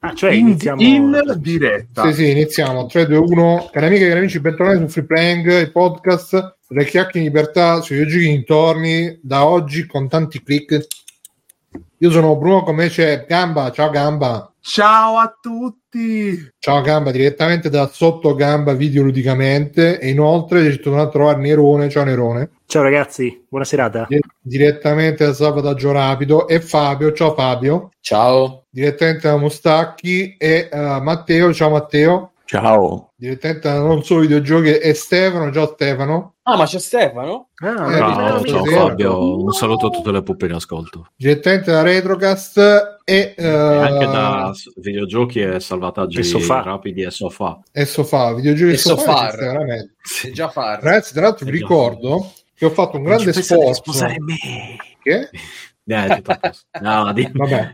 Ah, cioè in, iniziamo in diretta. Sì, sì, iniziamo. 3, 2, 1. Cari amiche e cari amici, bentornati su Free Playing, il podcast delle chiacchiere in libertà sui videogiochi intorni da oggi con tanti click. Io sono Bruno, con me c'è Gamba. Ciao Gamba. Ciao a tutti. Ciao Gamba, direttamente da sotto Gamba videoludicamente e inoltre ci tornato a trovare Nerone. Ciao Nerone. Ciao ragazzi, buona serata. Di- Direttamente da Salvataggio Rapido e Fabio. Ciao Fabio. Ciao. Direttamente da Mustacchi e eh, Matteo. Ciao Matteo. Ciao. Direttamente da Non Solo Videogiochi e Stefano. Ciao Stefano. Ah, ma c'è Stefano? Ah, Eh, ciao, ciao, ciao. sì. Fabio, un saluto a tutte le puppe in ascolto. direttamente da Retrocast e, eh, E anche da s- videogiochi e salvataggi e sofà. rapidi e sofà. e Sofà, videogiochi E Sofar. esiste veramente. È già farra. Ragazzi, tra l'altro vi Eh, già. ricordo che ho fatto un grande Ci pensate di sforzo. sposare me. Che? Eh, è tutto a posto. No, ma di- Vabbè.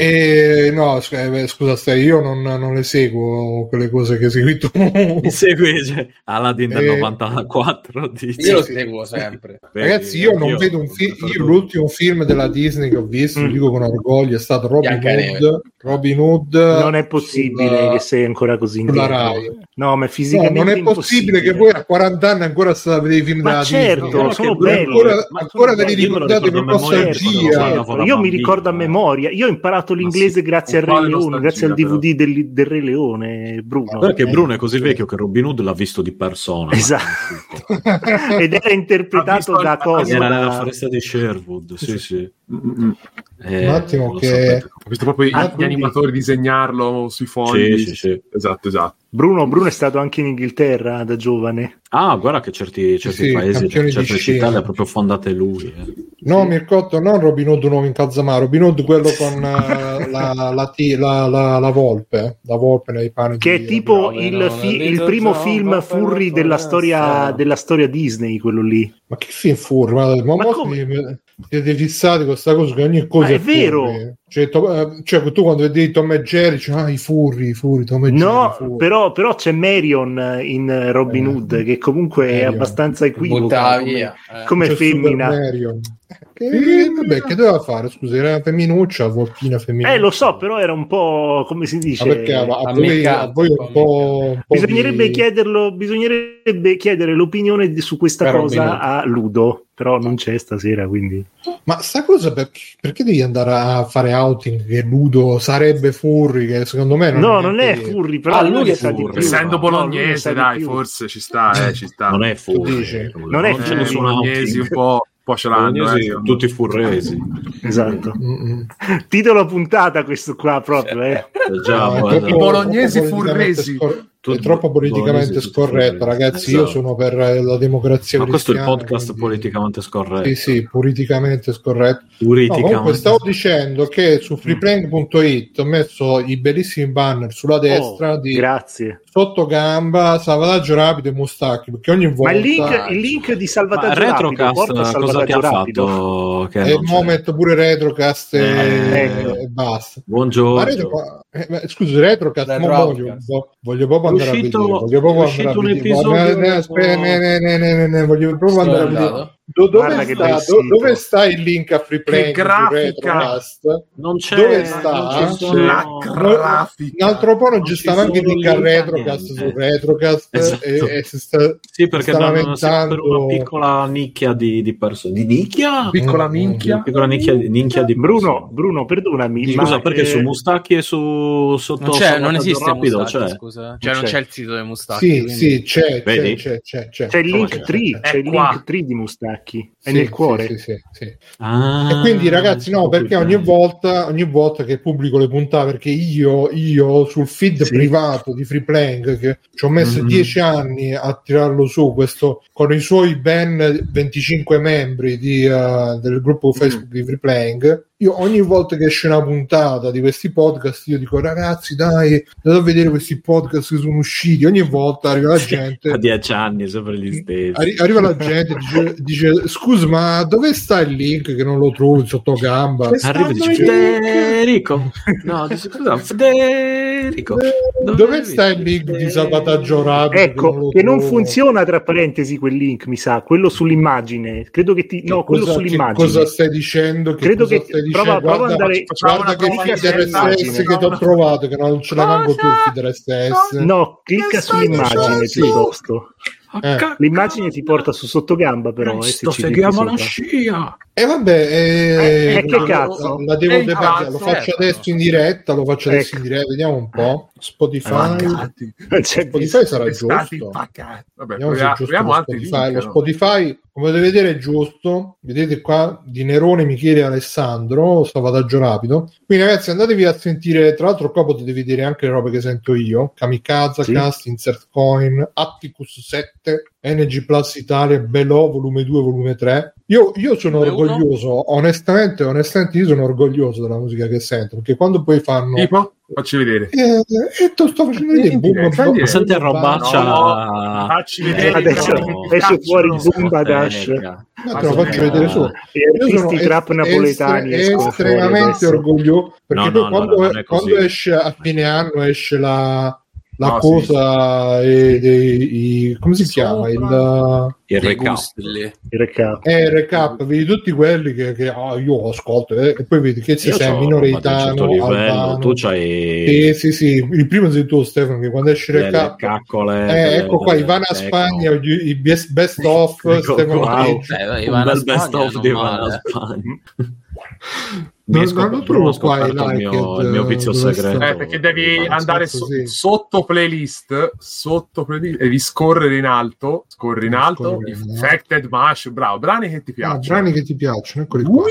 E, no, sc- eh, beh, scusa, stai, io non, non le seguo quelle cose che segui tu. Mi segui cioè, Aladdin del Eh. 94 dice. Io lo seguo sempre. Ragazzi, io non Anch'io. vedo un film. Io l'ultimo film della Disney che ho visto, Mm. lo dico con orgoglio, è stato Robin Biancaneve. Hood. Robin Hood Non è possibile sulla- che sei ancora così sulla indietro. Rai. No, ma è No, fisicamente non è impossibile. possibile che voi a 40 anni ancora state a vedere i film Ma della certo, Disney. sono Ancora- belli. ancora, Ma ancora ve sono li belli, io me lo ricordate con ricordo a memoria, Certo, Nostalgia. nostalgia. certo. Io mi ricordo a memoria, io ho imparato l'inglese Ma sì, grazie al un po' Re di Leone, grazie al nostalgia, DVD del, del Re Leone, Bruno. Eh. Guarda che Bruno è così vecchio che Robin Hood l'ha visto di persona. Esatto. Ed era Ha interpretato visto- da ha cosa? Era nella foresta di Sherwood, sì, sì. Eh, Un attimo lo che- sapete. Ho visto proprio Ah, gli quindi- animatori disegnarlo sui fogli. Sì, sì, sì. Esatto, esatto. Bruno, Bruno è stato anche in Inghilterra da giovane. Ah, guarda che certi, certi sì, paesi, cioè, campioni di certe scena. città le ha proprio fondate lui. eh. No, Mircotto, non Robin Hood un uomo in calzamaro, Robin Hood quello con eh, la, la ti- la- la- la volpe, eh, la volpe nei panni Che è di- tipo no, il, no, fi- no, il no, primo no, film no, furry no, della no, storia, no. della storia Disney, quello lì. Ma che film furri? Ma, ma Ma mo come? siete- siete fissati con questa cosa che ogni cosa Ma è furry. vero. Cioè, to- eh, cioè, tu quando vedi Tom e Jerry, dici, ah, i furri, i furri, Tom e Jerry, i No, furri. però, però c'è Marion eh, in eh, Robin Eh, Hood che comunque è Marion. abbastanza equivoca Buttava come, via. eh. come C'è femmina. Super Mario. Eh, Che, vabbè, che doveva fare? Scusi, era femminuccia, volpina femminuccia. Eh, lo so, però era un po' come si dice. Ma perché a, a voi, ammiccato, a voi un po'... un po' Bisognerebbe di- chiederlo, bisognerebbe chiedere l'opinione di- su questa Però cosa meno. a Ludo, però non c'è stasera, quindi Ma sta cosa perché, perché devi andare a fare outing che Ludo sarebbe furri? Che secondo me Eh, non No, è non è neanche- Furri, però Ah, lui lui ne è sa di furry. più. Essendo No, lui ne bolognese, sa di dai, più. forse ci sta, eh, ci sta. Non è eh, dici? furre, Non è ce ne furri. sono Eh, bolognesi altri. un po', un po' ce l'hanno. Bolognesi, eh, tutti furresi. Esatto. Mm-mm. Titolo puntata questo qua proprio, eh. Eh, Già, No, è guarda, troppo- I bolognesi troppo politicamente furresi. scor- Tutti è troppo politicamente bolognesi, tutti scorretto, furresi. ragazzi. Io Esatto. sono per eh, la democrazia Ma questo è il cristiana, podcast quindi- politicamente scorretto. Sì, sì, politicamente scorretto. No, Puriticamente. comunque stavo dicendo che Mm. su freeplane.it ho messo i bellissimi banner sulla destra Oh, di grazie. sottogamba, salvataggio rapido e mustacchi, perché ogni Ma volta il link, il link di Ma salvataggio rapido, Retrocast porta cosa ti salvataggio ha rapido. fatto? Che e Eh, non c'è? mo metto Eh, pure retrocast e- Eh, ecco. e basta. Ma Buongiorno. Retro- eh, ma scusi, Retrocast, mo Retrocast. voglio, un po'- voglio proprio È andare uscito- a vedere. Voglio proprio è uscito andare a un vedere. episodio- Ma- eh, aspetta, ne- ne- ne- ne- ne- ne, voglio proprio andare a Sono vedere. andato. Do- Guarda dove, che sta, bel do- sito. dove sta il link a free play Che grafica! Non c'è, Dove sta? non ci sono- La grafica. Un altro po' non Non ci ci stava anche il sono link a link a Retrocast niente. su Retrocast Esatto. e, e si sta Sì, perché sta danno sempre lamentando- una piccola nicchia di, di persone. Di nicchia? Piccola Mm, minchia. Una piccola nicchia, nicchia di Cioè, Bruno, persone. Bruno, perdonami, Scusa, ma, perché eh, su Mustacchi e su sotto Non c'è, non Salvataggio esiste rapido, Mustacchi, c'è. scusa. Cioè, non c'è. c'è, il sito dei Mustacchi. Sì, quindi- sì, c'è, c'è, Vedi? c'è, c'è, c'è. c'è il link Come c'è? 3, c'è È il qua. Ecco. link 3 di Mustacchi, è Sì, nel sì, cuore. sì, sì, sì. Ah, E quindi ragazzi, no, ecco perché qui. ogni volta, ogni volta che pubblico le puntate, perché io, io sul feed Sì. privato di Free Playing, che ci ho messo Mhm. 10 anni a tirarlo su, questo con i suoi ben 25 membri di, eh, del gruppo Facebook di Free Playing, io ogni volta che esce una puntata di questi podcast, io dico ragazzi, dai, andate a vedere questi podcast che sono usciti. Ogni volta arriva la gente. Mm. A dieci anni, sempre gli stessi. Arri- arriva la gente dice, dice scusa ma dove sta il link che non lo trovo in sottogamba Arriva e dice Stanno i Federico. No, dice, scusa, Federico. Federico. Dove, sta il link di sabotaggio rapido? Ecco, lo che non trovo? funziona tra parentesi quel link, mi sa, quello sull'immagine. Credo che ti Che no, quello cosa- che sull'immagine. Cosa stai dicendo? Che Credo cosa che- stai prova- dicendo? prova ad Guarda- andare- Facciamo Guarda una che copia feed dell'immagine. RSS che ti ho trovato, che non ce la manco più il feed RSS. No, clicca Che stai sull'immagine dicendo? piuttosto. L'immagine ti porta su sottogamba però, eh, se Cristo, ci clicchi seguiamo la sopra. scia. E vabbè, eh, Eh, che la- cazzo? La devo Eh, debattere, lo cazzo, faccio eh, adesso in diretta, lo faccio adesso Ecco. in diretta, vediamo un po'. Spotify, Pagati. Cioè, Spotify Eh, sarà Pescati, giusto. pagati. Vabbè, Vediamo proviamo, se è giusto proviamo lo altri Spotify. link, Lo no? Spotify, come potete vedere, è giusto. Vedete qua di Nerone, Michele e Alessandro, salvataggio rapido. Quindi, ragazzi, andatevi a sentire. Tra l'altro, qua potete vedere anche le robe che sento io: Kamikaze, Sì. Cast, Insert Coin, Atticus 7, NG Plus Italia, Belò, volume 2, volume 3. Io, io sono Volume uno. orgoglioso, onestamente, onestamente, io sono orgoglioso della musica che sento, perché quando poi fanno. E Tipo, facci vedere. te lo sto facendo vedere Eh, boom, eh, boom, Ma eh, senti boom, robaccia. no. Facci Eh, vedere. Eh, Adesso no. esce fuori No. Zumba Dash e Venga. boom. No, te lo faccio Ah. vedere solo. Io sono artisti trap est- napoletani est- escono fuori estremamente adesso. orgoglioso perché No, poi no, quando, allora non è così. quando esce a fine anno esce la, la No, cosa e dei- i- come si Sopra. chiama il Il Dei recap. gusti lì. Il recap. eh, recap vedi tutti quelli che, che, ah, io ascolto eh, e poi vedi che si Io sei sono ad minoritano un certo livello, albano. tu c'hai sì, sì, sì, il primo sei tu Stefano che quando esce il delle recap caccole. eh, ecco qua delle- Ivana ecco. Spagna i best, best of Ecco Stefano qua. Peggio. Eh, Beh, un Ivana bel best Spagna, of di non Ivana male. Spagna. Non- Mi non lo trovo ho qua, scoperto il Like mio, It, il mio vizio dove segreto. sta? Eh, perché devi Ah, andare certo, so- sì. sotto playlist, sotto playlist, devi scorrere in alto, scorri in alto, Scorrere, no? Infected Mash, bravo, brani che ti Ah, piacciono. brani che ti piacciono, eccoli qua. Ui,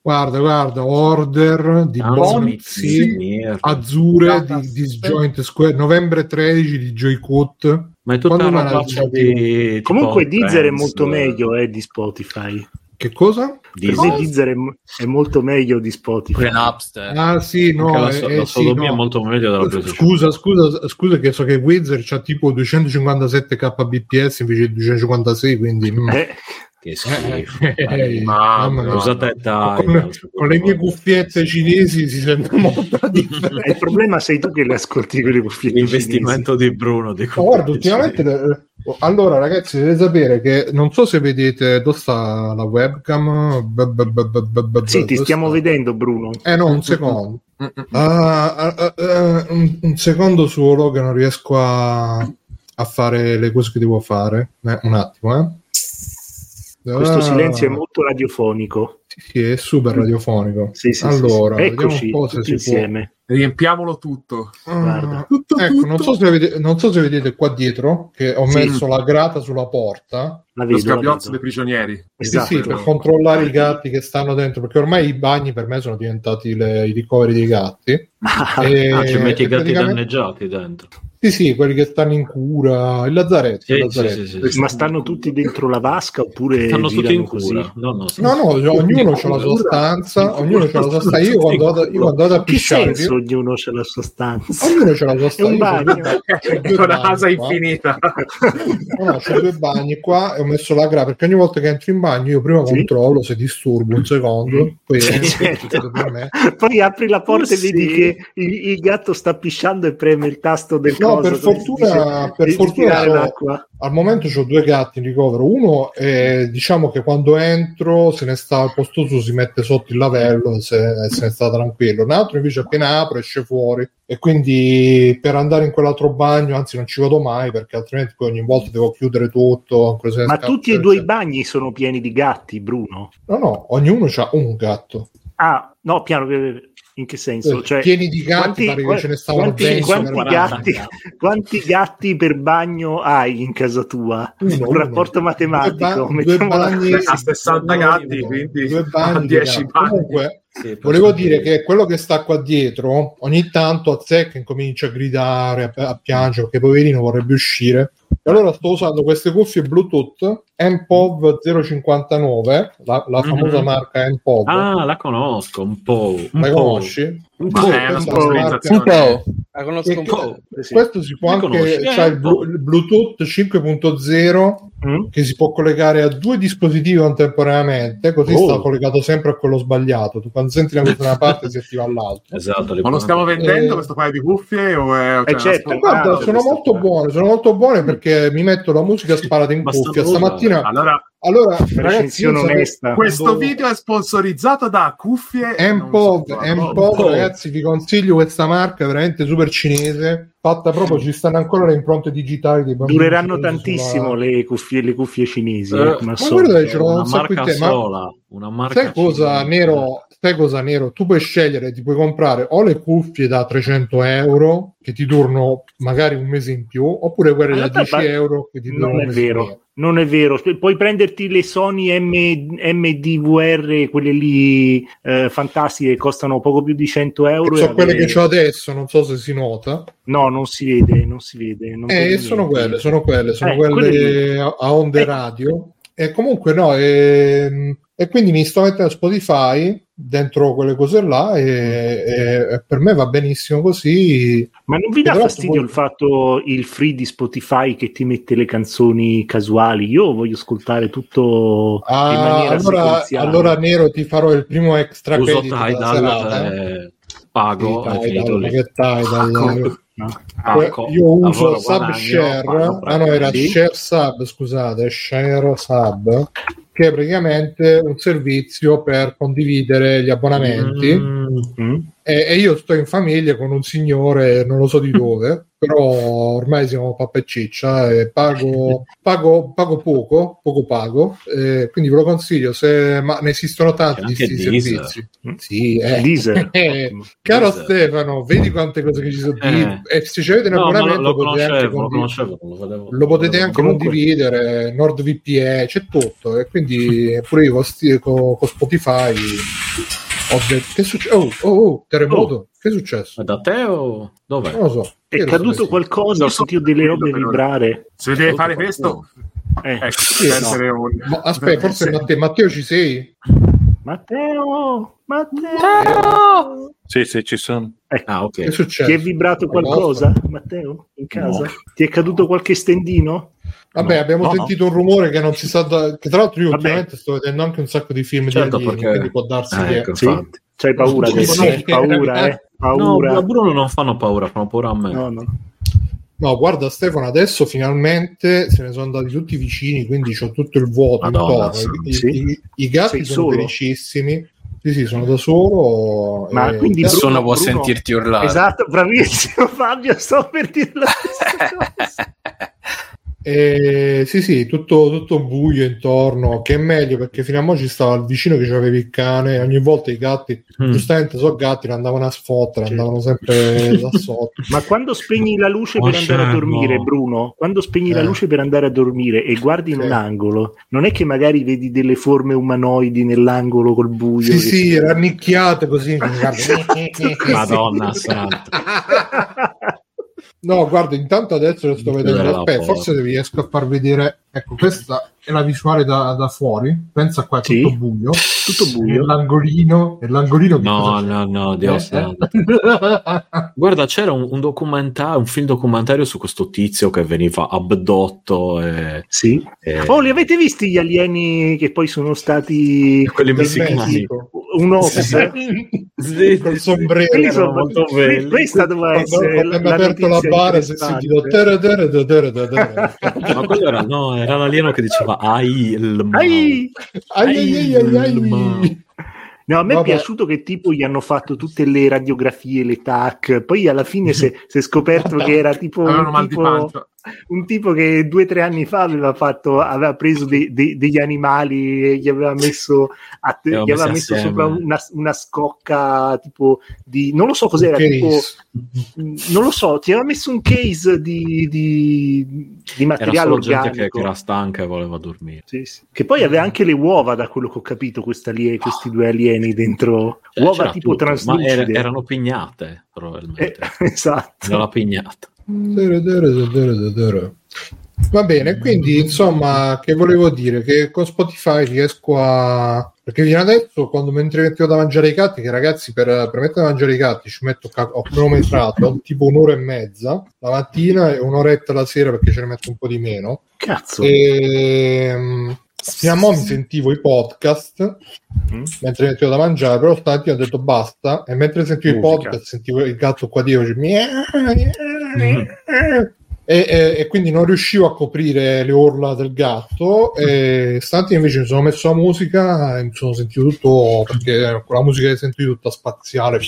Guarda, guarda, Order di Ah, Bonzi, Bonzi. Azzure Guarda, di Disjoint Square, novembre 13 di Joy Cut. Ma è tutta Quando una una faccia lancia di... Comunque tipo Deezer è Friends, molto eh, meglio eh, di Spotify. Che cosa? Deezer. Così Deezer è, mo- è molto meglio di Spotify. Pure Napster. Ah, sì, Eh, Anche no, la, so- eh, la sì, sodomia no. è molto meglio della PlayStation. Scusa, scusa, scusa che so che Wizard c'ha tipo 257 kbps invece di 256, quindi mm. Eh, Che Eh, schifo. eh, eh, Mamma mia. no, Usate Con, con le mie cuffiette cinesi si sente molto la differenza. eh, il problema sei tu che le ascolti quelle cuffiette L'investimento di Bruno. Di Ma guarda, ultimamente le- allora ragazzi, dovete sapere che non so se vedete dove sta la webcam. Beh, beh, beh, beh, beh, beh, Sì, ti dove stiamo sta? vedendo Bruno. Eh no, un secondo. Mm, mm, mm. Ah, ah, ah, ah, un, un secondo solo che non riesco a, a fare le cose che devo fare. Eh, un attimo, eh. Questo Ah, silenzio è molto radiofonico. sì, sì, è super radiofonico. Sì, sì, sì, allora, sì. vediamo eccoci un po' se tutti si può. insieme. Riempiamolo tutto. Ah, Guarda. Tutto, Ecco, non tutto. so, se vedete, non so se vedete qua dietro che ho Sì. messo la grata sulla porta. La Lo vedo. la scabiozzo dei vedo. prigionieri. Eh Sì, Esatto. sì, per controllare i gatti che stanno dentro, perché ormai i bagni per me sono diventati le- i ricoveri dei gatti. E- Ah, ci metti e i gatti praticamente- danneggiati dentro. Sì, sì, quelli che stanno in cura, il lazzaretto. il Sì, sì, lazzaretto. sì, sì, sì. Ma stanno tutti dentro la vasca oppure Stanno tutti girano in cura. così? No, no, stanno- No, no, ognuno ha la sua cura. stanza, In ognuno cura. ha la sua stanza. Io quando vado, io quando vado a Che pisciare, senso ognuno ha la sua stanza? ognuno ha la sua È un stanza. bagno. È una casa Io- infinita. No, no, c'ho due bagni qua e ho messo la grata perché ogni volta che entro in bagno io prima Sì. controllo se disturbo un secondo, poi Sì, entro, certo. per me. Poi apri la porta Sì. e vedi che il, il gatto sta pisciando e preme il tasto del No, coso, per dove fortuna- si dice per di fortuna tirare sono- l'acqua. Al momento ho due gatti in ricovero. Uno è, diciamo che quando entro se ne sta al posto suo, si mette sotto il lavello e se, se ne sta tranquillo. Un altro invece appena apro esce fuori. E quindi per andare in quell'altro bagno, anzi non ci vado mai perché altrimenti poi ogni volta devo chiudere tutto. ancora se ne Ma scappa, tutti e due i eccetera. bagni sono pieni di gatti, Bruno. No, no, ognuno ha un gatto. Ah, no, piano, in che senso? Cioè, Eh, Pieni di gatti, quanti- pare che ce ne stavano quanti- 20 quanti veramente. gatti? quanti gatti per bagno hai in casa tua? Uno, Un uno. rapporto matematico, Due ba- due mettiamola bagni- così. A 60 gatti, quindi Due a bagni, 10 gatti. bagni. Comunque, Sì, Volevo posso dire che quello che sta qua dietro ogni tanto a zecca incomincia a gridare, a, a piangere, perché poverino vorrebbe uscire. E allora sto usando queste cuffie Bluetooth MPOV 059, la, la famosa Mhm. marca MPOV. Ah, la conosco un po'. Un la po'. conosci? Un Ma po'. è una questa sponsorizzazione. La conosco un po'. Sì. Questo si può Li anche conosci, eh? c'ha il blu- il Bluetooth 5.0 Mm? che si può collegare a due dispositivi contemporaneamente, così Oh. sta collegato sempre a quello sbagliato. Tu quando senti una cosa da una parte si attiva all'altra. Esatto. le Ma lo quaranta- stiamo vendendo Eh. questo paio di cuffie? O è, cioè, o Eh, c'è certo, una sponda- guarda, Guarda, Ah, sono questa molto qua. buone, sono molto buone perché mi metto la musica sparata in Basta cuffia. usare. Stamattina, Allora, allora, ragazzi, io Recensione sarei- onesta. questo video è sponsorizzato da cuffie. Empov, non so, Empov, Empov. ragazzi, vi consiglio questa marca veramente super cinese. Fatta proprio, ci stanno ancora le impronte digitali dei bambini. Dureranno cinesi tantissimo sulla- le, cuffie, le cuffie cinesi, Eh, eh, come ma al solito. guarda, ce l'ho una un sacco marca di te, ma- sola, una marca Sai cosa, cinese. Nero? Sai cosa, Nero? Tu puoi scegliere, ti puoi comprare o le cuffie da 300 euro che ti durano magari un mese in più, oppure quelle In da realtà, 10 ba- euro che ti durano Non un è mese in vero, meno. non è vero. Pu- Puoi prenderti le Sony M- MDVR, quelle lì eh, fantastiche, che costano poco più di 100 euro. e Sono quelle avere- che ho adesso, non so se si nota. No, non si vede, non si vede. non Eh, vedo sono niente. quelle, sono quelle, sono Eh, quelle, quelle a, a onde Eh. radio. E comunque no, ehm, e, quindi mi sto mettendo Spotify dentro quelle cose là e, e- e per me va benissimo così. Ma non vi dà Tra l'altro fastidio poi- il fatto il free di Spotify che ti mette le canzoni casuali? Io voglio ascoltare tutto in Ah, maniera allora, sequenziale. allora, Nero ti farò il primo extra Uso credit della Tidal, serata. eh, Sì, pago, è Tidal, finito ma lì. che Tidal? Ecco. No. Que- Ecco, io uso lavoro, sub guadagno, share pago, ah no era sì. share sub scusate share sub che è praticamente un servizio per condividere gli abbonamenti Mm, Mm? e, e io sto in famiglia con un signore non lo so di dove però ormai siamo pappa e ciccia e pago, pago, pago poco poco pago eh, quindi ve lo consiglio se, ma ne esistono tanti C'è di anche questi Deezer. servizi sì, eh. Deezer, Eh, ottimo. Caro Esatto. Stefano, vedi quante cose che ci sono Eh. dentro. E se ci avete un No, ma lo, abbonamento lo potete anche conoscevo, lo condiv- conoscevo, lo volevo- lo potete volevo- anche Comunque- condividere, NordVPN, c'è tutto. E quindi pure io con, sti- con- con Spotify ho detto, che succede? Oh, oh, oh, terremoto, che è successo? È da te o dov'è? Non lo so. È Io lo so che caduto sì. qualcosa, ho sentito delle robe Però- vibrare. Se deve fare questo, Eh, ecco, Sì, deve no. essere un- Ma Boh, aspetta, forse Sì. Matteo, Matteo ci sei? Matteo, Matteo, Sì, sì, ci sono. Ah, ok. Che è successo? ti è vibrato qualcosa, Matteo, in casa? Ti è caduto qualche stendino? Vabbè, No, abbiamo no, sentito un rumore che non si sa da... che tra l'altro io Vabbè. ultimamente sto vedendo anche un sacco di film di Certo, alieni, perché- quindi può darsi Ah, che ecco, Sì. infatti. C'hai paura Sì, adesso? sì. Paura, eh? No, Paura. a Bruno non fanno paura, fanno paura a me. No, no. No, guarda Stefano, adesso finalmente se ne sono andati tutti vicini, quindi c'ho tutto il vuoto Madonna, intorno. I, sì. i- i gatti Sei sono solo? felicissimi. Sì, sì, sono da solo. Ma e- quindi adesso- Bruno, Nessuno può Bruno. sentirti Ah. urlare. Esatto, bravissimo Fabio, sto per dire la stessa cosa. e- eh, sì, sì, tutto, tutto buio intorno, che è meglio perché fino a mo' ci stava il vicino che aveva il cane, ogni volta i gatti, Mm. giustamente so gatti, ne andavano a sfottere, Sì. andavano sempre da sotto. Ma quando spegni la luce Oh, per andare a scemo. dormire, Bruno, quando spegni la Eh. luce per andare a dormire e guardi in Sì. un angolo, non è che magari vedi delle forme umanoidi nell'angolo col buio? Sì, che sì, si- rannicchiate così. Madonna santa. No, guarda, intanto adesso lo sto vedendo. Bella Aspetta, porca. forse riesco a far vedere. Ecco, questa è la visuale da, da fuori. Pensa qua, è Sì. tutto buio. Tutto buio. Nell'angolino, nell'angolino che No, cosa c'è? no, no, Dio Eh? santo. Guarda, c'era un, un documentario, un film documentario su questo tizio che veniva abdotto e... Sì. e- Oh, li avete visti gli alieni che poi sono stati quelli Del messicani. Messico. un'opera? Sì, Col sì. sombrero. Quelli erano sono- molto que- belli. Questa doveva Quando essere quando hanno aperto la notizia bara si è sentito tere, tere, tere, tere, tere. Eh, Ma quello era, no, era l'alieno che diceva ai il mao". Ai! Ai, ai, ai, ai, ai. No, a me Vabbè. è piaciuto che tipo gli hanno fatto tutte le radiografie, le TAC, poi alla fine si è, si è scoperto che era tipo, Avevano un mal di tipo, pancia. un tipo che due o tre anni fa aveva, fatto, aveva preso dei- dei- degli animali e gli aveva messo, a- Li aveva gli aveva messi messo assieme. sopra una, una scocca tipo di... non lo so cos'era, Che tipo... riso. Mm, Non lo so, ti aveva messo un case di, di- di Era materiale solo gente organico. che, che era Mm. stanca e voleva dormire. Sì, sì. Che poi aveva anche le uova, da quello che ho capito, questa ali- questi due alieni dentro. Cioè, uova c'era tipo Eh. tutto, Ma traslucide. er- erano pignate, probabilmente. Eh, esatto. Era la pignata. Tere, tere, tere, tere, tere. Va bene, quindi insomma, che volevo dire? Che con Spotify riesco a. Perché fino adesso, quando mentre mettevo da mangiare ai catti, che ragazzi, per, per mettere da mangiare ai catti ci metto, ca- ho cronometrato tipo un'ora e mezza la mattina e un'oretta la sera perché ce ne metto un po' di meno. Eh, Cazzo. E, fino a Ehm, mo' mi sentivo i podcast mentre sentivo da mangiare, però stamattina ho detto basta. E mentre sentivo i Musica. podcast, sentivo il gatto qua dietro. dice, "Miau, miau, miau". E, e- e quindi non riuscivo a coprire le urla del gatto. E stamattina invece mi sono messo la musica e mi sono sentito tutto perché con la musica che sento io tutta spaziale.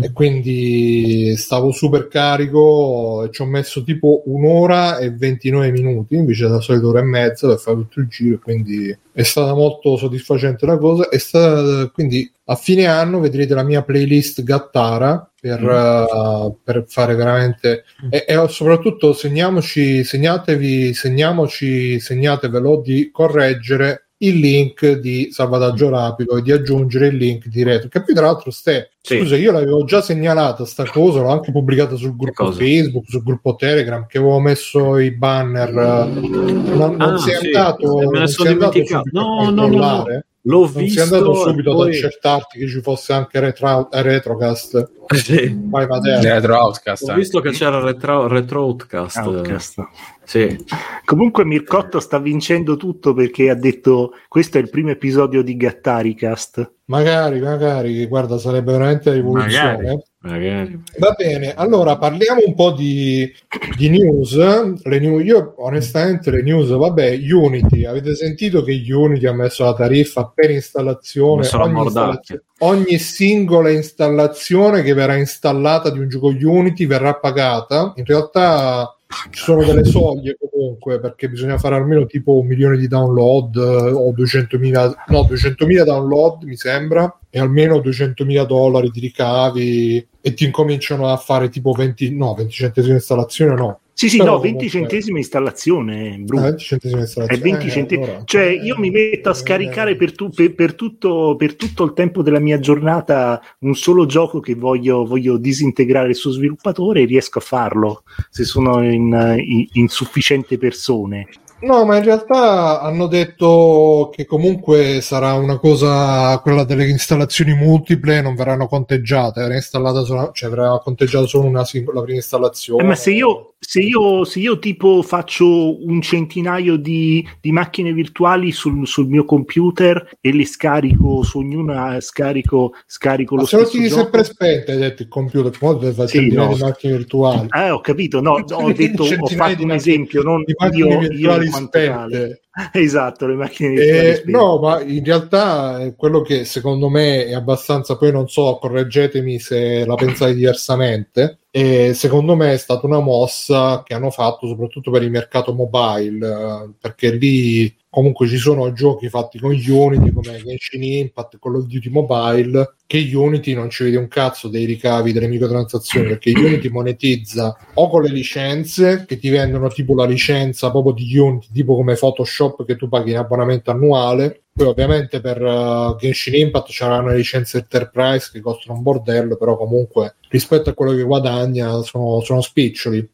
E quindi stavo super carico e ci ho messo tipo un'ora e 29 minuti invece della solita ora e mezza per fare tutto il giro. Quindi è stata molto soddisfacente la cosa. È stata, quindi a fine anno vedrete la mia playlist Gattara Mm. per, eh, per fare veramente e, e soprattutto segniamoci, segnatevi, segniamoci, segnatevelo di correggere il link di Mm. salvataggio rapido e di aggiungere il link di retro che poi tra l'altro ste Sì. scusa io l'avevo già segnalata sta cosa l'ho anche pubblicata sul gruppo cosa? facebook sul gruppo telegram che avevo messo i banner eh, non, non Ah, sei sì. andato Me ne non sono sei andato dimenticato. subito a No, no, no, no. controllare? L'ho non visto. sei andato subito e ad poi- accertarti che ci fosse anche retra- retrocast Sì, vai Matteo Eh. Retro Outcast. Ho visto che c'era retro, retroutcast. Outcast. Sì. Comunque Mircotto sta vincendo tutto perché ha detto questo è il primo episodio di Gattaricast. Magari, magari, guarda, sarebbe veramente la rivoluzione. Magari. Magari. Va bene, allora parliamo un po' di, di news. Le new- io onestamente le news, vabbè, Unity, avete sentito che Unity ha messo la tariffa per Ha installazione? messo la mordacchia. installazio- ogni singola installazione che verrà installata di un gioco Unity verrà pagata. In realtà ci sono delle soglie comunque perché bisogna fare almeno tipo un milione di download eh, o 200.000 no 200.000 download mi sembra e almeno 200.000 dollari di ricavi e ti incominciano a fare tipo 20 no 20 centesimi installazione no Sì, sì, Però no, 20 comunque- centesimi installazione, Ah, Bruno. 20 centesimi È installazione 20 Eh, centesimi. allora. Cioè, io mi metto a Eh, scaricare per, tu- per- per tutto, per tutto il tempo della mia giornata un solo gioco che voglio, voglio disintegrare il suo sviluppatore e riesco a farlo se sono in, in- in sufficiente persone. No, ma in realtà hanno detto che comunque sarà una cosa, quella delle installazioni multiple non verranno conteggiate, verrà installata solo, cioè verrà conteggiata solo una singola prima installazione. Eh, ma se io, se io- se io tipo faccio un centinaio di, di macchine virtuali sul, sul mio computer e le scarico su ognuna, scarico, scarico Ma lo se lo stesso tieni gioco- sempre spento, hai detto il computer, come deve fare Sì, centinaia no. di macchine virtuali. Ah, ho capito, no, ho, detto, ho Centinaia di fatto un macchine- esempio, non di macchine io, io virtuali in quanto tale. spente. Esatto, le macchine virtuali. Eh, spente. no, ma in realtà eh, quello che secondo me è abbastanza, poi non so, correggetemi se la pensate diversamente, eh, secondo me è stata una mossa che hanno fatto soprattutto per il mercato mobile, eh, perché lì comunque ci sono giochi fatti con Unity come Genshin Impact, Call of Duty Mobile, che Unity non ci vede un cazzo dei ricavi delle microtransazioni, perché Unity monetizza o con le licenze che ti vendono tipo la licenza proprio di Unity, tipo come Photoshop che tu paghi in abbonamento annuale. Poi ovviamente per eh, Genshin Impact c'erano le licenze Enterprise che costano un bordello, però comunque rispetto a quello che guadagna sono, sono spiccioli.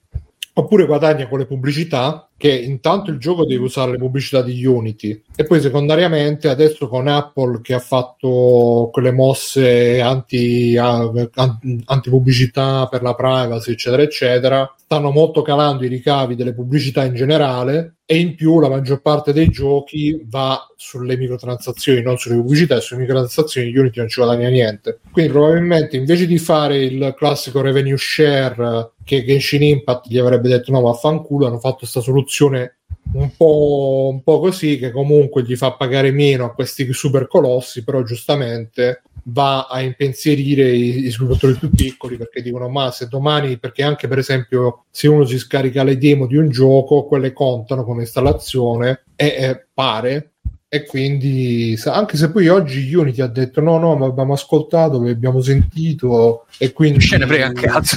Oppure guadagna con le pubblicità, che intanto il gioco deve usare le pubblicità di Unity. E poi secondariamente adesso con Apple che ha fatto quelle mosse anti, ah, an- anti-pubblicità per la privacy, eccetera, eccetera, stanno molto calando i ricavi delle pubblicità in generale e in più la maggior parte dei giochi va sulle microtransazioni, non sulle pubblicità, e sulle microtransazioni Unity non ci guadagna niente. Quindi probabilmente invece di fare il classico revenue share eh, che Genshin Impact gli avrebbe detto no vaffanculo, hanno fatto questa soluzione un po', un po' così che comunque gli fa pagare meno a questi super colossi, però giustamente va a impensierire i, i sviluppatori più piccoli perché dicono ma se domani perché anche per esempio se uno si scarica le demo di un gioco quelle contano come installazione e e pare e quindi sa- anche se poi oggi Unity ha detto no no ma abbiamo ascoltato vi abbiamo sentito e quindi Ce ne frega un cazzo.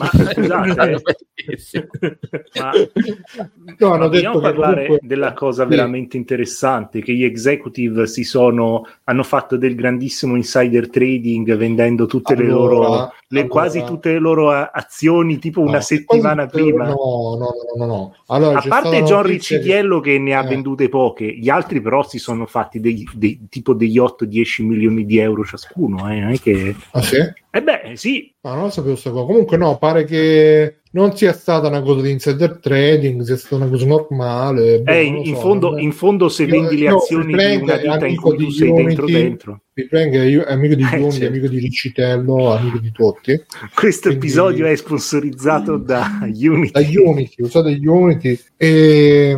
Ma scusate, esatto, eh. ma no, Ma vogliamo hanno detto che parlare comunque- della cosa Sì. veramente interessante che gli executive si sono hanno fatto del grandissimo insider trading vendendo tutte le Allora, loro le, Allora. quasi tutte le loro a- azioni tipo una No, settimana quasi tutte- prima. No, no, no, no, no. Allora, a c'è stata parte la John notizia che- Riccidiello che ne ha Eh. vendute poche, gli altri però si sono fatti dei, dei- tipo degli 8-10 milioni di euro ciascuno. Eh, non è che... Ah, sì? eh beh, sì, Ma non lo sapevo sta cosa. Comunque no, pare che non sia stata una cosa di insider trading, sia stata una cosa normale. boh, eh, non in, lo in so, fondo, non è- in fondo se Io- vendi le io, azioni di Frank una è ditta in amico cui di tu sei dentro Unity. dentro. Big Bang è io- è amico di Eh, Giuni, certo. amico di Riccitello, amico di tutti. Questo Quindi- episodio è sponsorizzato da Unity. Da Unity, usate Unity. E,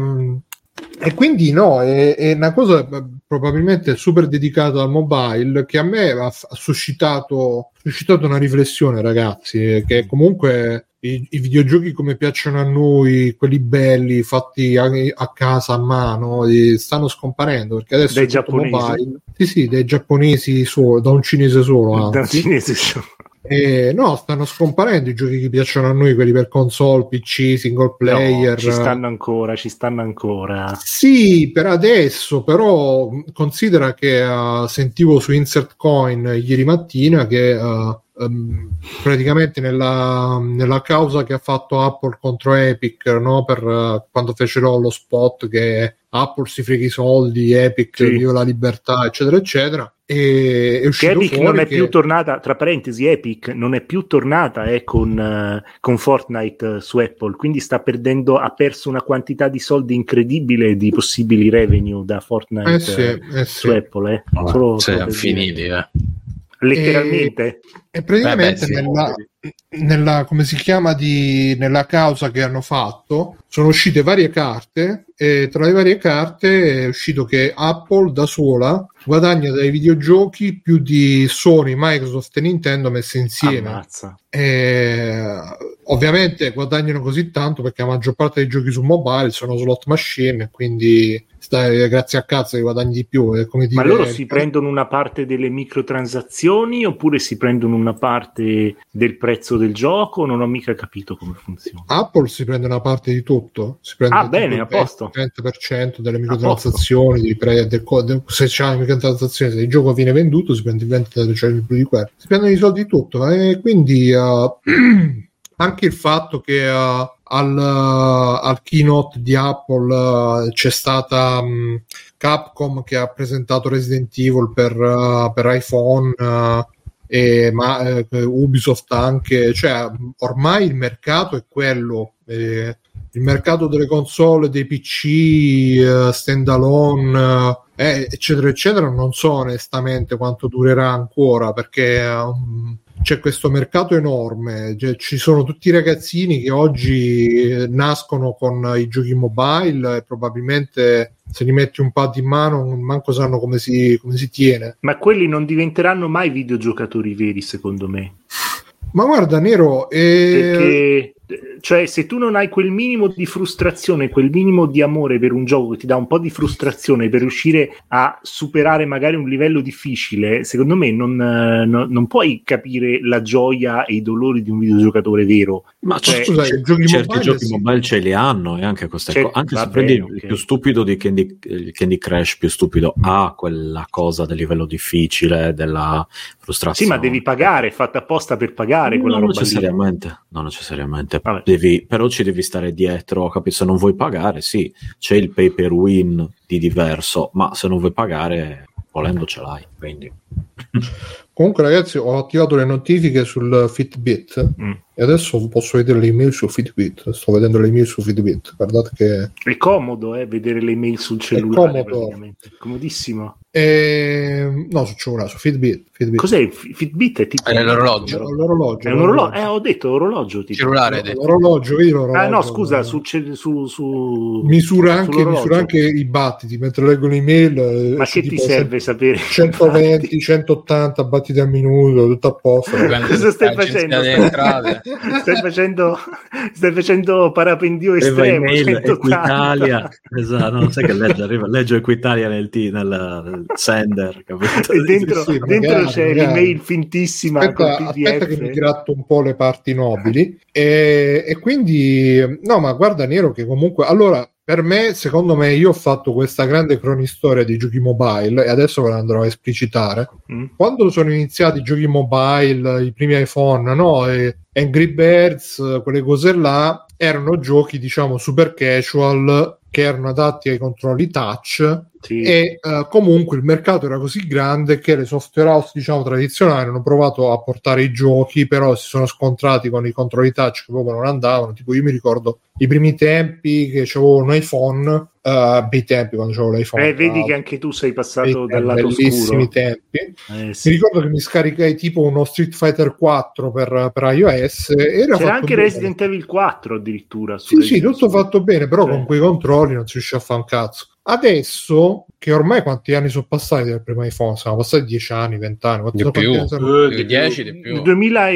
e quindi no, è, è una cosa eh, probabilmente super dedicata al mobile che a me ha, ha suscitato, suscitato una riflessione, ragazzi, eh, che comunque... I, i videogiochi come piacciono a noi, quelli belli fatti a, a casa a mano, eh, stanno scomparendo perché adesso Dai è tutto giapponesi. mobile. Sì, sì, dai giapponesi solo, da un cinese solo. Da un anzi. cinese show. Eh, no, stanno scomparendo i giochi che piacciono a noi, quelli per console, PC, single player. No, ci stanno ancora, ci stanno ancora. Sì, per adesso, però mh, considera che eh, sentivo su Insert Coin eh, ieri mattina che eh, ehm, praticamente nella, nella causa che ha fatto Apple contro Epic, no, per eh, quando fecero lo spot che Apple si frega i soldi, Epic Sì. viola la libertà, eccetera, eccetera. E è Che uscito Epic fuori non è che- più tornata, tra parentesi, Epic non è più tornata eh, con, eh, con Fortnite eh, su Apple, quindi sta perdendo, ha perso una quantità di soldi incredibile di possibili revenue da Fortnite Eh sì, eh, eh sì. su Apple. eh. Vabbè, Solo- cioè, solo per dire. infiniti, eh. Letteralmente. E praticamente Vabbè, sì. nella, nella- come si chiama di, nella causa che hanno fatto sono uscite varie carte e tra le varie carte è uscito che Apple da sola guadagna dai videogiochi più di Sony, Microsoft e Nintendo messe insieme. Ammazza. Eh, ovviamente guadagnano così tanto perché la maggior parte dei giochi su mobile sono slot machine, quindi stai- grazie a cazzo che guadagni di più. è come Ma dire- loro si prendono una parte delle microtransazioni oppure si prendono una parte del prezzo del gioco? Non ho mica capito come funziona. Apple si prende una parte di tutto, si prende Ah, tipo bene, il a posto. 30% delle microtransazioni, di pre- del co- del- se c'è una microtransazione, se il gioco viene venduto si prende il 20% cioè più di quello. Si prendono i soldi di tutto e quindi eh, anche il fatto che eh, al, eh, al keynote di Apple eh, c'è stata mh, Capcom che ha presentato Resident Evil per, eh, per iPhone. eh, e ma eh, Ubisoft anche, cioè ormai il mercato è quello, eh, il mercato delle console, dei PC eh, stand alone, eh, eccetera, eccetera, non so onestamente quanto durerà ancora perché um, c'è questo mercato enorme, cioè, ci sono tutti i ragazzini che oggi eh, nascono con i giochi mobile e probabilmente se li metti un pad in mano non manco sanno come si, come si tiene. Ma quelli non diventeranno mai videogiocatori veri, secondo me. Ma guarda, Nero, eh, perché cioè se tu non hai quel minimo di frustrazione, quel minimo di amore per un gioco che ti dà un po' di frustrazione per riuscire a superare magari un livello difficile, secondo me non, eh, no- non puoi capire la gioia e i dolori di un videogiocatore vero. Ma Cioè, c- scusa, c- i giochi certi mobile giochi sì. mobile ce li hanno e anche queste Cer- cose. Anche se va prendi bene, il ok. più stupido di Candy, il Candy Crush, più stupido, ha quella cosa del livello difficile, della Sì, frustrazione. ma devi pagare, è fatta apposta per pagare quella non roba lì. necessariamente, non necessariamente. Vabbè. Devi- però ci devi stare dietro, capi? Se non vuoi pagare, sì, c'è il pay per win di diverso, ma se non vuoi pagare, volendo ce l'hai. Quindi. comunque ragazzi ho attivato le notifiche sul Fitbit Mm. e adesso posso vedere le email su Fitbit, sto vedendo le email su Fitbit, guardate che... È comodo eh, vedere le mail sul cellulare, comodo. praticamente. comodissimo. Ehm, no, su cellulare, su Fitbit. Fitbit. Cos'è? il Fi- Fitbit è tipo È l'orologio. Ho l'orologio. È un orologio, eh, ho detto orologio. Il Tipo. cellulare, hai detto. L'orologio, vedi l'orologio. Ah, no, scusa, su, ce- su, su- Misura anche, sull'orologio. misura anche i battiti, mentre leggo l'email... eh, Ma c'è che ti tipo serve sapere? 120, 180 battiti al minuto, tutto a posto. Cosa stai L'agenzia facendo? delle entrate. Stai facendo, stai facendo Eh, parapendio E vai estremo. mail 180. Equitalia, esatto, non sai che legge, arriva, legge Equitalia nel, T- nel, nel sender, capito? E dentro, Sì, sì, dentro magari, c'è magari. l'email fintissima aspetta, col aspetta che mi PDF. gratto un po' le parti nobili e, e quindi no ma guarda Nero che comunque allora per me, secondo me, io ho fatto questa grande cronistoria di giochi mobile e adesso ve la andrò a esplicitare. Mm. Quando sono iniziati i giochi mobile, i primi iPhone, no? E Angry Birds, quelle cose là, erano giochi, diciamo, super casual che erano adatti ai controlli touch Sì. e eh, comunque il mercato era così grande che le software house diciamo tradizionali hanno provato a portare i giochi però si sono scontrati con i controlli touch che proprio non andavano tipo io mi ricordo i primi tempi che avevo un iPhone eh, bei tempi quando avevo l'iPhone Eh, vedi tra che anche tu sei passato l'altro, bei dal tempi, lato eh, bellissimi oscuro. tempi Eh, mi sì. ricordo che mi scaricai tipo uno Street Fighter 4 per, per iOS e C'era era fatto anche bene. Resident Evil 4 addirittura. su Sì, sì, Resident tutto Evil. Cioè, fatto bene, però Sì. con quei controlli non si riesce a fare un cazzo. Adesso, che ormai quanti anni sono passati dal primo iPhone? Sono passati 10 anni, 20 anni, quanti Di sono più. passati? Sono- Eh, Di 10 di più. Nel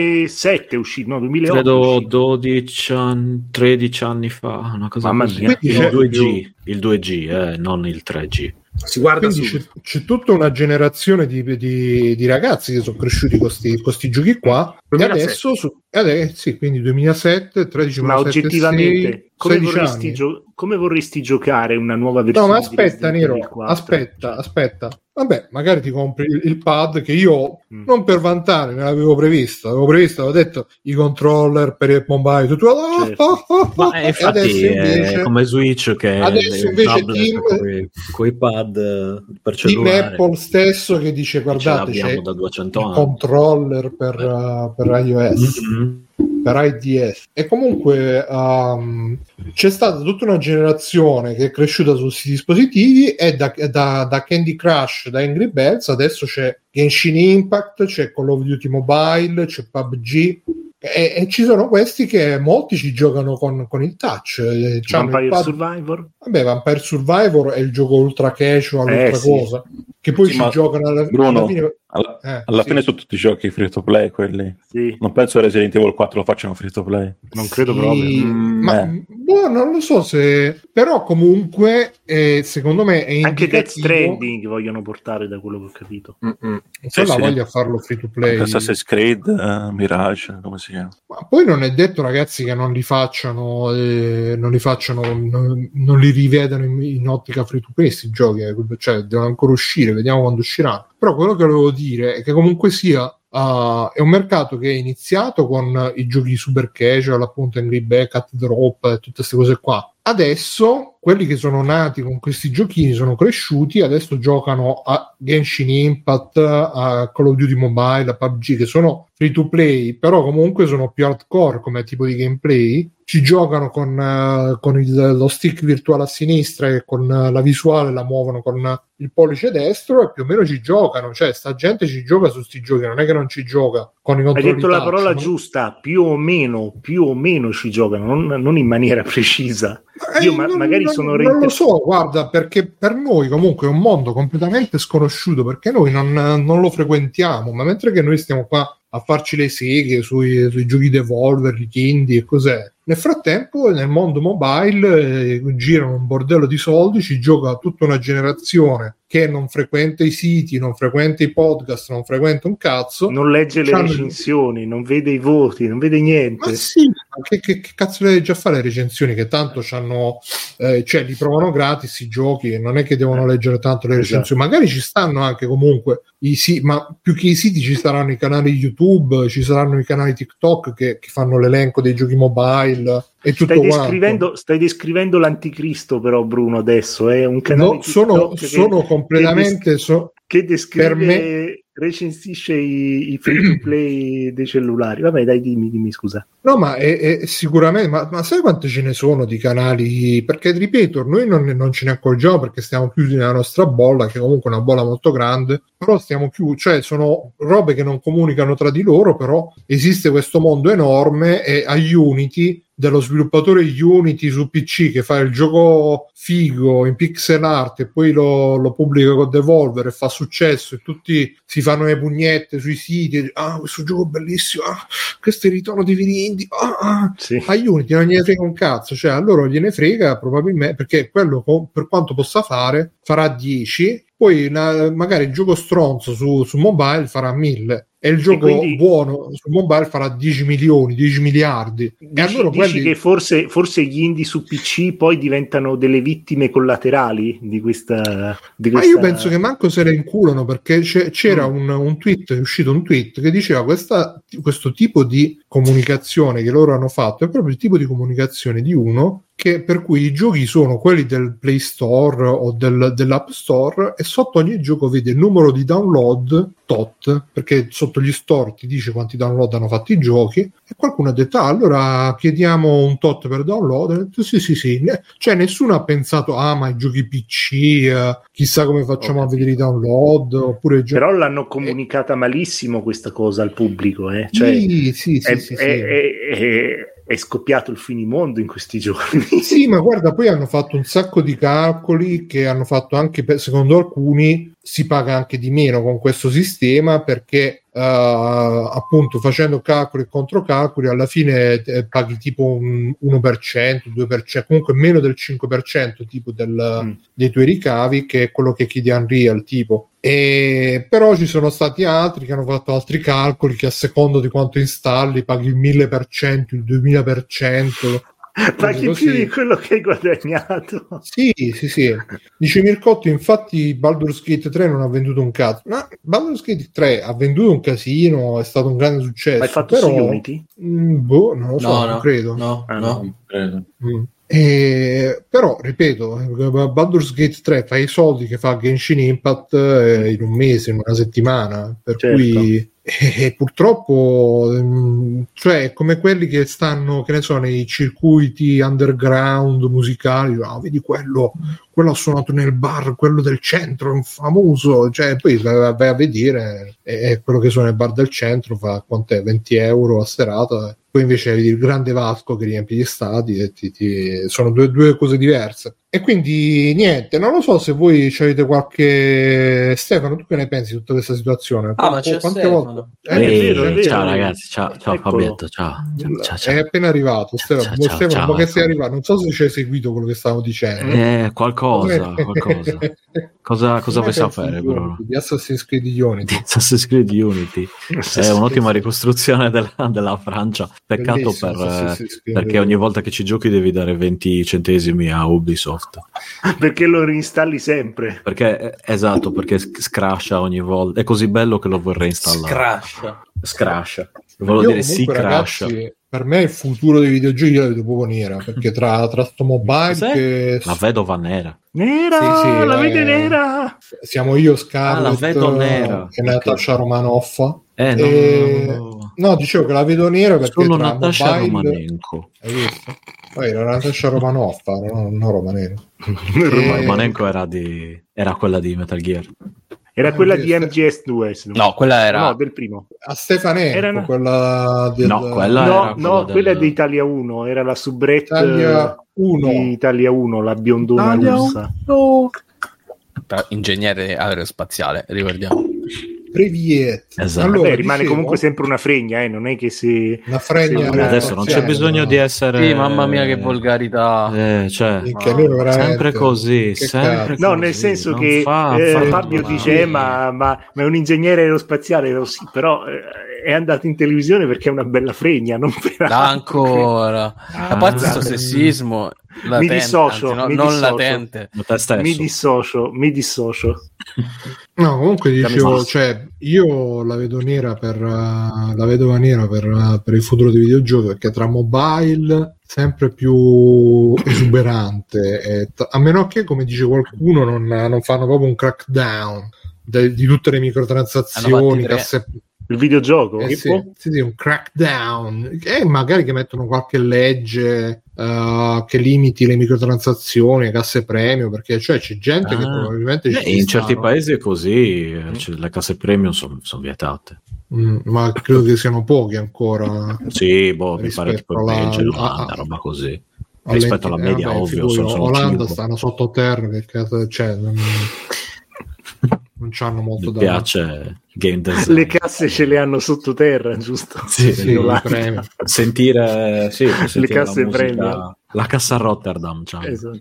2007 uscì, no, 2008 Credo uscì. 12 anni, 13 anni fa, una cosa Mamma così. mia. Il Quindi- 2G, il 2G, eh, non il 3G. Si Eh, guarda Quindi su. c'è, c'è tutta una generazione di, di- di ragazzi che sono cresciuti con questi giochi qua. 2007. E adesso, su- e adesso- sì, quindi 2007, 13, Ma 17, oggettivamente, 6, come, 16 vorresti anni. gio- come vorresti giocare una nuova No, versione? ma di aspetta, Resident Nero, Evil 4? aspetta, aspetta. Vabbè, magari ti compri il, il pad che io Mm. non per vantare, me l'avevo previsto, avevo previsto, avevo detto i controller per il mobile, tutto. ah, Certo. ah, ah, Ma ah, eh, infatti eh, adesso è invece come Switch che adesso è invece Tim- con i pad eh, per Team cellulare. Apple stesso che dice guardate, ce c'è l'abbiamo da Eh. 200 il anni. controller per, uh, per iOS. Mm-mm. per IDS. E comunque um, c'è stata tutta una generazione che è cresciuta su questi dispositivi e da, da- da Candy Crush, da Angry Birds, adesso c'è Genshin Impact, c'è Call of Duty Mobile, c'è PUBG. E, e ci sono questi che molti ci giocano con, con il touch. eh, c'hanno il Vampire pad- Survivor? Vabbè, Vampire Survivor è il gioco ultra casual, Eh, ultra sì. cosa. Che poi Sì, ci ma- giocano alla, alla Bruno, fine. alla, eh, alla sì. fine sono tutti giochi free to play quelli. Sì, Non penso che Resident Evil 4 lo facciano free to play. non credo Sì, proprio. Mm, Ma eh. boh, non lo so se. Però comunque, eh, secondo me è Anche Death indicativo- Stranding vogliono portare da quello che ho capito. Mm-mm. Non so Sì, la sì. voglia a farlo free to play. Anche Assassin's Creed, eh, Mirage, come si chiama? Ma poi non è detto, ragazzi, che non li facciano, eh, non li facciano, non, non li rivedano in, in ottica free to play. Questi giochi, eh, cioè, devono ancora uscire, vediamo quando usciranno. Però quello che volevo dire è che comunque sia. ah, è un mercato che è iniziato con i giochi super casual, appunto Angry Back, Cat Drop e tutte queste cose qua. Adesso quelli che sono nati con questi giochini sono cresciuti, adesso giocano a Genshin Impact, a Call of Duty Mobile, a PUBG, che sono free to play, però comunque sono più hardcore come tipo di gameplay. Ci giocano con, eh, con il- lo stick virtuale a sinistra e con eh, la visuale la muovono con il pollice destro e più o meno ci giocano, cioè sta gente ci gioca su sti giochi, non è che non ci gioca con i Hai controlli detto la touch, parola ma- giusta, più o meno, più o meno ci giocano, non, non in maniera precisa. Eh, Io ma- magari sono non lo reinter- so, guarda, perché per noi comunque è un mondo completamente sconosciuto, perché noi non, non lo frequentiamo, ma mentre che noi stiamo qua a farci le seghe sui, sui giochi Devolver, i Kindy e cos'è. Nel frattempo nel mondo mobile eh, girano un bordello di soldi, ci gioca tutta una generazione che non frequenta i siti, non frequenta i podcast, non frequenta un cazzo. Non legge le C'hanno- recensioni, non vede i voti, non vede niente. Ma sì, ma che, che- che cazzo devi già fare le recensioni che tanto c'hanno, eh, cioè li provano gratis i giochi e non è che Eh. devono leggere tanto le Esatto. recensioni, magari ci stanno anche comunque i siti, ma più che i siti ci saranno i canali YouTube, ci saranno i canali TikTok che, che fanno l'elenco dei giochi mobile e tutto Stai quanto. descrivendo, stai descrivendo l'anticristo, però, Bruno. Adesso eh, è un canale No, sono, TikTok che- sono completamente... descri- so- che descrive, per me- recensisce i, i free to play dei cellulari. Vabbè, dai, dimmi, dimmi scusa. No, ma è, è sicuramente, ma, ma sai quante ce ne sono di canali? Perché ripeto, noi non, non ce ne accorgiamo perché stiamo chiusi nella nostra bolla, che è comunque è una bolla molto grande, però stiamo chiusi, cioè sono robe che non comunicano tra di loro, però esiste questo mondo enorme e a Unity, dello sviluppatore Unity su PC che fa il gioco figo in pixel art e poi lo, lo pubblica con Devolver e fa successo e tutti si fanno le pugnette sui siti, ah questo gioco bellissimo, ah, questo è il ritorno di Vinindi, ah, ah, Sì. a Unity non gliene frega un cazzo, cioè a loro gliene frega probabilmente perché quello co- per quanto possa fare farà 10, poi una- magari il gioco stronzo su, su mobile farà 1000. e il gioco quindi- buono su mobile farà 10 milioni, 10 miliardi. e Dici, allora dici quelli... che forse, forse gli indie su PC poi diventano delle vittime collaterali di questa. Di Ma questa... Mm. io penso che manco se ne inculano perché c'è- c'era un, un tweet, è uscito un tweet che diceva questa, questo tipo di comunicazione che loro hanno fatto è proprio il tipo di comunicazione di uno che, per cui i giochi sono quelli del Play Store o del- dell'App Store e sotto ogni gioco vede il numero di download tot, perché sotto gli store ti dice quanti download hanno fatto i giochi e qualcuno ha detto "Ah, allora chiediamo un tot per download, Ho detto, sì sì sì, Ne- cioè nessuno ha pensato ah ma i giochi PC eh, chissà come facciamo a vedere i download oppure i giochi... Però l'hanno comunicata malissimo questa cosa al pubblico. Eh? Cioè, sì, sì, sì, è, sì, sì. è- è- è- è scoppiato il finimondo in questi giorni. Sì, ma guarda, poi hanno fatto un sacco di calcoli che hanno fatto anche, per- secondo alcuni, si paga anche di meno con questo sistema perché eh, appunto facendo calcoli e controcalcoli alla fine eh, paghi tipo un 1%, 2%, comunque meno del 5% tipo del, Mm. dei tuoi ricavi che è quello che chiedi a Unreal tipo. E, però ci sono stati altri che hanno fatto altri calcoli che a secondo di quanto installi paghi il 1000%, il 2000%, Paghi così. più di quello che hai guadagnato. sì, sì, sì. Dice Mircotto, infatti Baldur's Gate 3 non ha venduto un cazzo. Ma Baldur's Gate 3 ha venduto un casino, è stato un grande successo. Ma hai fatto Eh, però... su Unity? Mm, boh, non lo so, No, non no, credo. no, Ah, no. no. Credo. Mm. E- però, ripeto, Baldur's Gate 3 fa i soldi che fa Genshin Impact eh, in un mese, in una settimana. Per Certo. cui e purtroppo, mm, cioè, è come quelli che stanno, che ne so, nei circuiti underground musicali, ah, vedi quello, quello ha suonato nel bar, quello del centro, è un famoso, cioè, poi vai vai a vedere, è è quello che suona nel bar del centro, fa quant'è, 20 euro a serata, poi invece vedi il grande Vasco che riempie gli stadi, e ti- ti- sono due, due cose diverse. E quindi niente, non lo so se voi ci avete qualche... Stefano, tu che ne pensi di tutta questa situazione? Ah, ma c'è Quante Stefano. volte- Eh, è vero, è Eh, vero. ciao ragazzi, ciao, ciao Eccolo. Fabietto, ciao. ciao, ciao, ciao. Ecco. È appena arrivato, Ciao, Stefano, ciao, Stefano, ciao, ma che ciao. sei arrivato? Non so se ci hai seguito quello che stavo dicendo. Eh, qualcosa, qualcosa. Cosa, Ah, cosa vuoi sapere, Bruno? bro? Di Assassin's Creed Unity. Di Assassin's Creed Unity. È un'ottima ricostruzione della, della Francia. Peccato Bellissimo, per, eh, Assassin's Creed. perché ogni volta che ci giochi devi dare 20 centesimi a Ubisoft. Perché lo reinstalli sempre. Perché, eh, esatto, perché sc- scrascia ogni volta. È così bello che lo vorrei installare. Scrascia. Scrascia. Io Volevo dire comunque, sì, ragazzi, crasha. Per me il futuro dei videogiochi io la vedo proprio nera, perché tra, tra sto mobile Cos'è? che La vedova nera. Nera, Sì, sì, la eh. vede nera. siamo io, Ah, la Scarlett eh, vedo nera. e Natascia Romanoffa. Eh, no, Eh, no, no, No, dicevo che la vedo nera perché Sono tra Natasha mobile... Romanenko. Hai visto? Poi era Natascia Romanoffa, non, non Romanera. Ma Eh. Romanenko era, di... era quella di Metal Gear. Ah, Era quella di Oddio, MGS2. se non- No, quella era... no, del primo. A Stefanenko, Era una- quella del... No, quella no, era no, del- quella di Italia 1 era la subretta Italia 1. di Italia 1, la biondona Italia russa. Tra- Ingegnere aerospaziale, ricordiamo. Previet. Esatto. Vabbè, rimane comunque sempre una fregna, eh, non è che se una cioè, fregna. Sì, Vabbè, eh, adesso non c'è certo. bisogno di essere. Sì, mamma mia che volgarità. Eh, cioè, Minchia, allora veramente- sempre così, Che sempre cazzo. No, così, nel senso non che fa- eh, fa- Fabio ma- dice: eh, ma, ma- ma è un ingegnere aerospaziale, Io, sì, però eh, è andato in televisione perché è una bella fregna. Non per Da altro. ancora. Ah, esatto. A parte questo sessismo latente, dissocio, anzi, no, Ah, mi non dissocio. latente. Ma te stesso. Mi dissocio, mi dissocio. No, comunque dicevo, messa. cioè, io la vedo nera per eh, la vedova nera per, eh, per il futuro dei videogiochi perché tra mobile sempre più esuberante e t- a meno che come dice qualcuno non, non fanno proprio un crackdown de- di tutte le Hanno microtransazioni fatti tre. casse- Il videogioco? eh che sì, può- sì, sì, un crackdown e magari che mettono qualche legge eh, che limiti le microtransazioni, le casse premio perché cioè c'è gente che Ah. probabilmente Eh, ci in sta, certi no? paesi è così, Mm. eh, cioè, le casse premium sono vietate. Mm, ma credo che siano pochi ancora. Sì, boh, mi Rispetto pare tipo in alla- Belgio, in Olanda, a- roba così. Alle- eh, Rispetto alla media, vabbè, ovvio, sono, figurati, sono Olanda cinque. stanno sottoterra, che cazzo, cioè, non, non c'hanno molto Mi da piace game design. Le casse ce le hanno sottoterra, giusto? Sì, Sì, In Olanda. premi. Sentire, sì, sentire casse la musica- premium. La cassa a Rotterdam, ciao. Esatto.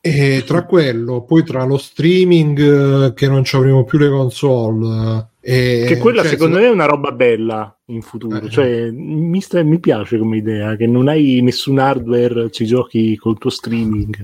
E tra quello, poi tra lo streaming eh, che non ci avremo più le console. eh, e- che quella cioè, secondo se- me è una roba bella in futuro Eh. cioè mi, sta- mi piace come idea che non hai nessun hardware ci giochi col tuo streaming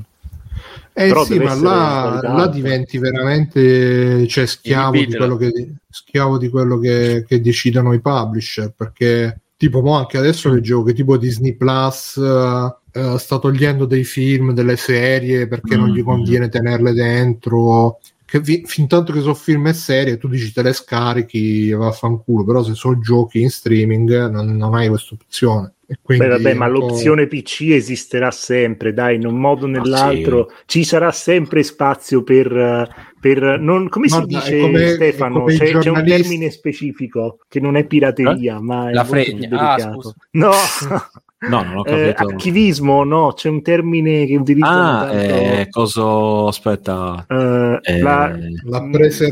Eh però sì, deve ma essere là, validata. là diventi veramente cioè, schiavo, di Inibitela. quello che, schiavo di quello che, che decidono i publisher. Perché, tipo, mo anche adesso leggevo che tipo Disney Plus eh, eh, sta togliendo dei film, delle serie perché non Mm-hmm. gli Mm. conviene tenerle dentro. Che vi- fin tanto che sono film e serie, tu dici te le scarichi e vaffanculo, però se sono giochi in streaming eh, non, non hai questa opzione. E quindi Beh, vabbè, ma è un po'- l'opzione PC esisterà sempre, dai, in un modo o sì. nell'altro ci sarà sempre spazio per. eh, per- non- come Guarda, si dice, è come- è Stefano? come i C'è, c'è un giornalisti- termine specifico che non è pirateria, Eh? ma è La molto più fregna. Ah, delicato. scusa. no, No, non ho eh, capito. archivismo, no, c'è un termine che utilizzano ah, diciamo tanto, eh, coso... Aspetta. eh, Eh, ah, la La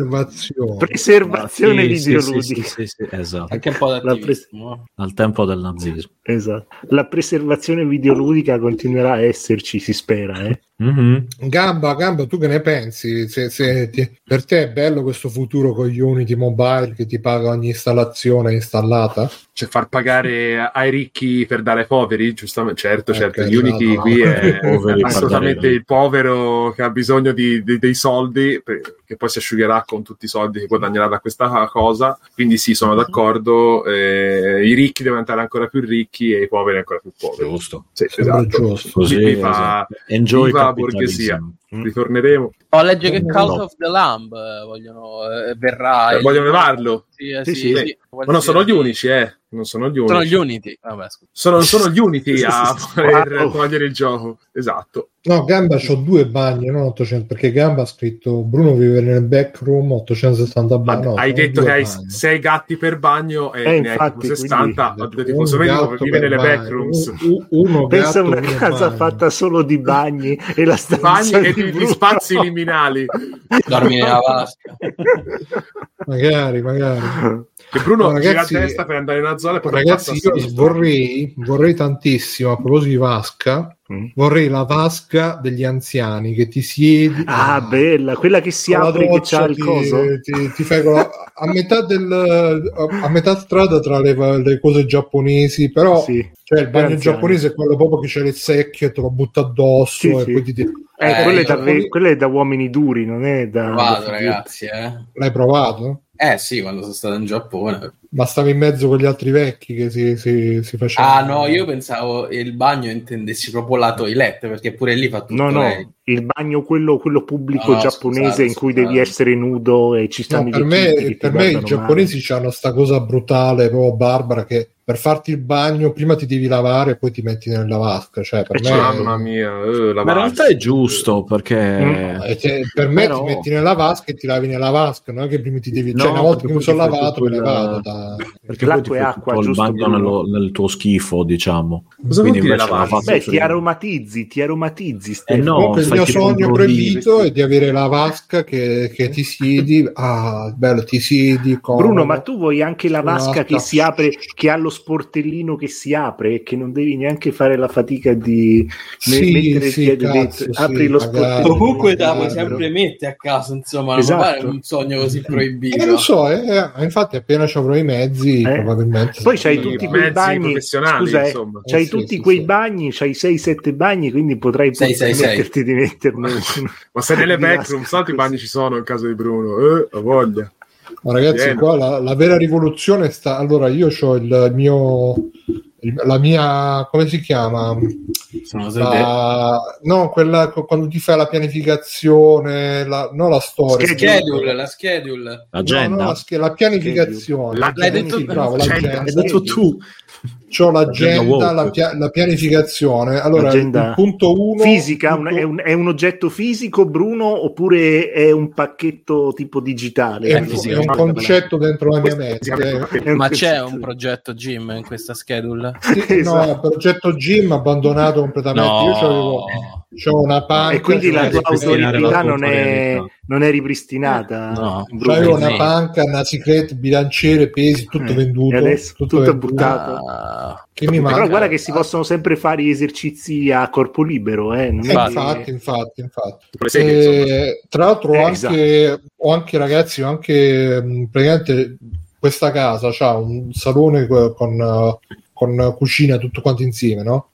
preservazione. preservazione sì, sì, videoludica. sì, sì, sì, sì, esatto. Anche un po' La d'attivismo. Al tempo del nazismo. Esatto. La preservazione videoludica continuerà a esserci, si spera, eh. Mhm. Gamba, gamba, tu che ne pensi? Se, se ti- per te è bello questo futuro con Unity Mobile che ti paga ogni installazione installata? Cioè, far pagare ai ricchi per dare ai poveri, giustamente. Certo, Eh, certo. che Unity esatto. qui è Poveri assolutamente padroni. il povero che ha bisogno di- di- dei soldi, per- che poi si asciugherà con tutti i soldi che guadagnerà da questa cosa. Quindi, sì, sono d'accordo. eh, I ricchi devono diventare ancora più ricchi e i poveri ancora più Oh, poveri. Giusto. Sì, Sembra esatto. giusto. Così, Viva- esatto. Enjoy viva capitalismo. Ritorneremo. Oh, legge Eh, che No. House of the Lamb eh, vogliono, eh, verrà. Eh, il- vogliono levarlo. Sì, eh, Sì, sì, sì. sì. Ma non sono gli unici, eh. Non sono gli unici. Sono gli Unity. Vabbè, scusa. Sono- non sono gli unici a voler Wow. togliere il gioco. Esatto. No, Gamba c'ho due bagni, non 800, perché Gamba ha scritto Bruno vive nel backroom 860 Ma bagni. no, hai sono detto due che hai bagni. sei gatti per bagno e Eh, ne hai infatti, tipo 60. quindi- Ho detto tipo, Un questo medico gatto vive per nelle bagno, backrooms. un- un- uno Pensa a gatto, una uno casa bagno. fatta solo di bagni e la stanza Bagni e di di- di Bruno. spazi liminali. Dormi nella vasca. Magari, magari. Che Bruno No, gira la ragazzi, testa per andare in una zona e poi passa Ragazzi, a io sinistra. vorrei, vorrei tantissimo, a proposito di vasca, Mm. vorrei la vasca degli anziani che ti siedi. ah, bella, quella che si con la apre che doccia, c'ha il ti- coso. Ti, ti fai con la- a, metà del, a, a metà strada tra le, le cose giapponesi, però Sì. cioè, il bagno Anziani. giapponese è quello proprio che c'è il secchio e te lo butta addosso Sì, e sì. poi ti, ti- Eh, Eh, quella, è da, Giappone- quella è da uomini duri, non è da... Vado, da- ragazzi, eh. l'hai provato? Eh sì, quando sono stato in Giappone. Ma stavi in mezzo con gli altri vecchi che si, si, si Cioè, facevano. Ah no, io pensavo il bagno intendessi proprio la toilette, perché pure lì fa tutto No, no, lei. il bagno quello, quello pubblico No, no, giapponese scusate, in cui scusate. devi essere nudo e ci stanno No, i per vecchietti che me, ti per me i guardano giapponesi hanno sta cosa brutale, proprio barbara, che per farti il bagno prima ti devi lavare e poi ti metti nella vasca. Cioè, per Eh, me, Mamma mia, eh, la Ma in vasca. realtà è giusto perché... Mm. eh, cioè, per me Però- ti metti nella vasca e ti lavi nella vasca, non è che prima ti devi... No, cioè, una volta perché che poi mi sono ti fai lavato, me tutto ne il- vado da... Perché poi ti L'acqua è fai acqua, tutto il giusto, bagno Bruno? nello- nel tuo schifo, diciamo. Cosa vuol Quindi dire invece la la vasca? vasca Beh, sì. ti aromatizzi, ti aromatizzi, Eh, Stefano. no, Comunque il fai mio tipo un sogno brodino. proibito è di avere la vasca che, che ti siedi, ah, bello, ti siedi, comodo. Bruno, ma tu vuoi anche la Una vasca che vasca. si apre, che ha lo sportellino che si apre e che non devi neanche fare la fatica di me- Sì, mettere il sì, piede cazzo, dentro. sì, apri lo magari. sportellino. Comunque te la puoi Magari. sempre mettere a casa, insomma, non Esatto. mi pare un sogno così proibito. Eh, lo so, eh, infatti appena ci avrò i mezzi, Eh. probabilmente... Poi c'hai I tutti mezzi quei bagni, professionali, scusa, eh, insomma. c'hai Eh, sì, tutti sì, quei sì. bagni, c'hai 6-7 bagni, quindi potrai Sei, sei, sei. permetterti di metterne uno. Ma se nelle Di vasca backrooms altri così. bagni ci sono in caso di Bruno, eh, ho voglia. Ma ragazzi, Pieno. qua la, la vera rivoluzione sta. Allora, io ho il mio. il- la mia. come si chiama? Sono Ah, sempre... La- no, quella co- quando ti fai la pianificazione, la, no, la storia. La schedule, la schedule. No, no, L'agenda. la, sch- la pianificazione. L'hai L'agenda, detto- sì, bravo, l'agenda. l'agenda. Hai detto tu. C'ho l'agenda, L'agenda la, walk. pia- la pianificazione. Allora, L'agenda il punto uno. Fisica, un- punto- è, un, è un oggetto fisico, Bruno, oppure è un pacchetto tipo digitale? è un- Eh, fisica, è un concetto dentro la mia mente. È un Ma c'è un concetto. progetto Jim in questa schedule? Sì, Esatto. No, il progetto gym abbandonato completamente. Io c'avevo, c'è una parte e quindi la tua ripristinare la autorità tua non è, autorità. non è ripristinata. No. Bruno. c'avevo Sì. una panca, una secret, bilanciere, pesi, tutto Eh, venduto. e adesso tutto venduto. buttato. Ah, Che mi manca. Però guarda che si possono sempre fare gli esercizi a corpo libero, eh? non Eh, è infatti, Esatto. che- infatti, infatti, Quelle seghe, insomma. Eh, tra l'altro, Eh, ho anche, ho anche ragazzi, ho anche mh, praticamente questa casa ha un salone co- con, eh, con cucina tutto quanto insieme, no?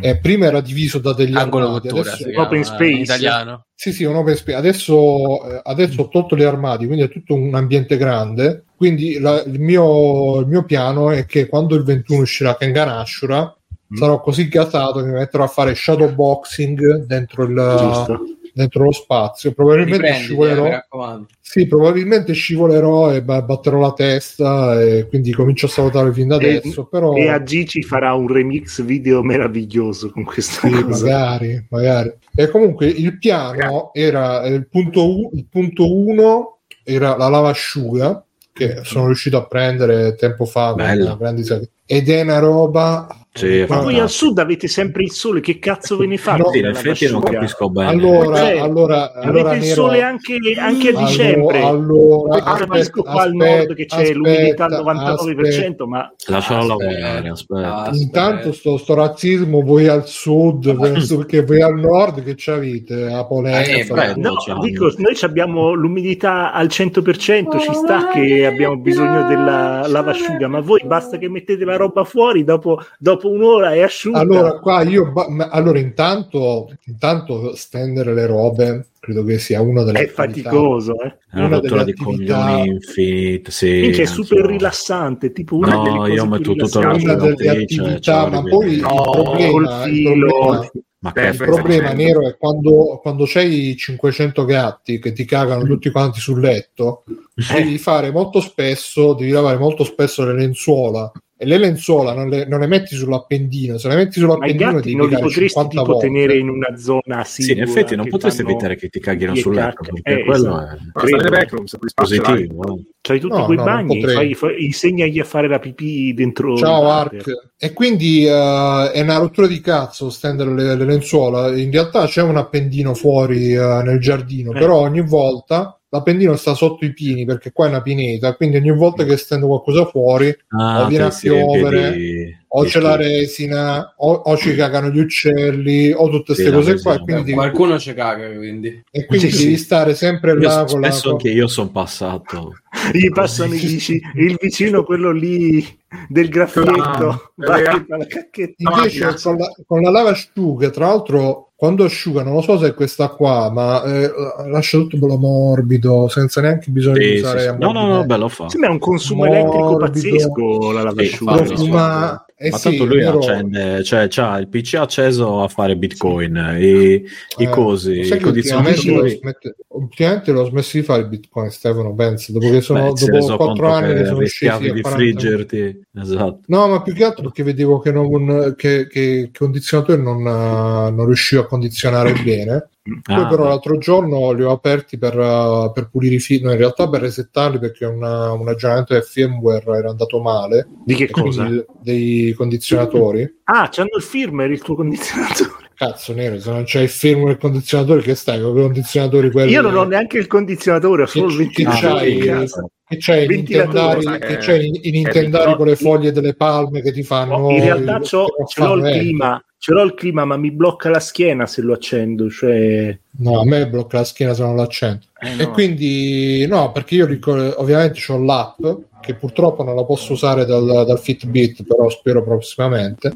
Eh, prima era diviso da degli angolo armadi, cottura adesso- si chiama, open eh, space. in italiano. Sì, sì, un open space. Adesso, eh, adesso ho tolto gli armadi, quindi è tutto un ambiente grande. Quindi la- il, mio, il mio piano è che quando il 21 uscirà Kengan Ashura, Mm. sarò così gasato che mi metterò a fare shadow boxing dentro, il, Giusto. dentro lo spazio. Probabilmente Riprenditi, eh, mi scivolerò, raccomando. sì, probabilmente scivolerò e ba- batterò la testa e quindi comincio a salutare fin da E- adesso. Però E a G ci farà un remix video meraviglioso con questa Sì, cosa. magari, magari. E comunque il piano era eh, il punto, u- il punto uno era la lavasciuga che sono riuscito a prendere tempo fa con Bello. una grande sac- ed è una roba Sì, è Ma Ma voi fantastico. al sud avete sempre il sole, che cazzo ve ne fate? No, Sì, in della effetti non Vasciuga? capisco bene. allora, Cioè, allora, Avete allora il Nero, sole anche, anche a Allora- dicembre. allora, Poi capisco qua al aspetta, nord che c'è aspetta, l'umidità al 99%, aspetta. ma Lascialo Ah, Aspetta. lavorare, aspetta. Ah, Intanto sto, sto razzismo voi al sud, voi al sud, che voi al nord che c'avete la Polenta, bello. no, Lo c'hanno. dico, noi ci abbiamo l'umidità al 100%, ci sta Oh, che abbiamo bisogno della lavasciuga, ma voi basta che mettete la roba fuori, dopo, dopo un'ora è asciutta. Allora, qua io ba- ma- allora, intanto, intanto stendere le robe credo che sia una delle è attività- faticoso, eh. È una una rottura di delle coglioni attività- infinita. Sì, Minchia, è super anch'io. rilassante, tipo una delle No, cose io più metto tutto rilassanti. la una delle cioè, giornatrice. attività, ma poi il No, problema, col il filo. eh, problema- Ma Beh, che il stai problema, facendo? nero è quando, quando c'hai 500 gatti che ti Mm. cagano tutti quanti sul letto, Eh. devi fare molto spesso, devi lavare molto spesso le lenzuola. E le lenzuola non le, non le metti sull'appendino, se le metti Ma i sull'appendino gatti ti non li cagare potresti 50 tipo volte. tenere in una zona Sì, sicura in effetti non eh, che potresti fanno- evitare che ti caghino e sul letto, cacca. perché Eh, quello esatto. è Ma sta nelle credo. backroom, se puoi spacciare. positivo. eh. C'hai tutti No, quei no, non bagni, potrei. fai- fai- insegnagli a fare la pipì dentro. Ciao un Ark. water. E quindi eh, è una rottura di cazzo stendere le, le lenzuola. In realtà c'è un appendino fuori eh, nel giardino, Eh. però ogni volta l'appendino sta sotto i pini perché qua è una pineta, quindi ogni Mm. volta che stendo qualcosa fuori Ah, O viene te a si riempie piovere, di- o di c'è la schifo. resina, o, o ci cagano gli uccelli, o tutte Sì, queste la cose resina. qua. E quindi, devi, Qualcuno ci caga, quindi. e quindi Sì, sì. devi stare sempre là Io, con la spesso con- anche io sono passato. Gli passano i vici, il vicino, quello lì del graffietto. No, va raga. che fa la cacchetta. Ah, Invece macchina. con la, con la lava asciuga, tra l'altro, quando asciuga, non lo so se è questa qua, ma eh, lascia tutto bello morbido, senza neanche bisogno Sì, di sì, usare sì. No, no, no, ammorbidente. beh, lo fa. Sì, ma è un consumo Morbido. elettrico pazzesco la lavasciuga. Sì, no? infatti. Profuma- eh ma sì, tanto lui però- accende, cioè c'ha il PC acceso a fare Bitcoin, i, i eh, cosi, lo sai i che ultimamente, l'ho condizionatori. smette- ultimamente l'ho smesso di fare il bitcoin Stefano penso dopo che sono Beh, si è dopo reso 4 conto anni che che sono scesi rischiavi a di 40 friggerti. Esatto. no ma più che altro perché vedevo che, non, che, che il condizionatore non, eh, non riuscivo a condizionare bene Poi Ah, però beh. l'altro giorno li ho aperti per, uh, per pulire i film, no, in realtà per resettarli perché una- un aggiornamento del firmware era andato male, Di che E quindi cosa? il- dei condizionatori. Ah, c'hanno il firmware, il tuo condizionatore. Cazzo nero, se non c'è il firmware e il condizionatore che stai con i condizionatori quelli Io non ho neanche il condizionatore, ho solo il Che- Eh. che Ah, ventilatore. c'hai? cazzo. che c'è i ventilatore, nintendari, sai che- che c'è i- i è nintendari ricordo- con le foglie delle palme che ti fanno... No, in realtà Oh, il- c'ho- che non ce l'ho il fanno, eh. clima, ce l'ho il clima, ma mi blocca la schiena se lo accendo. Cioè, No, a me blocca la schiena se non l'accendo. Eh, E no. quindi no, perché io ricor- ovviamente ho l'app che purtroppo non la posso usare dal, dal Fitbit, però spero prossimamente.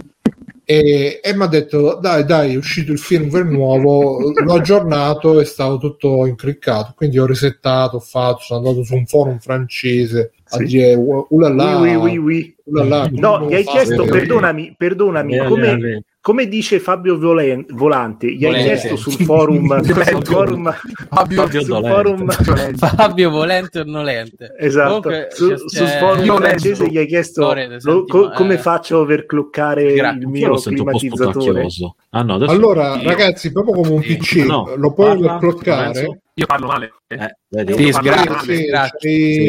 E, e mi ha detto: Dai, dai, è uscito il firmware nuovo, l'ho aggiornato e stavo tutto incriccato. Quindi ho resettato, ho fatto, sono andato su un forum francese a Sì. dire "Uh, ulala, Ui, ui, ui, ui. ulala, No, come gli hai fa?" chiesto, sì. perdonami, perdonami, Eh, come, eh, eh. come dice Fabio Volen- Volante, gli hai Volente. chiesto sul forum, sul forum, Fabio, Fabio sul Dolente. forum Fabio volente o nolente. esatto, Comunque, su, c'è- sul forum Io francese leggo. gli hai chiesto Lorena, lo- senti, co- ma, come eh, faccio a overclockare grazie. il Io mio lo sento un po' climatizzatore. sputacchioso. Ah, no, adesso... Ah, Allora, Io- ragazzi, proprio come un Io- PC, no, lo puoi parla, bloccare. Io parlo male. Eh, vedi? Sì, Io parlo sgra- male. sì.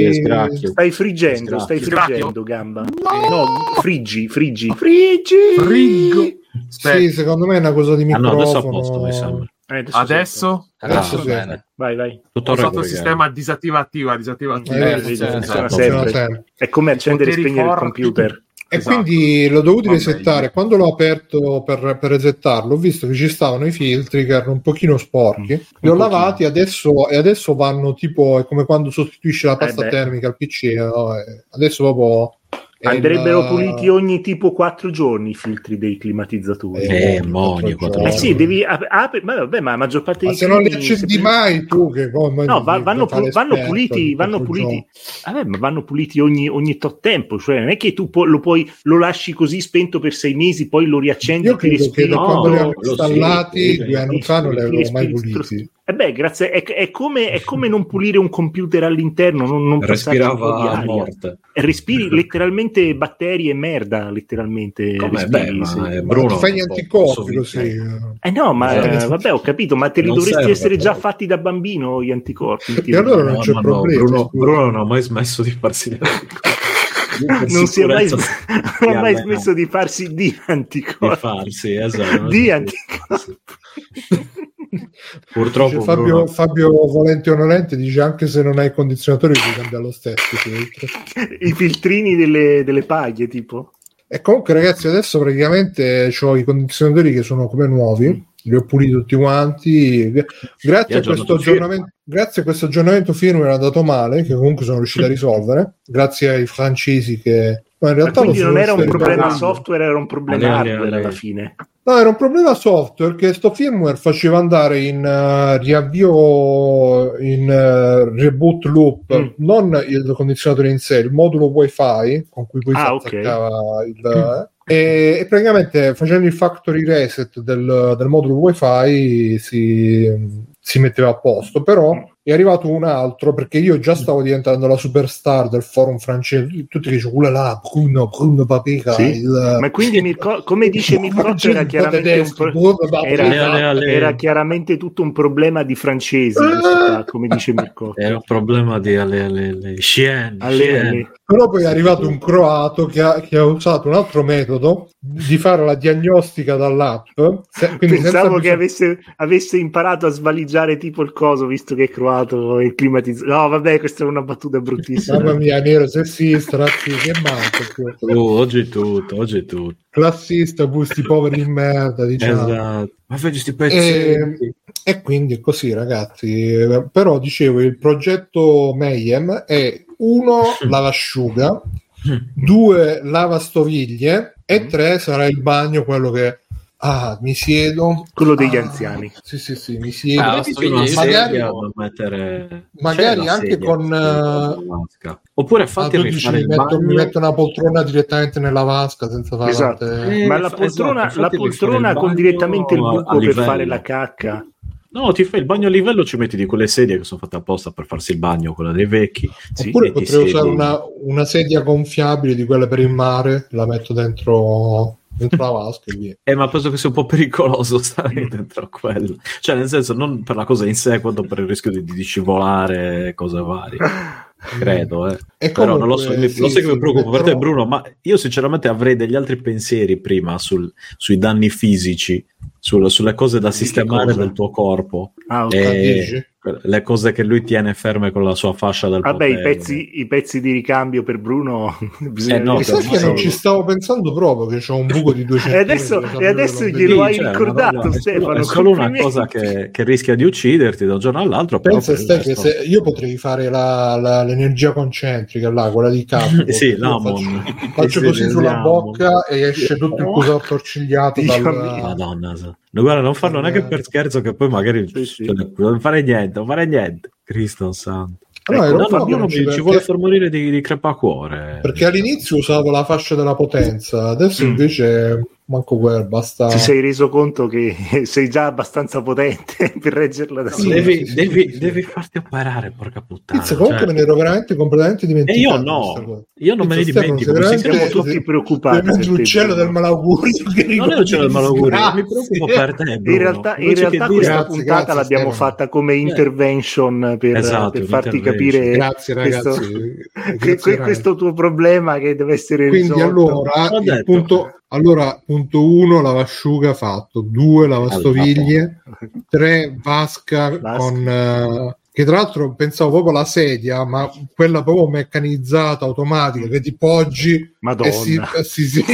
Sì, sgracchio. Stai friggendo, Eh, stai Sgracchio. friggendo, gamba. No, friggi, friggi. Friggo. Sì, secondo me è una cosa di Ah, no, microfono. adesso a posto, mi sembra. Eh, adesso Adesso Adesso Ah, sì. bene. Vai, vai. Tutto ho usato regolare. il sistema disattiva attiva, disattiva attiva. Eh, Eh, vedi, funziona esatto, funziona sempre. sempre. Funziona sempre. Cioè, È come accendere e Poteri spegnere il forti. computer. E Esatto. quindi l'ho dovuto Va resettare. meglio. Quando l'ho aperto per, per resettarlo, ho visto che ci stavano i filtri che erano un pochino Mm, sporchi. Li ho pochino. lavati adesso, e adesso vanno tipo. È come quando sostituisci la pasta Eh beh. termica al PC. no? Eh, Adesso proprio. è Andrebbero il- puliti ogni tipo 4 giorni i filtri dei climatizzatori. Eh, Eh, mo, ogni quattro giorni. sì, devi ap- apri- ma vabbè, ma la maggior parte cioè. Ma dei se non li climi- accendi se- mai tu, che come No, devi va- vanno, fare pu- vanno esperto puliti, di vanno tutto il puliti, gioco. Vabbè, ma vanno puliti ogni, ogni tot tempo, cioè non è che tu pu- lo, puoi, lo lasci così spento per sei mesi, poi lo riaccendi Io e ti credo che respiri. da no, quando li hanno lo installati sì, due anni sì, fa non sì, li respiri- avevano mai respiri- puliti. Eh beh, grazie, è, è come, è come non pulire un computer all'interno, non, non passarci un po' di respirava a aria. morte. Respiri letteralmente batteri e merda, letteralmente. Come respiri, beh, ma sì. Ma eh, Bruno ti fai gli è un po' anticorpi sovvicchiato. così. Eh no, ma Eh. eh, vabbè, ho capito, ma te li Non dovresti serve, essere già però. fatti da bambino gli anticorpi. ti E allora dico. non No, c'è ma no, problema. Bruno, scusa. Bruno non ha mai smesso di farsi le non si è mai, di non ha mai almeno- smesso di farsi di anticorpi. farsi, esatto. Di anticorpi. Purtroppo Dice Cioè, Fabio, Bruno- Fabio Volente Onorente dice anche se non hai il condizionatore ti cambia lo stesso i filtri. I filtrini delle, delle paglie, tipo. e comunque ragazzi adesso praticamente ho i condizionatori che sono come Mm. nuovi li ho puliti tutti quanti Gra- Ti grazie ha a, questo aggiornato aggiornato, grazie a questo aggiornamento firmware andato male che comunque sono riuscito a risolvere grazie ai francesi che ma in Ma realtà lo quindi sono non era un riusciti a problema risolvere. software, era un problema Ale, ale, hardware ale. alla fine. No, era un problema software che sto firmware faceva andare in eh, riavvio in eh, reboot loop, Mm. non il condizionatore in sé, il modulo wifi con cui poi si Ah, ok. Mm. attaccava il... E, e praticamente facendo il factory reset del, del modulo wifi si, si metteva a posto, però Mm. è arrivato un altro perché io già stavo diventando la superstar del forum francese, tutti che dicono, ulala, Bruno, Bruno Paprika, Sì. il- Ma quindi, Mirko- come dice Mircotto, era chiaramente un pro- Ale, ale, era, ale. era chiaramente tutto un problema di francesi, in realtà, come dice Mircotto. È un problema di alle, alle, alle- Shen, Alle- Shen. alle- Però poi è arrivato un croato che ha, che ha usato un altro metodo di fare la diagnostica dall'app. se- quindi senza Pensavo che bisogno- avesse, avesse imparato a svaligiare tipo il coso visto che è croato e climatizzato. No, vabbè, questa è una battuta bruttissima. Mamma mia, nero sessista, razzista, che manco più. Oh, oggi è tutto, oggi è tutto. classista, busti poveri di merda, diciamo. Esatto. Ma vedi sti pezzi. E, Ehm, e quindi è così, ragazzi. Eh, Però dicevo, il progetto Mayhem è uno lavasciuga, due lavastoviglie e tre sarà il bagno, quello che ah, mi siedo. Quello degli Ah, anziani. Sì, sì, sì, mi siedo. Ah, Mettiti una io- sedia magari- da mettere- magari C'è la anche sedia con, per mettere eh, la vasca. Oppure Ah, fatti tu dici, rifare mi, il metto, mi bagno. metto una poltrona direttamente nella vasca senza fare Esatto. tante- Eh, Ma la fa- poltrona, esatto, la infatti devi fare poltrona il con bagno direttamente il a- a buco per livello. fare la cacca. No, ti fai il bagno a livello, ci metti di quelle sedie che sono fatte apposta per farsi il bagno, quella dei vecchi. sì, Oppure e ti potrei siedi. usare una, una sedia gonfiabile di quella per il mare, la metto dentro, dentro la vasca e via. Eh, ma penso che sia un po' pericoloso Mm. stare dentro a quello. Cioè, nel senso, non per la cosa in sé, quanto per il rischio di, di scivolare, cose varie. Credo, eh. E Però comunque, non lo so, mi- sì, lo sai che sì, mi preoccupa per te metterò- Bruno, ma io sinceramente avrei degli altri pensieri prima sul- sui danni fisici, sul- sulle cose da Di che sistemare cosa? del tuo corpo, Ah, ok. Eh, dici? le cose che lui tiene ferme con la sua fascia del Vabbè, i potere. pezzi, i pezzi di ricambio per Bruno bisogna Eh no, Mi sa ormai che non sì. ci stavo pensando proprio che c'ho un buco di 200 E adesso- e adesso glielo Sì, hai cioè, ricordato, una roba- è Stefano, solo- È solo una complimenti. cosa che, che rischia di ucciderti da un giorno all'altro. Però Pensa per il stai che resto- se io potrei fare la- la- l'energia concentrica là, quella di capo. sì, Io l'amon. Faccio, faccio così sulla bocca e esce tutto il coso attorcigliato Dio dal- Madonna, sa- Ah, no, guarda, non farlo neanche per scherzo, che poi magari Sì, sì. cioè, non fare niente, non fare niente. Cristo santo. No, Ecco, in No, realtà no, io non mi- perché- ci vuole far morire di, di crepacuore. Perché all'inizio usavo la fascia della potenza, adesso Mm. invece manco quella, basta... Ti sei reso conto che sei già abbastanza potente per reggerla da Sì, sola. devi, sì, sì, devi- sì, sì. devi farti operare, porca puttana. Pizza, comunque cioè. me ne ero veramente completamente E dimenticato. io questa cosa. no, io non me ne Pizza, dimentico. Stefano, questi sei Siamo veramente- cose- tutti preoccupati. per Veramente te, l'uccello Bruno. del malaugurio. che Non è un cielo del malaugurio, Grazie. mi preoccupo per te. Bruno. Ah, In realtà, in Invece che realtà dire- questa Grazie, puntata grazie, l'abbiamo Stefano. fatta come intervention per, Eh. Esatto, per farti un'intervention. capire Grazie questo- che- ragazzi. Grazie, que- ragazzi. questo tuo problema che deve essere Quindi risolto. allora Ho il detto. punto, Allora, punto 1 lavasciuga fatto, 2 lavastoviglie, 3 vasca Vasca. con... eh, che tra l'altro pensavo proprio alla sedia, ma quella proprio meccanizzata, automatica, che ti poggi Madonna. e si, si, si-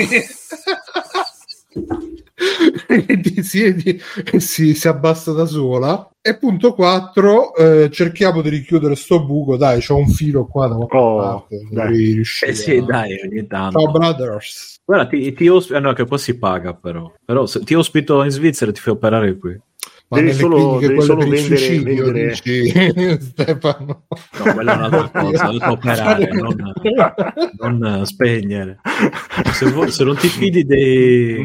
e ti siedi e si, si abbassa da sola. E punto 4, cerchiamo di richiudere sto buco, dai, c'ho un filo qua da qualche Oh, parte, dai. dovrei riuscire. Eh sì, a- dai, ogni tanto. Ciao brothers. Guarda, ti, ti ospito... no, che poi si paga però. Però se ti ospito in Svizzera ti fai operare qui. Ma Devi nelle solo- cliniche devi quelle solo per il vendere- suicidio, vendere- dici, Stefano. No, quella è un'altra cosa, devi operare, non, non, eh, spegnere. Se, vuoi- se non ti fidi dei,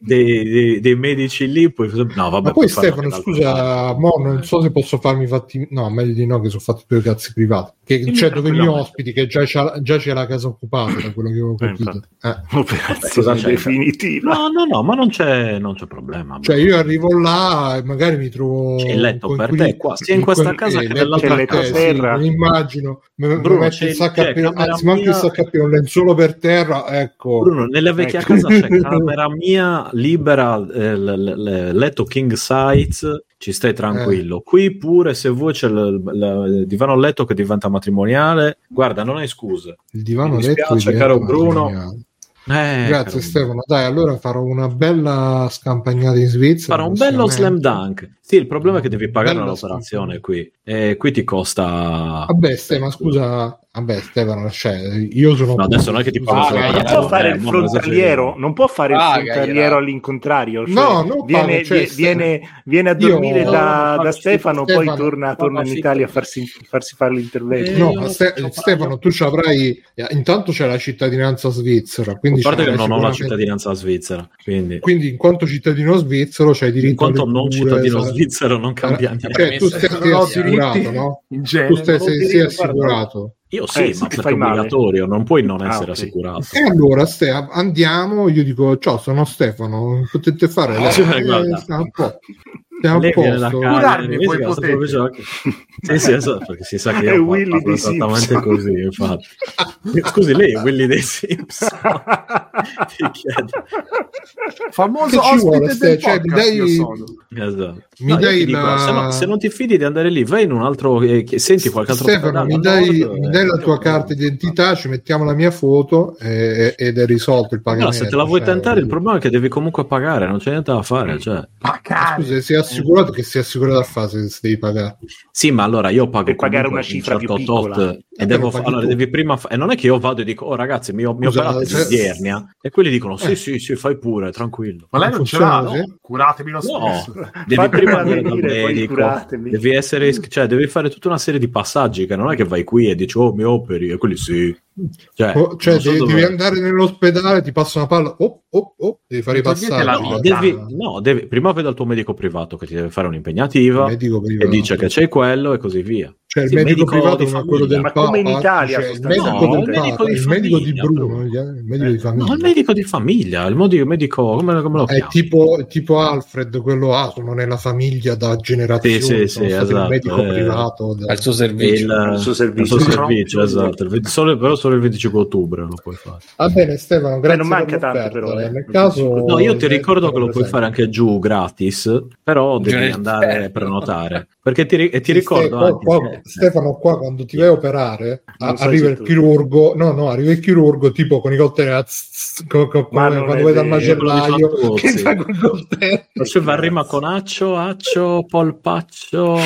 dei, dei- dei medici lì, puoi... No, vabbè, Ma poi puoi farlo Stefano, anche da scusa, altre mo parti. non so se posso farmi fatti... No, meglio di no che sono fatti due cazzi privati. Che, Sì, cioè, dove mi tranquillamente. ospiti, che già c'è, già c'è la casa occupata, da quello che avevo Eh, capito. Eh, cosa Operazione c'entra? definitiva. No, no, no, ma non c'è, non c'è problema. Cioè, io arrivo là e magari mi trovo... C'è il letto per te, qua, sia in con- questa casa che letto nell'altra per te, casa. sì, Terra. me lo immagino, me- me Bruno, metto il c'è- sacco a c'è pelo- camera anzi, ma anche il mia- sacco a pelo, un lenzuolo per terra, ecco. Bruno, nella vecchia Ecco. casa c'è camera mia, libera, eh, l- l- l- letto king size, ci stai Eh. tranquillo. Qui pure, se vuoi, c'è il- il il divano letto che diventa matrimoniale. Guarda, non hai scuse. Il divano Mi letto dispiace, diventa caro Bruno. matrimoniale. Eh, Grazie caro Stefano. Dai, allora farò una bella scampagnata in Svizzera. Farà un bello slam prossimamente. dunk. Sì, il problema è che devi pagare Bello l'operazione slam. Ah, qui. E qui ti costa. Vabbè, Stefano, scusa. Vabbè, Stefano, cioè, io sono. No, adesso non è che ti Scusa, pago Ah, non l'operazione, può fare eh, il mo non frontaliero, esageriamo. non può fare il Ah, frontaliero Gaia. all'intrario. cioè, No, non viene, parlo, cioè, vie- Stefano. viene, viene a Io- dormire No, da, no, da no, Stefano, Stefano, poi torna, no, torna in no, Italia a sì. farsi, farsi fare l'intervento. Eh, No, io ma non Ste- so fare- Stefano, tu ci avrai. eh, Intanto c'è la cittadinanza svizzera. Quindi A parte che c'avrai non ho la sicuramente- cittadinanza svizzera, quindi Quindi, in quanto cittadino svizzero, c'hai diritto in quanto alle non cure, eh, cittadino sai- svizzero non cambia niente. Cioè, tu Premessa, stai, non sei ho assicurato, diritti. no? In Tu genere. stai, Eh, non ho sei- sei diritto, guarda. assicurato. Io sì, Eh, se ma ti perché fai è male. obbligatorio, non puoi non Ah, essere ok. assicurato. E allora, Ste, andiamo. Io dico, ciao, sono Stefano. Potete fare Ah, cioè, guarda. sta un po'. Stiamo Lei a viene da posto. casa, Curarmi, vedi poi che la sta potete. proprio giochi. Sì, sì, esatto, perché si sa che Eh. È io parlo Willy di esattamente Simpson. così, infatti. Scusi, lei è Willy dei Simpson? Ti chiedo. Famoso Che ci vuole, ospite Ste? del Cioè, mi podcast dai- io sono. Esatto. Mi No, io dai ti dico, la- se, no- se non ti fidi di andare lì, vai in un altro. eh, che- senti qualche altro eh, Stefano, mi dai, mi dai la tua carta d'identità, ci mettiamo la mia foto e- e- ed è risolto il pagamento. No, se te la vuoi cioè, tentare, il problema è che devi comunque pagare, non c'è niente da fare. Cioè. Pagare. Scusa, sei assicurato che sei assicurato a fase se devi pagare? Sì, ma allora io pago Per pagare una comunque un cifra più tot piccola. tot Eh, e devo lo fa- paghi allora tu. devi prima fa- e non è che io vado e dico "Oh ragazzi, mi ho, mi ho Scusa, operato cioè- di schernia" e quelli dicono "Sì, Eh. sì, sì, fai pure, tranquillo". Ma lei non ce l'ha, Funziona così? no? Curatemi lo No, stesso. devi Fatemi prima andare dal venire, poi medico, curatemi. devi essere is- cioè devi fare tutta una serie di passaggi che non è che vai qui e dici "Oh, mi operi" e quelli sì. Cioè, Oh, cioè, non so devi, dove- devi andare nell'ospedale, ti passa una palla, oh, oh, oh, devi fare i Ma togliete passaggi. la No, Allora, devi, calma. no, devi- prima vedi dal tuo medico privato che ti deve fare Il un'impegnativa medico e privato. dice che c'è quello e così via. Cioè, il sì, medico, medico privato di come quello famiglia. del Ma Papa, come in Italia, cioè, il medico sostanzialmente. del No, il medico Papa, di il medico di famiglia, Bruno, proprio. eh, il medico di famiglia. No, il medico di famiglia, il modi- medico, come, come lo È chiami? tipo, tipo Alfred, quello ah, sono nella famiglia da generazioni, Sì, sì, sono sì, stato esatto, il medico eh. privato. da- al suo servizio. Il, il suo servizio. Eh, il suo servizio, Pronto? esatto, il 20 solo- però solo il 25 ottobre lo puoi fare. Va bene Stefano, grazie. non manca per l'offerta. tanto, però, eh. Nel caso, No, io ti eh, ricordo che lo puoi presente. fare anche giù gratis, però devi Giornalista. andare a prenotare. Perché ti, ri- e ti Ste- ricordo anche eh. qua- che- qua- Stefano, qua quando ti vai a operare, Non a- so arriva se il tu- chirurgo, no, no, arriva il chirurgo tipo con i coltelli, a zzz, co- co- Ma come non quando è vai dal vero, macellaio, quello di che Fantozzi. fa col coltello. Cioè, va rima con accio, accio, polpaccio.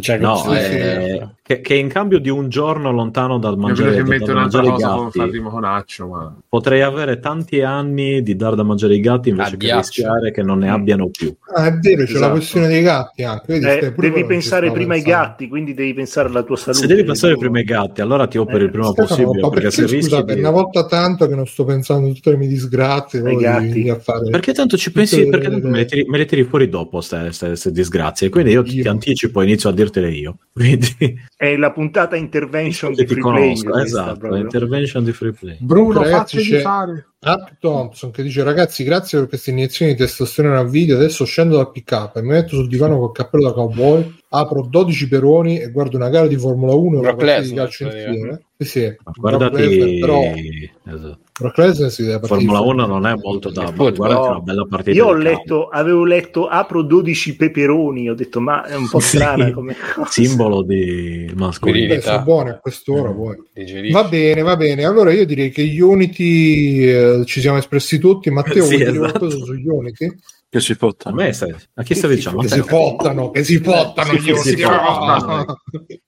Cioè, No, così, eh, sì. che, che in cambio di un giorno lontano dal Io credo mangiare, che dal mette dal un'altra mangiare i cosa con farvi gatti, moconaccio, ma... potrei avere tanti anni di dar da mangiare i gatti invece che Addiaccio. rischiare che non ne abbiano più. Ah, è vero, c'è la Esatto. questione dei gatti anche. vedi, Eh, Ste, pure devi quello non ci pensare stavo prima ai pensando. gatti, quindi devi pensare alla tua salute. Se devi pensare tu- prima ai gatti, allora ti operi Eh, il prima Stefano, possibile. ma Perché, se perché, rischi scusa, per di- una volta tanto che non sto pensando a tutte le mie disgrazie, Ai voglio gatti. venire a fare- perché tanto ci tutte pensi, le- perché tanto me le tiri, me le tiri fuori dopo queste disgrazie. Quindi io ti, Io. ti anticipo e inizio a dirtele io. Quindi È la puntata intervention che di ti free playing. conosco. questa, Esatto, proprio. intervention di free play. Bruno, Ragazzi, fateci c'è- fare. Mark Ah, Thompson che dice ragazzi grazie per queste iniezioni di testosterone a video adesso scendo dal pick up e mi metto sul divano col cappello da cowboy apro 12 peroni e guardo una gara di Formula 1 e una Brock partita di Lesnar, eh. calcio praticamente. insieme sì, sì. Ma Brock Lesnar, guardati, però esatto. Brock Lesnar si deve partire Formula 1 non è molto da football. guardati una bella partita. Io ho di letto, avevo letto apro 12 peperoni, ho detto ma è un po' Sì. strana come cosa. calcio. simbolo di mascolinità. Beh, sono buone a quest'ora Mm. poi Digerisci. Va bene, va bene. Allora io direi che Unity eh, ci siamo espressi tutti. Matteo, vuoi Sì, dire esatto. qualcosa su Unity? Che si fotta. A me stai- a chi stai dicendo? Che si Matteo? fottano, che si fottano Sì, gli sì, Unity. si fottano. Ah.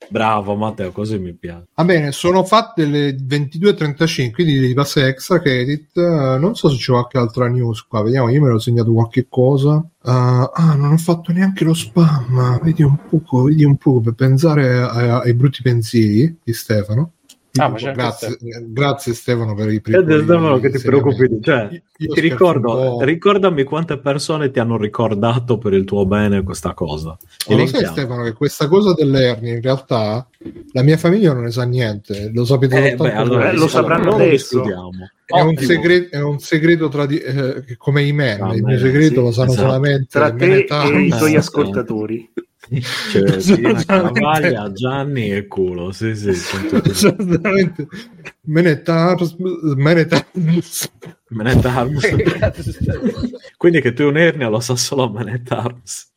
Bravo Matteo, così mi piace. Va bene, sono fatte le 22.35, quindi di passa extra credit. Eh, non so se c'è qualche altra news qua, vediamo, io me l'ho segnato qualche cosa. Eh, ah, non ho fatto neanche lo spam, vedi un poco, vedi un poco per pensare a- ai brutti pensieri di Stefano. Ah, ma c'è anche grazie, grazie Stefano per i primi. Ed Stefano che ti preoccupi, di- cioè, Io- io ti scherzo un ricordo, po'. ricordami quante persone ti hanno ricordato per il tuo bene questa Ma cosa. lo sai Elenchiamo. Stefano che questa cosa dell'ernia in realtà la mia famiglia non ne sa niente, lo sapete Eh, soltanto beh, allora, voi. Eh, lo sapranno allora adesso. discutiamo. È un, Ottimo. segreto, è un segreto tra di- eh, che come i men, Ah, il beh, mio segreto sì, lo sanno esatto. solamente Tra me te ne e i tanto. tuoi Eh, ascoltatori. Cioè, Tina Esattamente. Cavaglia, Gianni e culo. Sì, sì, sono tutti- Esattamente. me ne tar- me ne tar- Manette Arms. Quindi che tu hai un'ernia lo sa solo Manette Arms.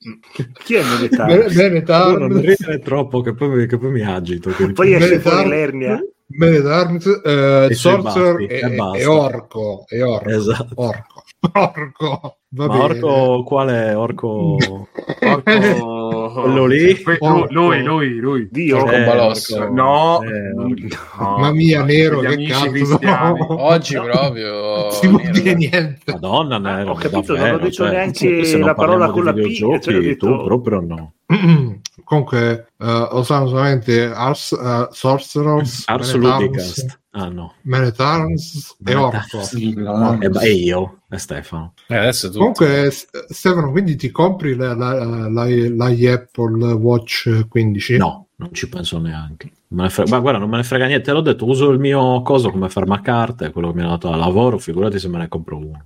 Chi è me- Meletario? me ne Tu tar- non ridere troppo che poi mi, che poi mi agito. quindi- Poi esce Meletar- fuori l'ernia. me ne tar- eh, E se Sorcerer batti, e, e basta. e orco e orco Esatto. orco orco va Ma bene Orco, quale Orco? Porco- Quello lì? Que- lu- lui, lui, lui. Dio. Porco Eh, Balosco. Orco. No, Eh, Mm. no. Mamma mia, Nero, Gli che amici cazzo. cristiani. No. Oggi No. proprio... eh, Non si può nero, dire dai. niente. Madonna, Ah, Nero, ho capito, davvero, non ho detto cioè, neanche se non la parola parliamo con di la P, videogiochi, cioè, ho detto- tu proprio no. Comunque, eh, lo sanno solamente Ars, eh, Sorcerers, Ars Menetarms, Ludicast. Ah no. Menetarms e Menetarms. Orco. Ah, E, ba- e io, e Stefano. Eh, adesso tutti. Comunque, S- Stefano, quindi ti compri la, la- la- la Apple Watch 15? No, non ci penso neanche. Me ne fre- Ma guarda, non me ne frega niente, te l'ho detto, uso il mio coso come fermacarte, quello che mi hanno dato al lavoro, figurati se me ne compro uno.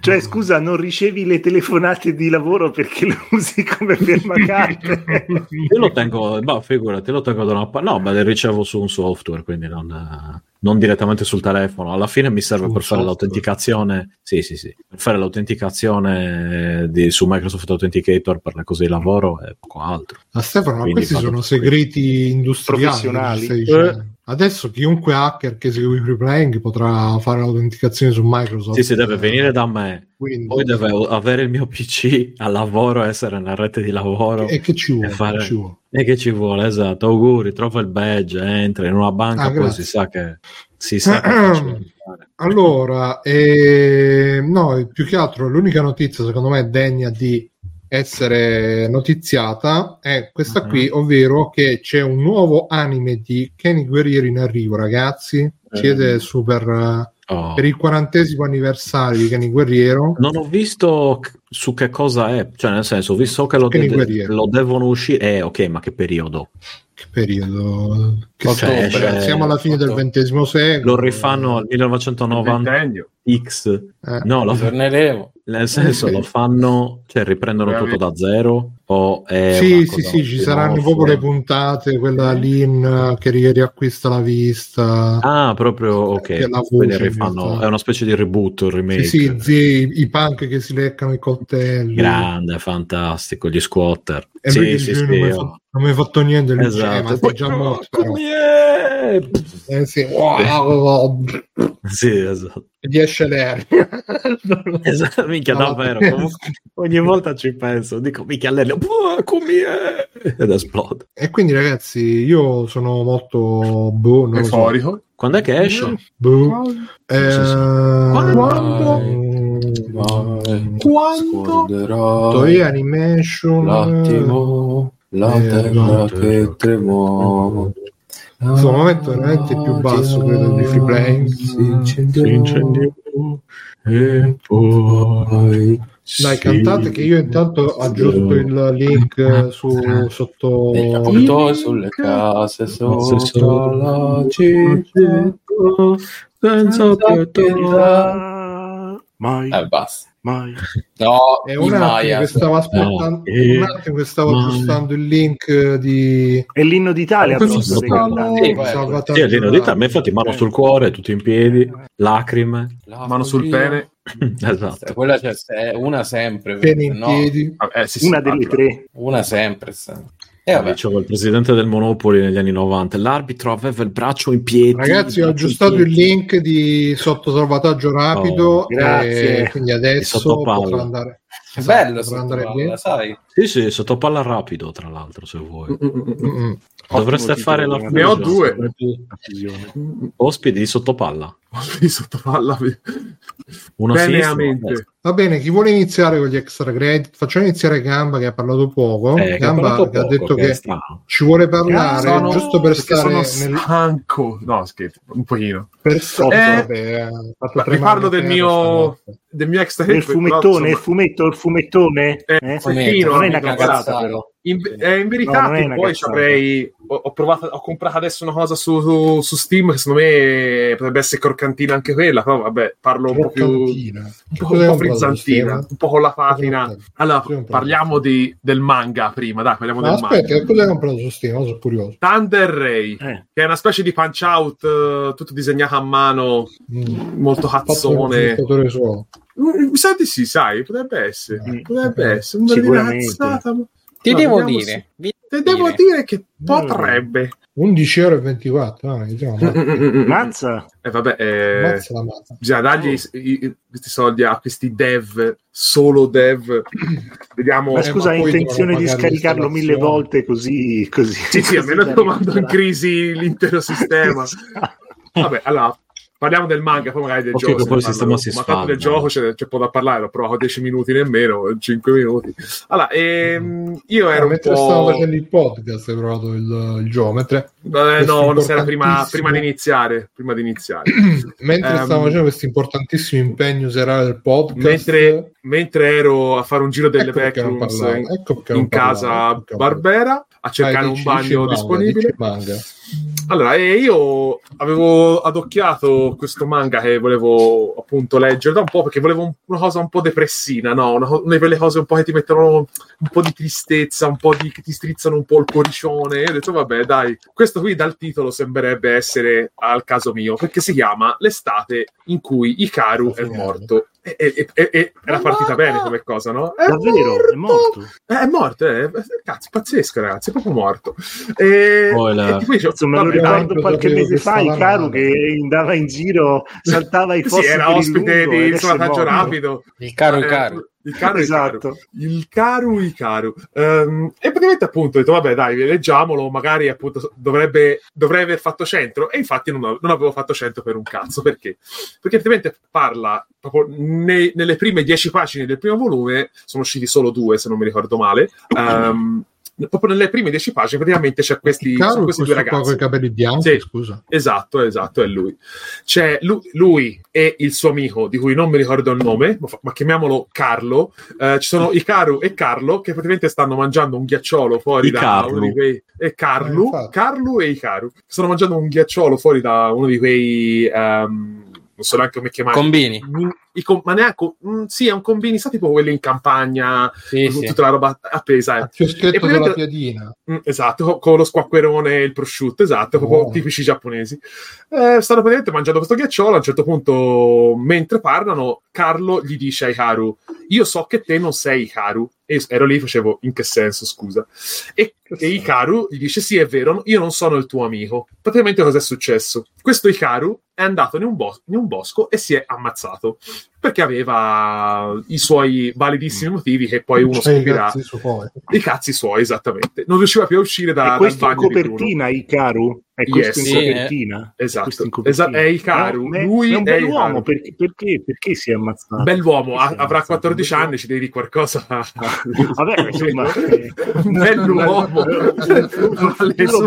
Cioè, scusa, non ricevi le telefonate di lavoro perché lo usi come fermacarte? Io lo tengo, boh, figurati, lo tengo da una parte. No, ma le ricevo su un software, quindi non, eh, non direttamente sul telefono. Alla fine mi serve Su un per fare software. l'autenticazione. Sì, sì, sì. Per fare l'autenticazione di- su Microsoft Authenticator per le cose di lavoro e poco altro. Ma Stefano, ma Quindi questi vado sono per quello. segreti industriali. Professionali. che ci stai dicendo. Adesso chiunque hacker che segue i free playing potrà fare l'autenticazione su Microsoft. Sì, sì, deve venire da me. Quindi- Poi deve avere il mio PC al lavoro, essere nella rete di lavoro. E che ci vuole? E fare- che ci vuole? E che ci vuole, esatto. Auguri, trova il badge, entra in una banca, Ah, poi grazie. si sa che si sa che faccio entrare. Allora, eh, no, più che altro l'unica notizia secondo me degna di essere notiziata è questa Mhm. qui, ovvero che c'è un nuovo anime di Kenny Guerrieri in arrivo, ragazzi. Eh. Siete super eh, Oh. per il quarantesimo anniversario di Kenny Guerriero. Non ho visto c- su che cosa è, cioè nel senso, ho visto che lo, Che de- guerriero. lo devono uscire. Eh, ok, ma che periodo? Che periodo? Che Ottobre, storia, cioè, siamo alla fine del ottobre. ventesimo secolo. Lo rifanno al 1990 Ventennio. X? Eh. No, lo- Torneremo. nel senso lo fanno, cioè riprendono tutto da zero? O è Sì, una sì, cosa sì, ci spin-off? saranno proprio le puntate, quella Lin eh, che ri- riacquista la vista. Ah, proprio ok. Che la Quindi voce, rifanno, giusto? è una specie di reboot, un remake. Sì, sì, zii, i punk che si leccano i coltelli. Grande, fantastico, gli squatter. E lui sì, che dice, sì, sì. non mi hai oh. fatto- non mi hai fatto niente, lui dice, "Eh, ma Esatto. sei già morto. però." Yeah! Eh, sì. Wow, Sì, esatto. gli esce l'aereo. Esatto, minchia, No, davvero. vabbè. comunque, ogni volta ci penso, dico minchia Lelio, "Buah, come è?" ed esplode. E quindi ragazzi, io sono molto boh, non lo so. Euforico. Quando è che esce? Boh. Ehm, Eh, Sì, sì. Quando? mm, eh. Quando? Toei Animation. la Eh, terra che tremò. In questo momento è veramente più basso quello di Free Play. Si incendiò, e Dai, cantate che io intanto aggiusto il link eh, su, sotto sulle case, case sopra sopra la senza pietà. mai, Eh, basta. mai. No, È Di un attimo Maia. che stavo aspettando, Eh, un attimo che stavo ma- aggiustando il link eh, di È l'inno d'Italia, Questo però, è stai strano. cantando. Sì, Salvatore Sì, è l'inno d'Italia, ma infatti mano sul cuore, tutti in piedi, lacrime. La Mano sul follia. Eh, pene. esatto. Quella c'è se- una sempre. Pene in no, piedi. Ah, eh, sì, sì, Una delle parla. tre. Una sempre. E vabbè. Dicevo il presidente del Monopoli negli anni 90, l'arbitro aveva il braccio in piedi. Ragazzi, ho aggiustato il link di sottosalvataggio rapido. Oh, grazie. e quindi È adesso sottopalla. potrò andare. È bello, eh, potrò sotto andare palla, bene. sai. Sì, sì, sottopalla rapido, tra l'altro, se Mm, vuoi. Mm-mm. Dovreste titolo, fare la ne ho fusion, due. sempre più Ospiti di sottopalla. Di sottopalla. Una sinistra, una Beneamente. destra. Va bene, chi vuole iniziare con gli extra credit? Facciamo iniziare Gamba che ha parlato poco. Eh, che ha Oh, Gamba parlato che ha poco, detto che è che strano. ci vuole parlare Sono- Ah, giusto per perché stare sono nel, stanco. No, scherzo, un pochino. per sta- Eh, vabbè, ha fatto Ma tre vi parlo mani del in mio, terra del mio extra Il hit, però, fumettone, insomma, il fumetto, il fumettone. Eh, Eh? fumetto, non è una fumetto, cazzata, cazzata. però. In, eh, in No, verità, non è una poi cazzata. saprei. Ho, ho provato, ho comprato adesso una cosa su, su, su Steam che secondo me potrebbe essere croccantina anche quella, però vabbè, parlo un po' più. Un Croccantina. po', un po' Cos'è un prodotto, frizzantina, Stefano? un po' con la patina. Cos'è un Allora, prodotto? parliamo di- del manga prima, dai, parliamo Ma del aspetta, manga. che cosa hai comprato su Steam? Sono curioso. Thunder Ray, Eh. che è una specie di punch out, eh, tutto disegnato a mano, Mm. molto cazzone. Fatto un suo. Mm, Mi sa di sì, sai, potrebbe essere. Mm. Potrebbe Mm. essere. Una Sicuramente. rinazzata, ma- Ti No, devo vediamo dire. se- vi Te devo dire che Mm. potrebbe. 11 euro e 24. Ah, Mm, diciamo, ma- Mazza, E vabbè, eh, Ammazza la mazza. bisogna dargli Oh. i- i- questi soldi a questi dev, solo dev. Vediamo. ma Eh, scusa, ma hai poi intenzione di devono pagare scaricarlo mille l'installazione. volte così? così Sì, sì, così almeno da non mando in recuperare? crisi l'intero sistema. Esatto. Vabbè, allora, parliamo del manga, poi magari del Ok, gioco. che poi se ne il parla sistema dopo. si Ma tanto del sfalda. gioco c'è, c'è poco da parlare, l'ho provato 10 minuti nemmeno, 5 minuti. Allora, ehm, io ero Ah, un mentre stavo po'... facendo il podcast hai provato il, il gioco mentre, Eh, questo no, una sera prima, importantissimo- prima di iniziare, prima di iniziare. mentre Ehm. stavo facendo questo importantissimo impegno serale del podcast mentre, mentre ero a fare un giro delle Ecco back perché non rooms parlavo, in, ecco perché in non parlavo, casa ecco perché non Barbera a cercare Dai, un dici- dici bagno manga, disponibile. dici manga. Allora, eh, io avevo adocchiato questo manga che volevo appunto leggere da un po' perché volevo un- una cosa un po' depressina, no? Una, co- una di quelle cose un po' che ti mettono un po' di tristezza, un po' di che ti strizzano un po' il cuoricione. E ho detto, vabbè, dai, questo qui dal titolo sembrerebbe essere al caso mio perché si chiama L'estate in cui Ikaru è morto. E, e- e- e era partita bene come cosa, no? È Davvero, è morto. eh, È morto, eh. cazzo, pazzesco, ragazzi, è proprio morto. E, Poi la- e tipo dicevo, Insomma, me lo vabbè, dai, ricordo tanto qualche sapevo mese che fa stava Icaru male. che andava in giro, saltava i sì, fossi era per il ospite lungo e di adesso è Salvataggio morto. Rapido. Il caro, il Eh, caro. Il caro, Esatto. il caro, il caro. Ehm, e praticamente appunto ho detto, vabbè dai, leggiamolo, magari appunto dovrebbe, dovrei aver fatto 100 e infatti non, non avevo fatto 100 per un cazzo, perché? Perché praticamente parla, proprio nei- nelle prime 10 pagine del primo volume, sono usciti solo due se non mi ricordo male, ehm, proprio nelle prime 10 pagine praticamente c'è questi, Caro sono questi questo due qua con ragazzi. i capelli bianchi Sì. scusa Esatto, esatto, è lui. C'è lu- lui, e il suo amico, di cui non mi ricordo il nome, ma, fa- ma chiamiamolo Carlo. Eh, ci sono Icaru e Carlo che praticamente stanno mangiando un ghiacciolo fuori da Icarlu. uno di quei. E Eh, Carlo, infatti. Carlo e Icaru stanno mangiando un ghiacciolo fuori da uno di quei. ehm, non so neanche come chiamare. Mm, Combini. I com- ma neanche. mm, sì, è un combini, sa tipo quelli in campagna, Sì, con sì. tutta la roba appesa. eh. al chioschetto praticamente- della piadina Mm, Esatto, co- con lo squacquerone e il prosciutto, esatto, proprio Oh. tipici giapponesi. Eh, stanno praticamente mangiando questo ghiacciolo. A un certo punto, mentre parlano, Carlo gli dice a Iharu: Io so che te non sei Iharu. E io ero lì, facevo in che senso, scusa. E, e Iharu gli dice: Sì, è vero, io non sono il tuo amico. Praticamente, cosa è successo? Questo Iharu è andato in un, bos- in un bosco e si è ammazzato perché aveva i suoi validissimi motivi, che poi uno Cioè, Mm. i scoprirà cazzi su poi. i cazzi suoi, esattamente. Non riusciva più a uscire da, E questo dal in bagno di Bruno. copertina, Icaru? È Yes. questo Sì, in copertina? esatto. Questo in copertina. Esa- è Icaru, ma è- lui è un è Icaru. bell'uomo, perché, perché, perché si è ammazzato? Bell'uomo, Perché si ha- è avrà ammazzato? 14 anni, ci devi qualcosa. Vabbè, insomma, eh, Un bell'uomo. Alle futuro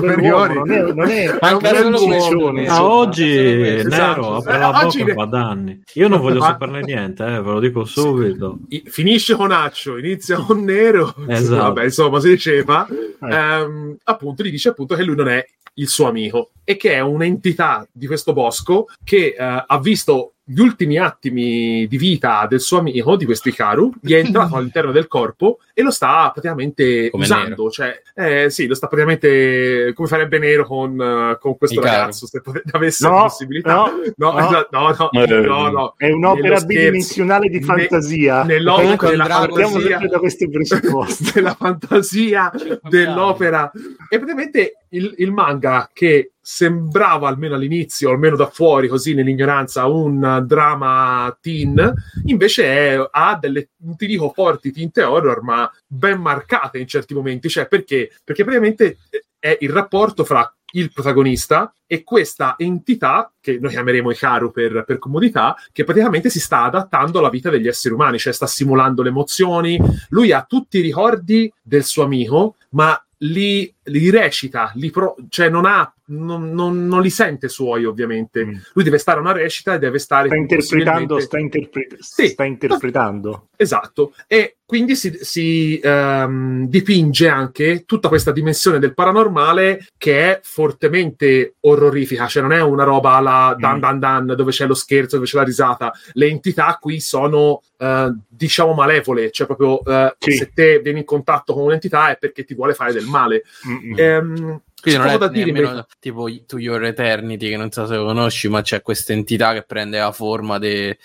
superiori. bell'uomo, non è- non è- È un Anche bell'uomo. solo ciccione. Ah, Esatto, oggi esatto. Nero apre la Eh, bocca oggi e ne- fa danni. Io non voglio Ma- saperne niente, eh, ve lo dico subito. I- Finisce con Accio, inizia con Nero. Esatto. Vabbè, insomma, si diceva. Eh. Ehm, appunto, gli dice appunto che lui non è il suo amico e che è un'entità di questo bosco che eh, ha visto gli ultimi attimi di vita del suo amico, di questo Ikaru, gli è entrato all'interno del corpo e lo sta praticamente Come usando. Nero. Cioè, eh, sì, lo sta praticamente come farebbe Nero con, eh, con questo Ikaru. ragazzo, se pot- avesse No, la possibilità. no, No, no. esatto, no, no, Eh, no, no. È un'opera Nello scherzo. bidimensionale di Ne- fantasia. nell'opera Comunque della il drago Partiamo fantasia sempre da questi presupposti. della fantasia dell'opera. E praticamente il, il manga che sembrava almeno all'inizio, almeno da fuori, così nell'ignoranza, un drama teen, invece è- ha delle, non ti dico forti tinte horror, ma ben marcate in certi momenti. Cioè, perché? Perché praticamente eh, è il rapporto fra il protagonista e questa entità che noi chiameremo Ikaru per, per comodità che praticamente si sta adattando alla vita degli esseri umani cioè sta simulando le emozioni lui ha tutti i ricordi del suo amico, ma li, li recita, li pro- cioè non, ha, non, non- non li sente suoi ovviamente. Mm. Lui deve stare a una recita e deve stare... Sta interpretando, possibilmente- sta, interpre- Sì. sta interpretando. Esatto, e quindi si, si, ehm, dipinge anche tutta questa dimensione del paranormale che è fortemente orrorifica, cioè non è una roba alla dan Mm. dan dan dove c'è lo scherzo, dove c'è la risata, le entità qui sono eh, diciamo malevole, cioè proprio eh, Sì. se te vieni in contatto con un'entità è perché ti vuole fare del male. Mm-mm. Ehm, Quindi non poco da è dire, nemmeno invece. tipo To Your Eternity, che non so se conosci, ma c'è questa entità che prende la forma di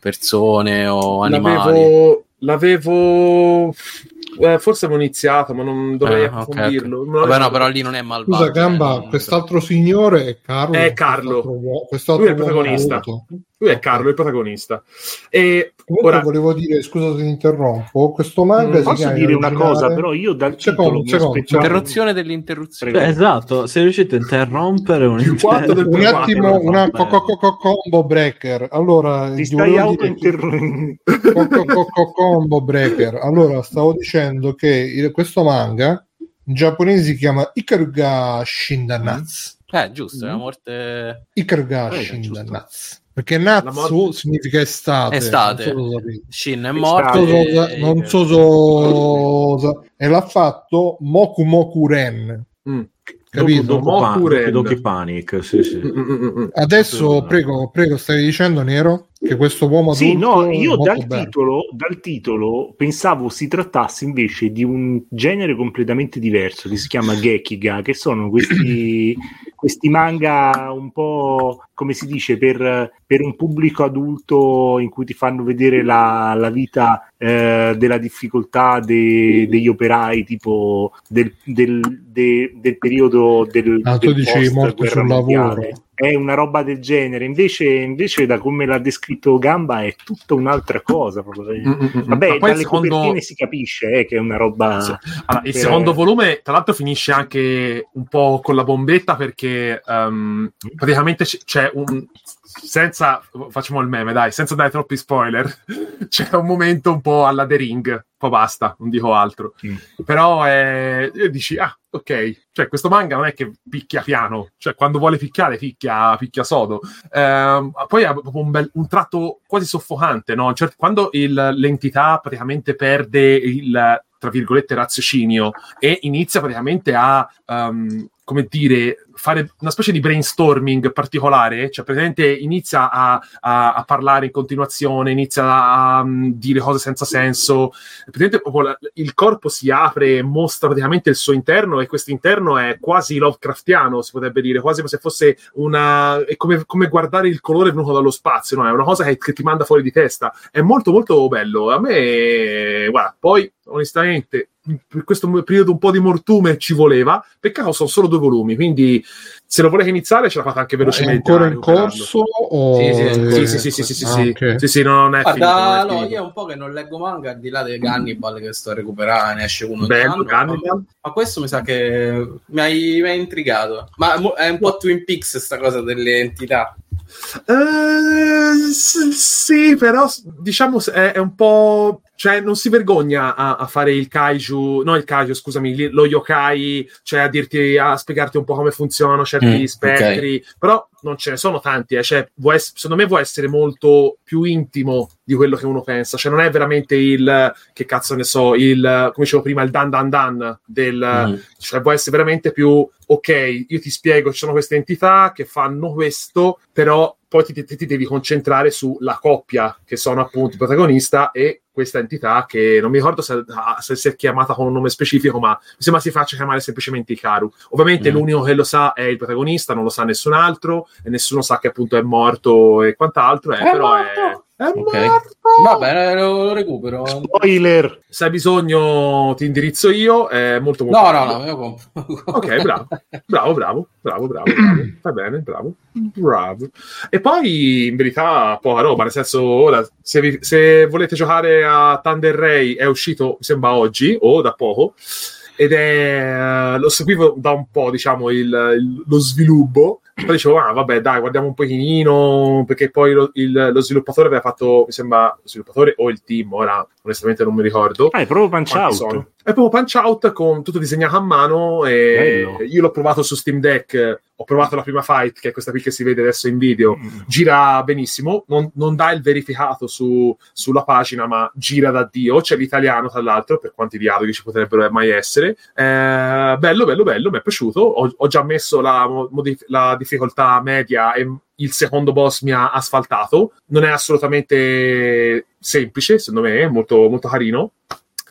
persone o animali. L'avevo, l'avevo- eh, forse avevo iniziato, ma non dovrei Eh, ok, ok. approfondirlo. Non Vabbè, avevo- no, però lì non è malvagio. Scusa, eh, Gamba, non- quest'altro signore è Carlo. È Carlo. Quest'altro uo- Quest'altro Lui è il uomo protagonista. adulto. Lui è Carlo, il protagonista. E Comunque ora, volevo dire, scusa se ti interrompo, questo manga... Mm, si Posso chiama dire una originale- cosa, però io dal Secondo, titolo mi secondo, aspettavo... Interruzione dell'interruzione. Prego. Eh, esatto, sei riuscito a interrompere un Più quattro del Un Guarda, attimo, guarda, un guarda. co- co- co- co- combo breaker. Allora, Ti gli stai volevo dire che- auto-interrompendo. co- co- co- co- combo breaker. Allora, stavo dicendo che il- questo manga in japonese si chiama Ikaruga Shindanatsu. Eh, giusto, è la Mm. morte... Ah, Ikaruga Eh, Shindanatsu. Perché La Natsu mod- significa estate. Estate. eh, non so se lo sapete. Shin è Ah, morto. Non so e- se- non so so e l'ha fatto Moku Moku Ren Mm. capito? Dopo, Mo' dopo, pan- pure- Doki Panic, sì, sì. Mm, mm, mm, mm. adesso Assolutamente. prego prego stavi dicendo Nero che questo uomo Sì, adulto no, è io molto dal bello. titolo, dal titolo pensavo si trattasse invece di un genere completamente diverso che si chiama Gekiga, che sono questi, questi manga un po' come si dice per, per un pubblico adulto in cui ti fanno vedere la, la vita eh, della difficoltà de- degli operai, tipo del, del- de- del periodo del, Ah, tu del dici morti post-guerra sul mondiale. lavoro. È una roba del genere, invece, invece da come l'ha descritto Gamba è tutta un'altra cosa. proprio. Mm, mm, mm, mm. Ma Vabbè, poi il dalle copertine si Eh. capisce eh, che è una roba... Sì. Allora, il Però- secondo volume, tra l'altro, finisce anche un po' con la bombetta perché Mm. ehm, praticamente c- c'è un. Senza. Facciamo il meme, dai, senza dare troppi spoiler. C'è un momento un po' alla The Ring. Poi basta, non dico altro. Mm. Però eh, dici, ah, ok. Cioè, questo manga non è che picchia piano. Cioè, quando vuole picchiare, picchia, picchia sodo. Ehm, poi ha proprio un, bel- un tratto quasi soffocante, no? Cioè, quando il- l'entità praticamente perde il tra virgolette raziocinio e inizia praticamente a ehm, come dire fare una specie di brainstorming particolare, cioè praticamente inizia a, a- a parlare in continuazione, inizia a, mm, dire cose senza senso, praticamente proprio la- il corpo si apre e mostra praticamente il suo interno e questo interno è quasi Lovecraftiano, si potrebbe dire, quasi come se fosse una... è come, come guardare il colore venuto dallo spazio, no? È una cosa che, che ti manda fuori di testa. È molto molto bello. A me, guarda, poi onestamente per questo periodo un po' di mortume ci voleva, peccato sono solo due volumi, quindi se lo volete iniziare ce la fate anche è velocemente. eh, ancora in recuperando. corso o... Sì, sì, ancora Sì, in sì, sì, sì, sì, sì, Ah, sì. ok. Sì, sì, no, non è finito. non è Guarda, allora, finito. io è un po' che non leggo manga, al di là dei Cannibal che sto recuperando, ne esce uno ogni Bello, anno, Cannibal. ma, ma questo mi sa che mi hai, mi hai intrigato. Ma mo- è un po' Twin Peaks sta cosa delle entità. Eh, s- sì, però s- diciamo s- è, è un po'. Cioè, non si vergogna a, a fare il kaiju, no il kaiju, scusami, li- lo yokai, cioè a dirti, a spiegarti un po' come funzionano certi Mm, spettri, però non ce ne sono tanti, eh, cioè, vuoi ess- secondo me può essere molto più intimo di quello che uno pensa, cioè non è veramente il, che cazzo ne so, il, come dicevo prima, il dan dan dan del, Mm. cioè può essere veramente più ok, io ti spiego, ci sono queste entità che fanno questo, però poi ti, ti- ti devi concentrare sulla coppia che sono appunto il protagonista e questa entità che non mi ricordo se, ah, se si è chiamata con un nome specifico, ma mi sembra si faccia chiamare semplicemente Ikaru. Ovviamente Mm. l'unico che lo sa è il protagonista, non lo sa nessun altro, e nessuno sa che appunto è morto e quant'altro, eh, È però morto! è... è Ok. morto! Vabbè, lo, lo recupero. Spoiler! Se hai bisogno ti indirizzo io, è molto molto No, no, bello. no, me lo compro. Ok, bravo, bravo, bravo, bravo, bravo, bravo. va bene, bravo, bravo. E poi in verità poca roba, nel senso, ora, se, vi- se volete giocare a Thunder Ray è uscito, mi sembra oggi o da poco, ed è, eh, lo seguivo da un po', diciamo, il- il- lo sviluppo, poi dicevo, ah, vabbè, dai, guardiamo un pochino, perché poi lo, il- lo sviluppatore aveva fatto, mi sembra, lo sviluppatore o il team, ora onestamente non mi ricordo, Ah, è proprio punch quanti out. sono. È proprio punch out con tutto disegnato a mano. E Bello. io l'ho provato su Steam Deck. Ho provato la prima fight, che è questa qui che si vede adesso in video. Mm. Gira benissimo, non, non dà il verificato su- sulla pagina, ma gira da Dio. C'è l'italiano, tra l'altro, per quanti dialoghi ci potrebbero mai essere. Eh, bello, bello, bello, mi è piaciuto. Ho, ho già messo la, mo- modif- la difficoltà media e il secondo boss mi ha asfaltato. Non è assolutamente semplice, secondo me, è molto, molto carino.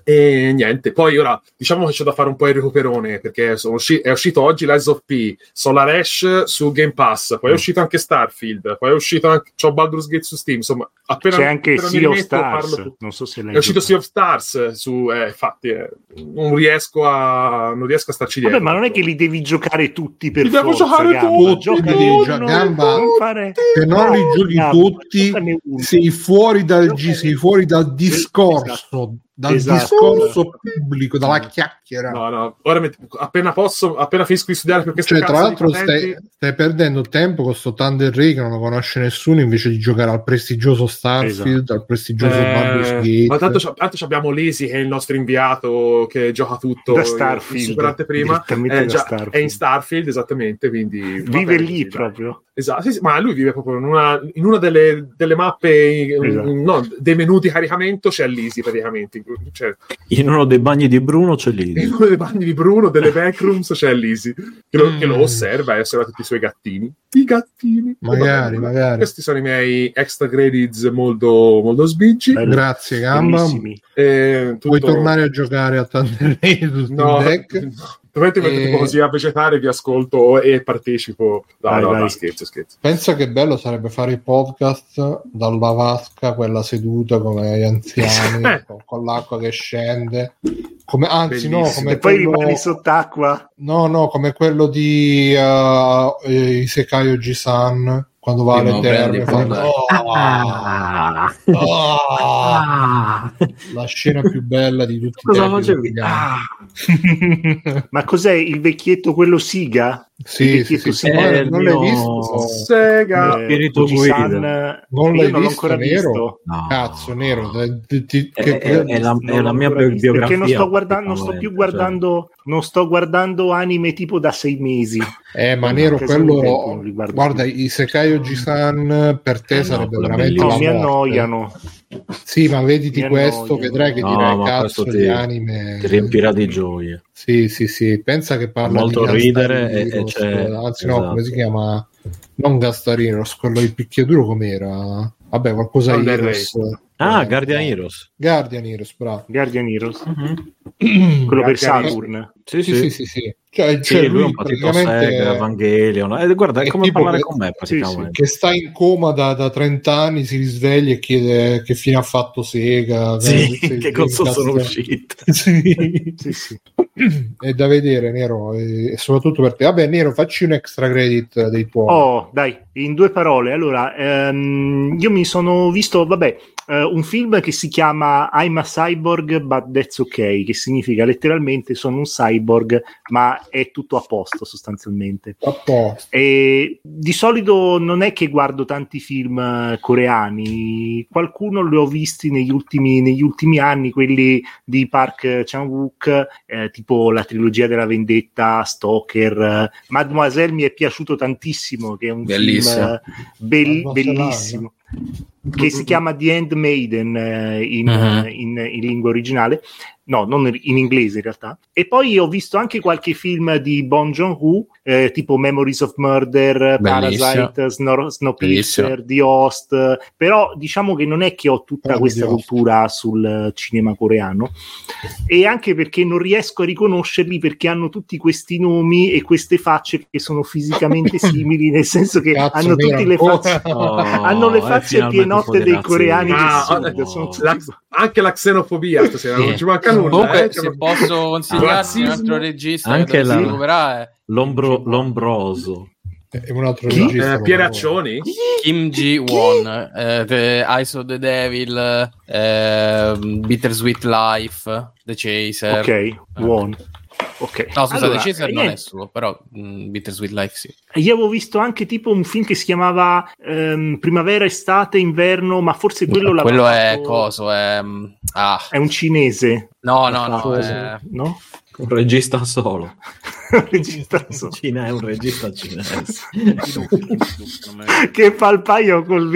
E niente, poi ora diciamo che c'è da fare un po' il recuperone perché sono usci- è uscito oggi l'Eyes of P, Solar Ash su Game Pass, Mm. poi è uscito anche Starfield, poi è uscito anche c'ho Baldur's Gate su Steam, insomma, appena C'è anche appena mi Sea of rimetto parlo Stars. tu. Non so se l'hai È uscito Sea giocato. of Stars su eh, infatti eh, non riesco a non riesco a starci dietro. ecco. Vabbè, ma non è che li devi giocare tutti per Li devo forza, giocare gamba. tutti, Giocali devi uno, giocare- gamba. non fare- Se non li No, giochi gamba, tutti, giocane uno. sei fuori dal, Giocane gi- sei uno. fuori dal discorso, Esatto. dal Esatto. discorso pubblico, dalla chiacchiera. No, no, ora met- appena posso, appena finisco di studiare per questa Cioè, tra cazzo di l'altro, stai, patenti- stai perdendo tempo con sto Thunder Ray che non lo conosce nessuno invece di giocare al prestigioso Starfield, al prestigioso Eh, Baldur's Gate. ma tanto, c'ha- tanto abbiamo Lisi che è il nostro inviato che gioca tutto Da in- in Starfield, super anteprima direttamente Eh, da già, Starfield. è in Starfield esattamente quindi Vive vabbè, lì dai. proprio. esatto sì, sì, ma lui vive proprio in una, in una delle, delle mappe Esatto. mm, no, dei menu di caricamento c'è Lisi praticamente cioè, In uno dei bagni di Bruno c'è lì. in uno dei bagni di Bruno delle backrooms c'è Lisi che lo, che lo Mm. osserva e osserva tutti i suoi gattini i gattini Magari, Vabbè, magari. questi sono i miei extra credits molto, molto sbiggi Bello. Grazie, Gamba. Bellissimi. Eh, tutto- Vuoi tornare a giocare a Thunder Ray su Steam No, Deck? Eh. dovete E- mettere tipo così a vegetare, vi ascolto e partecipo. No, Vai, no, vai. no, scherzo, scherzo. Pensa che bello sarebbe fare i podcast dalla vasca, quella seduta come gli anziani, Eh. con, con l'acqua che scende. Come- anzi, no, Bellissimo. come E poi quello- rimani sott'acqua. No, no, come quello di uh, eh, Isekai Oji-san quando va Sì, alle no, terme. prendi, fa- prendi. Oh, Ah. oh, Ah. la scena più bella di tutti i Cosa tempi facevi? italiani. Ah. Ma cos'è il vecchietto quello siga? Sì, sì, sì, sì, Eh, guarda, non l'hai no. visto? Sega. Eh, Spirito Fuji-san, guida. Non io l'hai non l'ho visto, ancora nero? visto. No. Cazzo, nero. dai, ti- ti- Eh, È- che- è- è la- Non l'ho mia ancora bi- visto, Perché non biografia, diciamo, eh, cioè. sto, guardando, non sto più guardando, non sto guardando anime tipo da sei mesi. Eh, ma No, nero perché sono un tempo, quello. non li guardo Guarda, più. i Sekai Oji-san per te No, sarebbe quello veramente. bellissimo. Eh, No, la mi morte. annoiano. Sì, ma vediti Mi questo, annoiano. vedrai che No, direi ma cazzo questo ti- di anime. Ti riempirà di gioie. Sì, sì, sì. Pensa che parla Molto di ridere Gastarino, e- e c'è- scusa. Anzi, no, esatto. come si chiama? Non Gastarino, quello di picchiaduro com'era? Vabbè, qualcosa di Thunder Heroes. Ah, Eh, Guardian no. Heroes. Guardian Heroes, bravo. Guardian Heroes, quello Guardian per Heroes. Saturn. Sì, Sì, sì. sì, sì, sì. Cioè, Sì, cioè, lui, è un po' tipo Sega, Evangelion. Eh, guarda, è è come tipo parlare que- con me sì, praticamente. che sta in coma da, da 30 anni, si risveglia e chiede che fine ha fatto Sega. Sì, se- che se- cazzo cazzo- sono uscite. Sì. Sì, sì. È da vedere, Nero, e e soprattutto per te. Vabbè, Nero, facci un extra credit dei tuoi. Oh, dai, in due parole. Allora, ehm, io mi sono visto, vabbè, eh, un film che si chiama I'm a cyborg, but that's okay, che significa letteralmente sono un cyborg, ma è tutto a posto sostanzialmente. Apposta. E Eh, di solito non è che guardo tanti film eh, coreani, qualcuno li ho visti negli ultimi, negli ultimi anni, quelli di Park Chan-wook, eh, tipo la trilogia della vendetta, Stalker, eh, Mademoiselle mi è piaciuto tantissimo, che è un film Bellissimo. eh, bel- Mademoiselle, bellissimo, che si chiama The Handmaiden eh, in, Mhm. in- in lingua originale no, non in inglese in realtà. E poi ho visto anche qualche film di Bon Joon-ho, eh, tipo Memories of Murder, Bellissimo. Parasite, Snor- Snowpiercer, Bellissimo. The Host, però diciamo che non è che ho tutta Ah, questa The Host. cultura sul eh, cinema coreano e anche perché non riesco a riconoscerli perché hanno tutti questi nomi e queste facce che sono fisicamente simili, nel senso che Cazzo, hanno mira, tutte le ancora. facce Oh, hanno le eh, facce finalmente un po' pienotte di dei razzi. coreani Ah, che ho- sono, sono tutti La- anche la xenofobia stasera, Sì. non ci manca nulla. Comunque, eh, se cioè- posso consigliarsi un Razzismo. altro regista Anche che la- recuperare eh, è L'ombro- Lombroso. è un altro Chi? regista, Eh, Pieraccioni? Kim Ji-won, eh, The Eyes of the Devil, eh, Bittersweet Life, The Chaser. ok, buono ok No, scusate, Allora, The Chaser eh, non è niente, solo, però mh, Bittersweet Life sì. io avevo visto anche tipo un film che si chiamava ehm, Primavera, Estate, Inverno ma forse quello l'aveva Eh, Quello è fatto- coso, è... mh, Ah, è un cinese no, L'ha no, no, fatto- è- no? Un regista solo. Regista solo. Cina- è un regista cinese. che fa il paio col,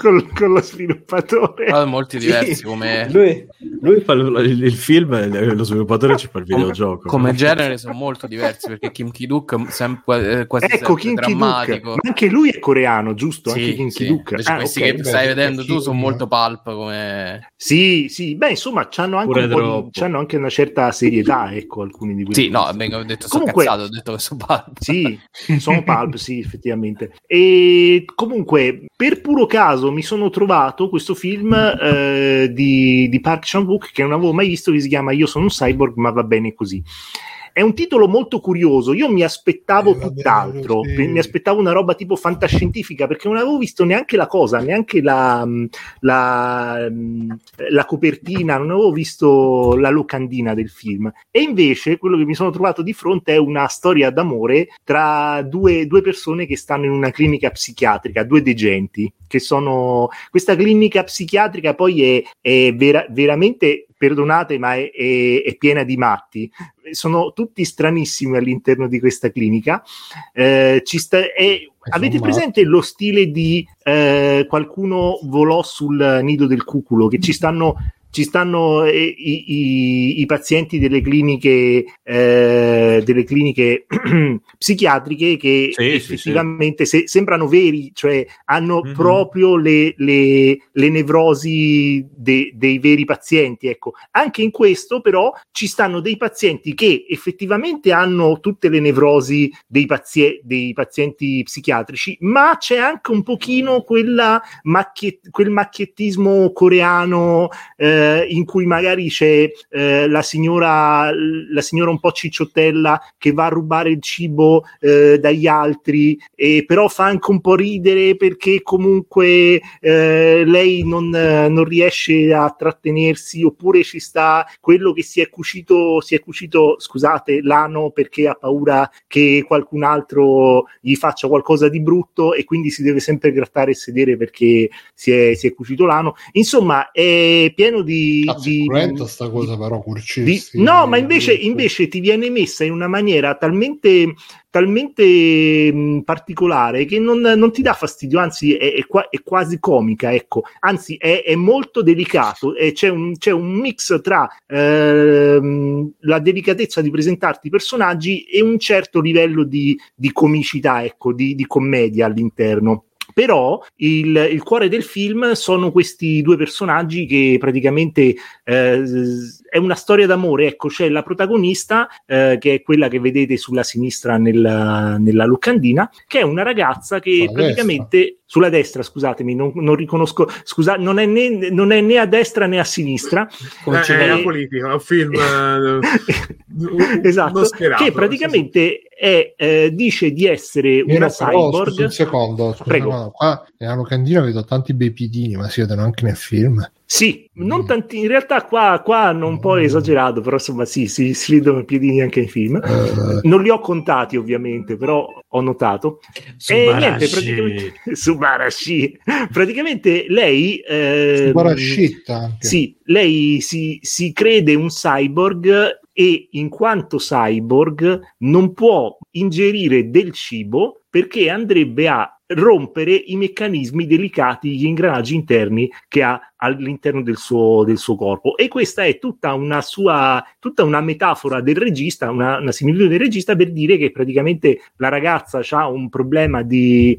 col- con lo sviluppatore però molti diversi come... lui, lui fa il, il- il film e lo sviluppatore ci fa il videogioco. Come genere sono molto diversi perché Kim Ki-duk sempre, eh, quasi ecco sempre Kim Ki-duk drammatico. ma anche lui è coreano giusto? Sì, anche Kim sì. Ki-duk Invece Ah, questi ok, che beh. stai vedendo tu Kim- sono molto pulp come... Sì, sì, beh, insomma, c'hanno anche, Pure un po' di, troppo. c'hanno anche una certa serietà, ecco, alcuni di questi. Sì, no, vengo, ho detto sono Comunque- cazzato, ho detto che sono pulp. Sì, sono pulp, sì, effettivamente. E comunque, per puro caso, mi sono trovato questo film eh, di, di Park Chan-wook che non avevo mai visto, che si chiama Io sono un cyborg, ma va bene così. È un titolo molto curioso, io mi aspettavo Eh, va bene, tutt'altro, sì. pe- mi aspettavo una roba tipo fantascientifica, perché non avevo visto neanche la cosa, neanche la, mh, la, mh, la copertina, non avevo visto la locandina del film. E invece quello che mi sono trovato di fronte è una storia d'amore tra due, due persone che stanno in una clinica psichiatrica, due degenti, che sono... Questa clinica psichiatrica poi è, è vera- veramente, perdonate, ma è- è- è piena di matti. Sono tutti stranissimi all'interno di questa clinica. Eh, ci sta- è- avete Insomma. presente lo stile di eh, qualcuno volò sul nido del cuculo? Che ci stanno, ci stanno eh, i, i- i pazienti delle cliniche, eh, delle cliniche psichiatriche che Sì, sì, sì. effettivamente se- sembrano veri, cioè hanno Mhm. proprio le, le- le nevrosi de- dei veri pazienti. Ecco. Anche in questo, però, ci stanno dei pazienti che effettivamente hanno tutte le nevrosi dei, pazie- dei pazienti psichiatrici, ma c'è anche un pochino quella macchie- quel macchiettismo coreano eh, in cui magari c'è eh, la, signora, la signora un po' cicciottella che va a rubare il cibo eh, dagli altri, e però fa anche un po' ridere perché comunque eh, lei non, eh, non riesce a trattenersi, oppure ci sta quello che si è cucito, si è cucito scusate, l'ano perché ha paura che qualcun altro gli faccia qualcosa di brutto e quindi si deve sempre grattare e sedere perché si è, si è cucito l'ano. Insomma, è pieno di... Cazzo, di- è cruenta sta cosa però di- curcirsi no, ma invece, invece ti viene messa in una maniera talmente, talmente mh, particolare che non, non ti dà fastidio, anzi è, è qua- è quasi comica, ecco. anzi è, è molto delicato e c'è un, c'è un mix tra ehm, la delicatezza di presentarti i personaggi e un certo livello di, di comicità, ecco, di- di commedia all'interno però il, il cuore del film sono questi due personaggi che praticamente eh, s- è una storia d'amore, ecco, c'è la protagonista eh, che è quella che vedete sulla sinistra nella, nella locandina, che è una ragazza che Sulla praticamente sulla destra, scusatemi, non, non riconosco, scusa, non è né- non è né a destra né a sinistra, Eh, ci è vede- una politica, è un film eh, esatto, non sperato, che praticamente è, eh, dice di essere una una cyborg. un secondo scusa, Prego. ma qua nella locandina vedo tanti bei pidini ma si vedono anche nel film Sì, non Mm. tanti, in realtà qua, qua hanno un po' Mm. esagerato, però insomma sì, si, si vedono i piedini anche nei film. Eh, Non li ho contati ovviamente, però ho notato. niente, praticamente, Subarashi. Praticamente lei... ehm, Barascitta Eh, anche Sì, lei si, si crede un cyborg e in quanto cyborg non può ingerire del cibo perché andrebbe a rompere i meccanismi delicati, gli ingranaggi interni che ha all'interno del suo, del suo corpo. E questa è tutta una sua, tutta una metafora del regista, una, una similitudine del regista per dire che praticamente la ragazza ha un problema di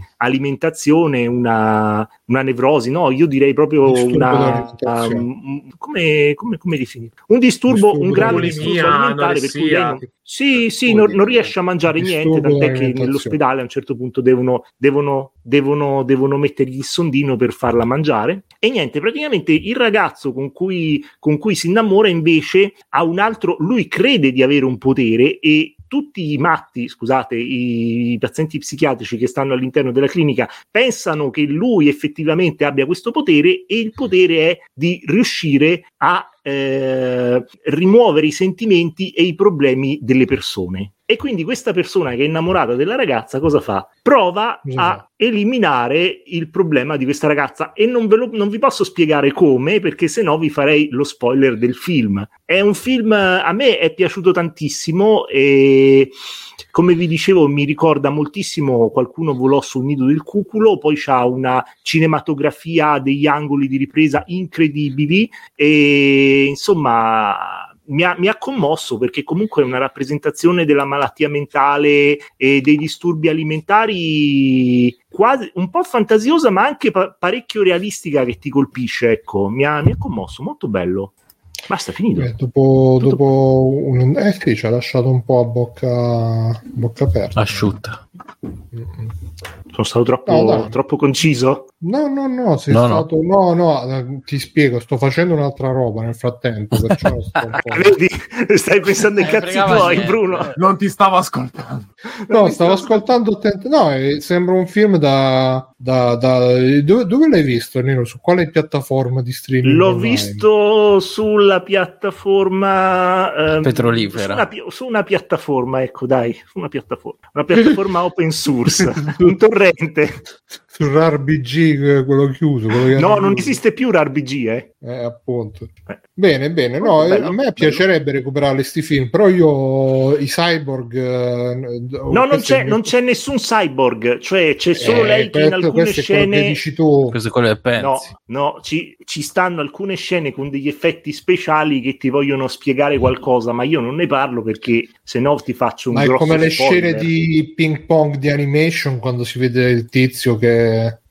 alimentazione, una, una nevrosi, no, io direi proprio Disturbo una... dell'alimentazione. um, come, come, come definire? Un disturbo, Disturbo un grave bulimia, disturbo alimentare per cui lei non, anoressia, sì, sì, Vuol non, dire- non riesce a mangiare niente, disturbo tant'è che dell'alimentazione. nell'ospedale a un certo punto devono, devono, devono, devono mettergli il sondino per farla mangiare. E niente, praticamente il ragazzo con cui, con cui si innamora invece ha un altro, lui crede di avere un potere e tutti i matti, scusate, i, i pazienti psichiatrici che stanno all'interno della clinica pensano che lui effettivamente abbia questo potere e il potere è di riuscire a eh, rimuovere i sentimenti e i problemi delle persone. E quindi questa persona che è innamorata della ragazza cosa fa? Prova Cosa a fa? eliminare il problema di questa ragazza e non, ve lo- non vi posso spiegare come perché se no vi farei lo spoiler del film. È un film, eh, a me è piaciuto tantissimo e come vi dicevo mi ricorda moltissimo qualcuno volò sul nido del cuculo, poi c'ha una cinematografia degli angoli di ripresa incredibili e insomma mi ha, mi ha commosso perché comunque è una rappresentazione della malattia mentale e dei disturbi alimentari quasi un po' fantasiosa ma anche pa- parecchio realistica che ti colpisce ecco mi ha, mi ha commosso molto bello basta finito Eh, dopo, Tutto- dopo un... Eh sì, ci ha lasciato un po' a bocca, bocca aperta. Asciutta. Mm-mm. sono stato troppo, No, dai. troppo conciso No, no, no, sei No, no. stato... No. no, eh, ti spiego, sto facendo un'altra roba nel frattempo, perciò sto un po'... vedi stai pensando ai Eh, cazzi fregava tuoi niente. Bruno Non ti stavo ascoltando. No, stavo ascoltando attentamente. No, eh, sembra un film da. da- da- Dove, dove l'hai visto, Nero? Su quale piattaforma di streaming? L'ho online? visto sulla piattaforma ehm, Petrolifera. Su una, pi- su una piattaforma, ecco, dai, su una piattaforma, una piattaforma open source, un torrente. Su RARBG, eh, quello chiuso. quello che- No, non esiste più RBG, eh. Eh, appunto. Eh. Bene, bene. No, Molto eh, bello, a me bello. piacerebbe recuperare sti film, però io i cyborg. eh, No, non questo è c'è, il mio- non c'è nessun cyborg, cioè c'è solo Eh, lei che in questo- alcune questo è quello che scene... dici tu. Questo è quello che pensi. No, no, ci, ci stanno alcune scene con degli effetti speciali che ti vogliono spiegare qualcosa, ma io non ne parlo perché se no ti faccio un Ma è grosso come le spoiler. scene di ping pong di animation quando si vede il tizio che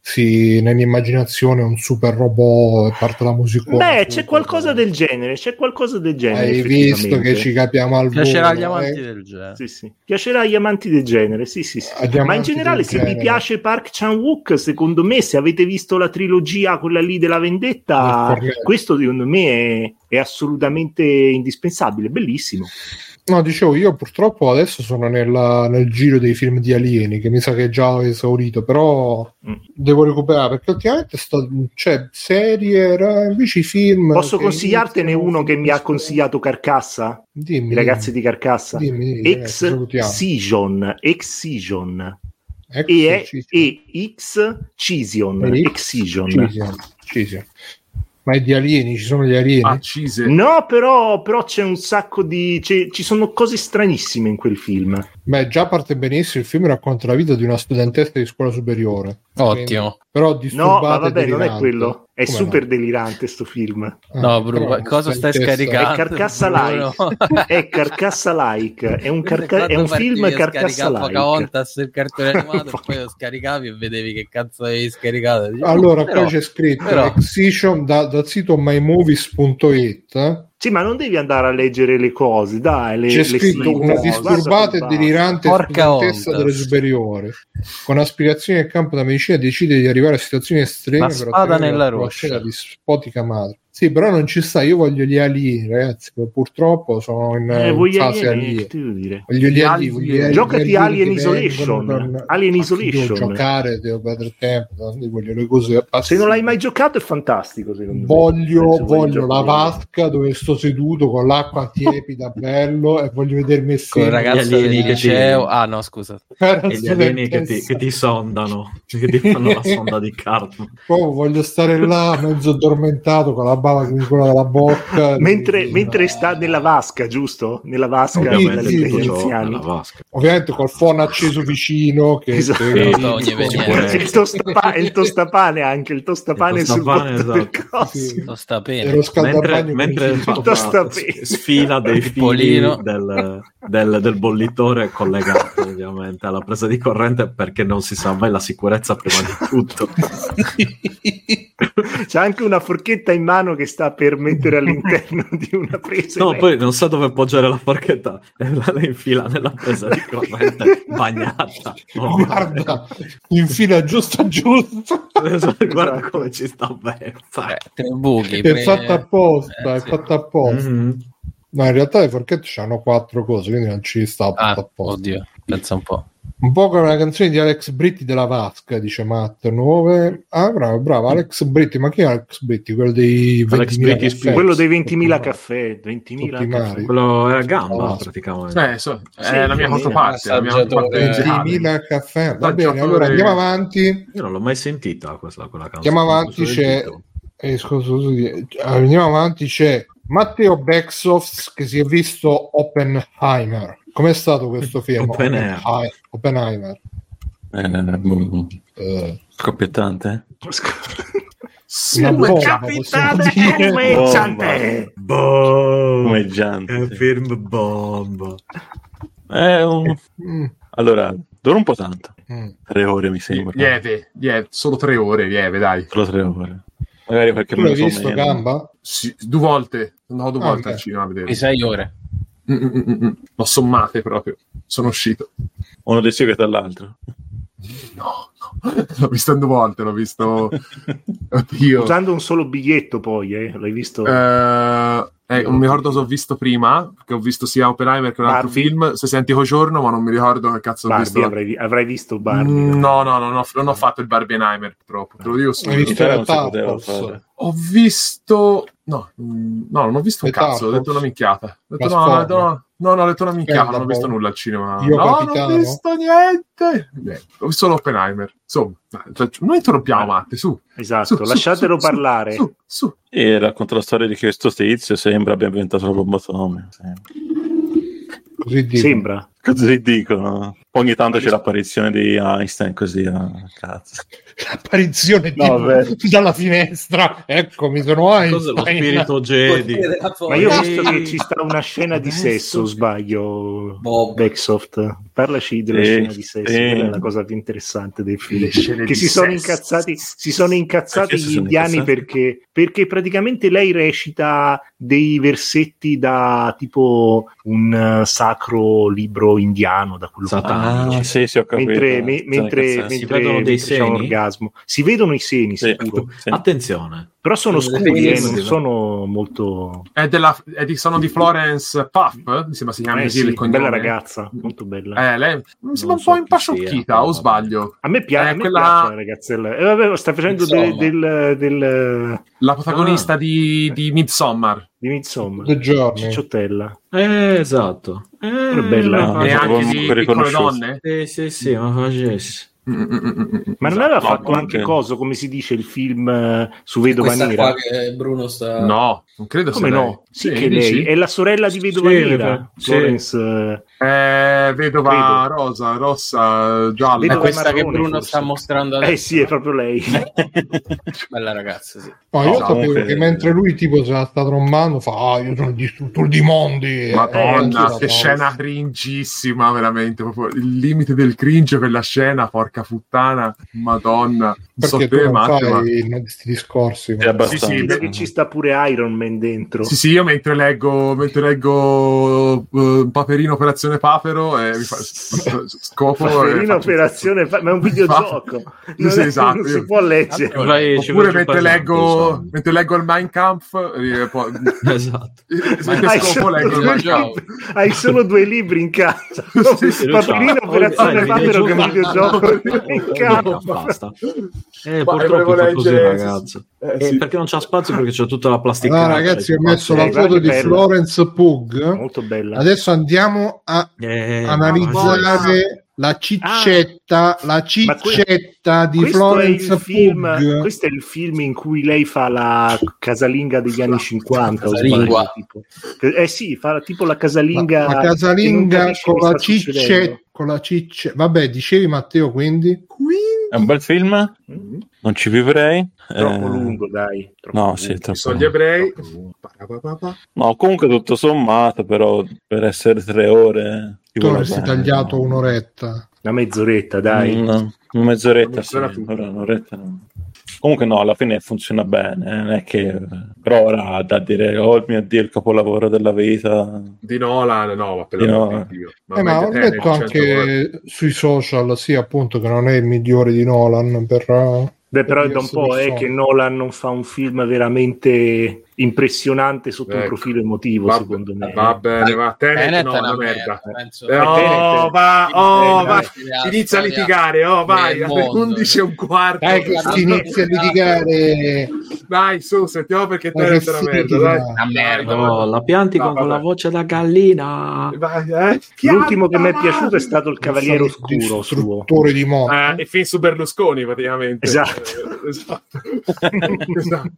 si, nell'immaginazione è un super robot e parte la musica. Beh, c'è qualcosa del genere, c'è qualcosa del genere. Hai visto effettivamente. che ci capiamo al Piacerà agli volo, amanti eh? del genere. boh, Sì, sì. Piacerà agli amanti del genere, sì, sì, sì. Agli Ma in amanti generale, del se vi genere. piace Park Chan-wook, secondo me, se avete visto la trilogia, quella lì della vendetta, Del Corriere. questo secondo me è, è assolutamente indispensabile, bellissimo. No, dicevo, io purtroppo adesso sono nella- nel giro dei film di alieni, che mi sa che è già esaurito, però Mm. devo recuperare, perché ultimamente sto, cioè, serie, ra- invece i film... Posso che consigliartene iniziano- uno che mi ha consigliato Carcassa? Dimmi, I ragazzi di dimmi. Carcassa? Dimmi, dimmi, ragazzi, salutiamo. Ex-Cision, Ex-Cision, Ecco, ci siamo. E-X-Cision, Ex- Ex-Cision. Cisium, Cisium. Ma è di alieni, ci sono gli alieni. Ah. Accise. No, però, però c'è un sacco di. c'è- ci sono cose stranissime in quel film. Beh, già parte benissimo, il film racconta la vita di una studentessa di scuola superiore. Ottimo. Però No, disturbata ma e vabbè, non è delirante. quello. È Come super no? delirante sto film. Ah, No, Bruno, però cosa stai studentessa- scaricando? È carcassa live. Bruno. È carcassa like. È un, Questo carca- è quando un film partivi a carcassa scaricare like. Pocahontas il cartone animato, poi lo scaricavi e vedevi che cazzo avevi scaricato. Dici, "Oh, Allora, però- qua c'è scritto però- Excision da- dal sito mymovies.it. eh, Sì, ma non devi andare a leggere le cose, dai. Le, C'è le scritto sigle, una guarda disturbata che e basta. delirante Porca studentessa onda. delle superiori con aspirazioni nel campo della medicina decide di arrivare a situazioni estreme La spada ottenere nella approvazione roccia. di spotica madre. Sì, però non ci sta, io voglio gli alieni, ragazzi, purtroppo sono in, Eh, in voglio fase alieni, che alieni. ti devo dire? Voglio gli Gli alieni, alieni. voglio gli alieni, Giocati gli alieni Alien che Isolation. vengono, non- Alien ma chi devo Isolation. giocare, devo perdere tempo, tanto voglio le cose Se non l'hai mai giocato, è fantastico. Secondo me. voglio, Se vuoi voglio la giocare. vasca dove sto seduto con l'acqua tiepida, bello, e voglio vedermi Con il insieme. ragazzo Gli alieni del che liceo, ti- ah no, scusa, E gli alieni che ti, che ti sondano, che ti fanno la sonda di Cartman. Oh, Poi voglio stare là mezzo addormentato con la bava con quella dalla bocca. Mentre, Sì. mentre sta nella vasca, giusto? Nella vasca Ovviamente degli sì, tutto ciò egiziani. nella vasca. Ovviamente col phone acceso vicino, che Esatto. che- Sì, ogni sì, evenienza. pure- il, tostapa- il tostapane anche il tostapane, Il tostapane, sul porto del esatto. coso. Sì. Lo sta bene. Ero scaldabagno con mentre, mentre il fa- tutto fa- sta s- bene. sfila dei fili Polino. del, del- del bollitore collegato ovviamente alla presa di corrente perché non si sa mai la sicurezza prima di tutto C'è anche una forchetta in mano che sta per mettere all'interno di una presa. no elettrica. poi non sa dove appoggiare la forchetta e la la infila nella presa di corrente bagnata Oh, Guarda, infila giusto giusto. esatto, guarda Esatto. come ci sta bene Beh, tre buchi. È pre- fatta apposta, Eh, è sì. fatta apposta. Mhm. No, in realtà le forchette hanno quattro cose, quindi non ci sta fatta Ah, apposta. oddio, pensa un po'. Un po' come la canzone di Alex Britti della Vasca, dice Matt 9. Ah, bravo, Mm. bravo, Alex Britti, ma chi è Alex Britti? Quello dei Alex 20.000 Britti caffè. Spears. quello dei 20.000 Ottimali. caffè 20.000 Ottimali. caffè. quello era gamba Ah, praticamente Eh, so- Sì, è la mia sì, controparte, la mia massaggiatore. controparte generale. 20.000 caffè. Ah, Va bene, Mangiatore. allora andiamo avanti. io non l'ho mai sentita questa, quella canzone Andiamo avanti, Non so il c'è- titolo. Eh, scusa, scusa, andiamo avanti, c'è Matteo Bexoffs che si è visto Oppenheimer. Com'è stato questo film? Oppenheimer. Oppenhei- Oppenheimer. Eh, mm, Eh, scoppiettante? una bomba, capitale possiamo dire. Emergente! Mm. Boh, Come Giante. sì. film bomba. È un- Mm, Allora, dura un po' tanto. mm. Tre ore mi sembra. Lieve, lieve, solo tre ore, lieve, dai. Solo tre ore. Magari qualche Tu l'hai minuto visto, meno. Gamba? Sì, due volte, sono andato due Ah, volte ok. al cinema a Di vedere. sei ore. Esatto. Mm, mm, mm, mm. L'ho sommate proprio, sono uscito. Uno dei secret dall'altro. No, no. l'ho visto due volte, l'ho visto... Oddio. Usando un solo biglietto poi, eh, l'hai visto? Eh, eh, non mi ricordo se ho visto prima, perché ho visto sia Oppenheimer che un altro Barbie. film, se senti Cogiorno, ma non mi ricordo che cazzo ho Barbie, visto. avrai, avrai visto Barbie? Mm, No, no, no, no, non ho fatto il Barbenheimer purtroppo, te lo dico solo. Hai visto Però la non si poteva Tapos? fare. Ho visto. No, mm, no, non ho visto un E cazzo. Ho Tapos? detto una minchiata. Ho detto, no, Trasformers? no, no, no, ho detto una minchiata. Non ho Spendable. visto nulla al cinema. no, Io, non ho capitano? visto niente. Niente, Ho visto solo Oppenheimer. Insomma, dai, cioè, non interrompiamo, Matte. Su, Esatto, su, lasciatelo su, su, parlare. Su, su. E racconta la storia di che questo tizio sembra abbia inventato la bomba atomica. sì. Così dico. Sembra. Così dicono. Ogni tanto c'è l'apparizione di Einstein così a cazzo. L'apparizione di- No, beh. dalla finestra. Eccomi, sono Cos'è lo Einstein. spirito Jedi? Ma io ho Ehi. visto che ci sta una scena di Adesso- sesso, sbaglio. Bob. Backsoft, parlaci della Sì, scena di sesso, sì. quella è la cosa più interessante del film. Le scene Che di si sono sesso. incazzati, si sono incazzati Perché si gli sono indiani incazzati? perché, perché praticamente lei recita dei versetti da tipo un eh, sacro libro indiano, da quello che Satanico. Ah, sì, sì, ho capito. mentre, me- Sono mentre, incazzati. mentre- vedono dei mentre c'è un seni? orgasmo. Si vedono i seni, Sì, sicuro. sì. Attenzione, Però sono Sono scuri, eh, bellissime. non sono molto... È della, è di, sono di Florence Puff. Mi sembra si chiami Eh così sì, Ah, il cognome. bella ragazza, molto bella. Eh, lei mi sembra Non un so po' chi impasciocchita, sia, o vabbè. sbaglio. A me, piace Eh, a me quella- piace la ragazzella. Eh, vabbè, sta facendo de- Insomma. del, del- La protagonista Ah. di, di Midsommar. di Midsommar. The Journey. Cicciotella. eh, esatto. Eh, È bella. ma- Ah, e sì, anche comunque di Piccole riconosciuto. Donne. Sì, sì, sì, ma facessi. Mm, mm, mm, mm, mm. Ma non aveva Esatto, fatto no, anche ok. coso, come si dice, il film eh, su Vedova Questa qua Nera? che Bruno Eh. sta... No, non credo Come sia no? lei. Sì, Sì, che dici? lei è la sorella di Vedova Sì, Nera. sì. Florence, eh, Eh, vedova Credo. rosa, rossa, gialla. Eh, Vedo È Vedova questa marrone, che Bruno forse. sta mostrando Eh adesso. sì, è proprio lei. Bella ragazza, sì. Ma io No, sapevo comunque- che mentre lui tipo se la sta trombando fa "Ah, io sono il distruttore di mondi. Madonna, Eh, che scena cringissima, veramente. Proprio il limite del cringe per la scena, porca puttana. Madonna. Non so Perché te, tu non Matte, ma... Cioè, fai questi discorsi. ma- È abbastanza. Sì, sì, Perché ci sta pure Iron Man dentro. Sì, sì, io mentre leggo, mentre leggo eh, Paperino Operazione Papero e mi fa scopo. e Paperino faccio- operazione, fa- ma è un videogioco. Non, Sì, è- esatto, non io- si può leggere. Vai, ci Oppure faccio mentre un leggo, passaggio, mentre leggo il Mein Kampf, eh, poi- insomma. Esatto. mentre Hai scopo solo, leggo il due Mein Minecraft. libri, hai solo due libri in casa. Sì, sì, lo so. Paperino, eh, operazione Oltre- papero che è un videogioco in Minecraft, casa. basta. Ma Eh, purtroppo volevo fa così, leggere- ragazzo. Eh, Eh, sì. Perché non c'ha spazio? Perché c'è tutta la plastica. Allora ragazzi, ho messo la eh, foto di bella. Florence Pug. Molto bella. eh, Eh, Adesso andiamo a analizzare Ah. la ciccetta, la ciccetta di questo Florence è il film, Pugh. questo è il film in cui lei fa la casalinga degli anni 50 o casalinga. sbaglio, tipo. eh sì fa tipo la casalinga la, la che non casalinga capisce con che la sta succedendo. cicce con la cicce vabbè dicevi Matteo quindi È un bel film, Mm, non ci vivrei. troppo Eh, lungo dai troppo No, lungo. sì, I troppo. soldi ebrei. Troppo lungo. Pa-pa-pa-pa. No, comunque tutto sommato, però per essere tre ore... ti tu vuole avresti bene, tagliato no? un'oretta una mezz'oretta dai Una, una mezz'oretta, sì, Mezz'ora tutta. ora un'oretta no. Comunque no, alla fine funziona bene, eh, non è che però ora da dire oh mio Dio, il capolavoro della vita. Di Nolan, no, ma per Di l'amor Nolan. di Dio. Eh, ma ho meglio letto certo, Tenet, cento volte. anche sui social sì appunto che non è il migliore di Nolan per eh, Beh, però è Oddio, da un po' sono è solo. che Nolan non fa un film veramente impressionante sotto un Ecco. profilo emotivo, Va- secondo me. Va bene, va. Tenet, Tenet no, è una una merda. merda, penso. Eh, Eh, Oh, Tenet. va, oh, Eh, va. dai. Inizia a litigare, oh, vai, Nel alle mondo, 11 e un quarto. dai che si inizia a litigare Dai, su, sentiamo perché Ma Tenet che è una si merda, litiga? dai. Una merda. Dai, Oh, la pianti con, con la voce da gallina. Vai, eh. L'ultimo che mi è Chiama! piaciuto è stato Il Cavaliere Oscuro suo. distruttore di moto Ah, e film su Berlusconi praticamente Esatto. Eh, esatto. Esatto.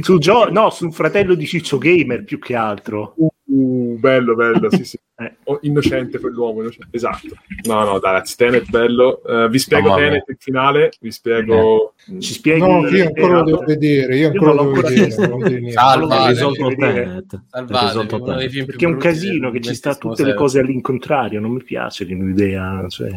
Su Gio- no, sul fratello di Ciccio Gamer più che altro. Uh, bello bello sì sì Eh. Oh, innocente quell'uomo innocente. esatto no no dai ragazzi, Tenet bello Eh, vi spiego Mamma mia. Tenet il finale vi spiego Ci spieghi? no io ancora lo Eh, devo vedere io ancora non lo l'ho devo ancora vedere visto. non devo dire. Salva, Allora, Salvate, Ha risolto devi vedere. Tenet. Ha Salvate, risolto uno dei Tenet. film più Perché è un brutti casino del che ci sta tutte XX le cose all'incontrario, non mi piace l'idea. Cioè,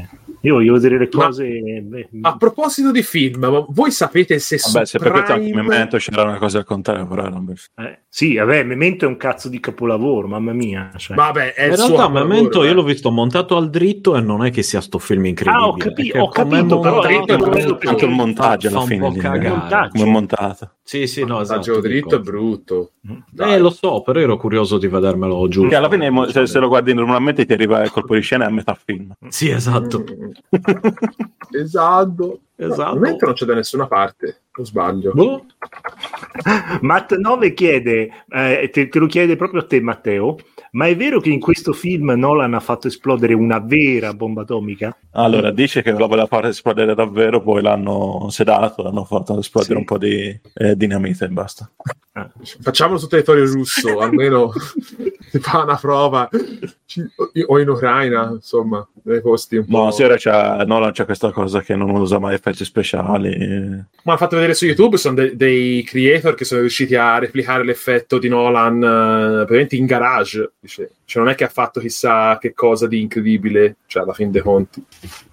io voglio vedere le cose. beh, a proposito di film ma voi sapete se su Vabbè, se per questo anche Prime- in momento c'era una cosa al contrario, però era un bel film. eh, sì, vabbè, Memento è un cazzo di capolavoro, mamma mia. cioè. vabbè è In il suo realtà, capolavoro, Memento eh. io l'ho visto montato al dritto e non è che sia sto film incredibile. Ah, ho capi- perché ho come capito, però montato- è il bello che- Tutto il montaggio Fa alla un fine, po' lì, cagare. Montaggio. come è montato. Sì, sì, no, Vantaggio esatto, dritto è dico. brutto Eh, lo so, però ero curioso di vedermelo giù. Cioè, Perché alla fine mo- se, se lo guardi normalmente ti arriva il colpo di scena a metà film. Sì, esatto. esatto Esatto. Veramente non c'è da nessuna parte o sbaglio Boh. Matt 9 chiede, eh, te, te lo chiede proprio a te Matteo, ma è vero che in questo film Nolan ha fatto esplodere una vera bomba atomica? Allora, dice che la voleva far esplodere davvero, poi l'hanno sedato, l'hanno fatto esplodere Sì. un po' di eh, dinamite e basta. Ah. Facciamolo su territorio russo, almeno si fa una prova, Ci- o in Ucraina, insomma, nei posti un po'. No, sì, ora c'è, Nolan c'è questa cosa che non usa mai effetti speciali. eh. Ma l'ho fatto vedere su YouTube, sono de- dei creator che sono riusciti a replicare l'effetto di Nolan eh, praticamente in garage. Dice. Cioè, non è che ha fatto chissà che cosa di incredibile, cioè, alla fin dei conti.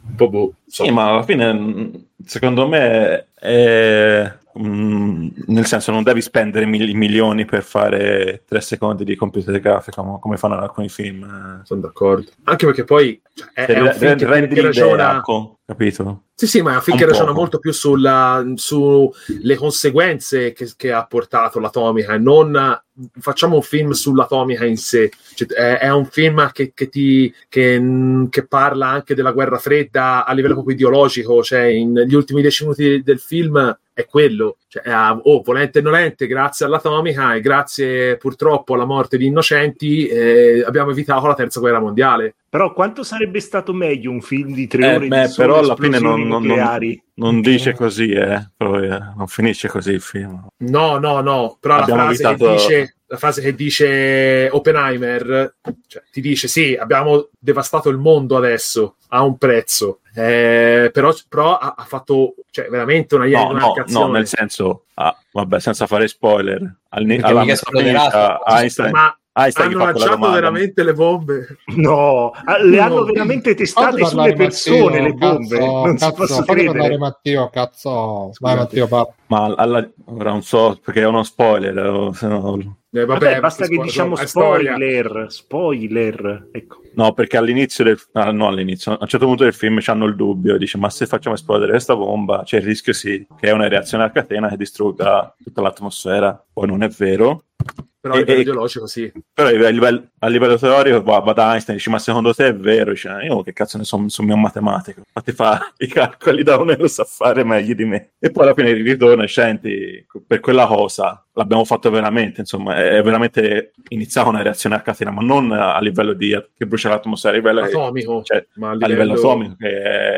Un po' boh. Sì, ma alla fine, mh, secondo me, è- mh, nel senso, non devi spendere mil- milioni per fare tre secondi di computer grafica mo- come fanno alcuni film. eh. Sono d'accordo. Anche perché poi cioè, è, è Cioè, un re- film che- rendi che l'idea, ragiona... ecco, capito? Sì, sì, ma finché Un ragiona poco. molto più sulla, sulle conseguenze che, che ha portato l'atomica e non eh, facciamo un film sull'atomica in sé. Cioè, è, è un film che, che ti, che, mh, che parla anche della guerra fredda a livello proprio ideologico, cioè in- negli ultimi dieci minuti del film è quello, cioè, eh, oh, volente o nolente, grazie all'atomica e grazie purtroppo alla morte di innocenti eh, abbiamo evitato la terza guerra mondiale. Però quanto sarebbe stato meglio un film di tre Eh, ore beh, di solo però alla fine non- esplosioni non- non- nucleari? Non dice così, eh, però, eh, non finisce così il film. No, no, no, però la Abbiamo frase, evitato- che dice, la frase che dice Oppenheimer cioè, ti dice sì, abbiamo devastato il mondo adesso, ha un prezzo, Eh, però, però ha, ha fatto cioè, veramente una no, no, ierificazione. no, nel senso, ah, vabbè, senza fare spoiler, al, Perché alla mica messa esploderà, finita, sta cosa. Einstein, Ma Einstein gli hanno fa quella lanciato domanda. veramente le bombe. No, ah, le No. hanno veramente testate Fate sulle parlare persone Matteo, le bombe, cazzo, non si cazzo, posso fate parlare credere. Matteo cazzo vai Scusate. Matteo parla. Ma alla- ora non so perché è uno spoiler, o se no, Eh, Vabbè, basta che spo- diciamo è storia. spoiler, spoiler, ecco. no, perché all'inizio del ah, no, all'inizio, a un certo punto del film hanno il dubbio, dice "Ma se facciamo esplodere questa bomba, c'è il rischio sì che è una reazione a catena che distrugga tutta l'atmosfera". Poi non è vero. Però a livello E- e- ideologico sì. Però a livello, a livello teorico va, va da Einstein dice ma secondo te è vero? Dice, "Eh, io che cazzo ne so, sono mio matematico. Fatti fa i calcoli da uno e lo sa fare meglio di me. E poi alla fine ritorna e senti per quella cosa l'abbiamo fatto veramente, insomma, è veramente iniziava una reazione a catena, ma non a livello di che brucia l'atmosfera, a livello, Atomico, cioè, ma cioè, a livello atomico, che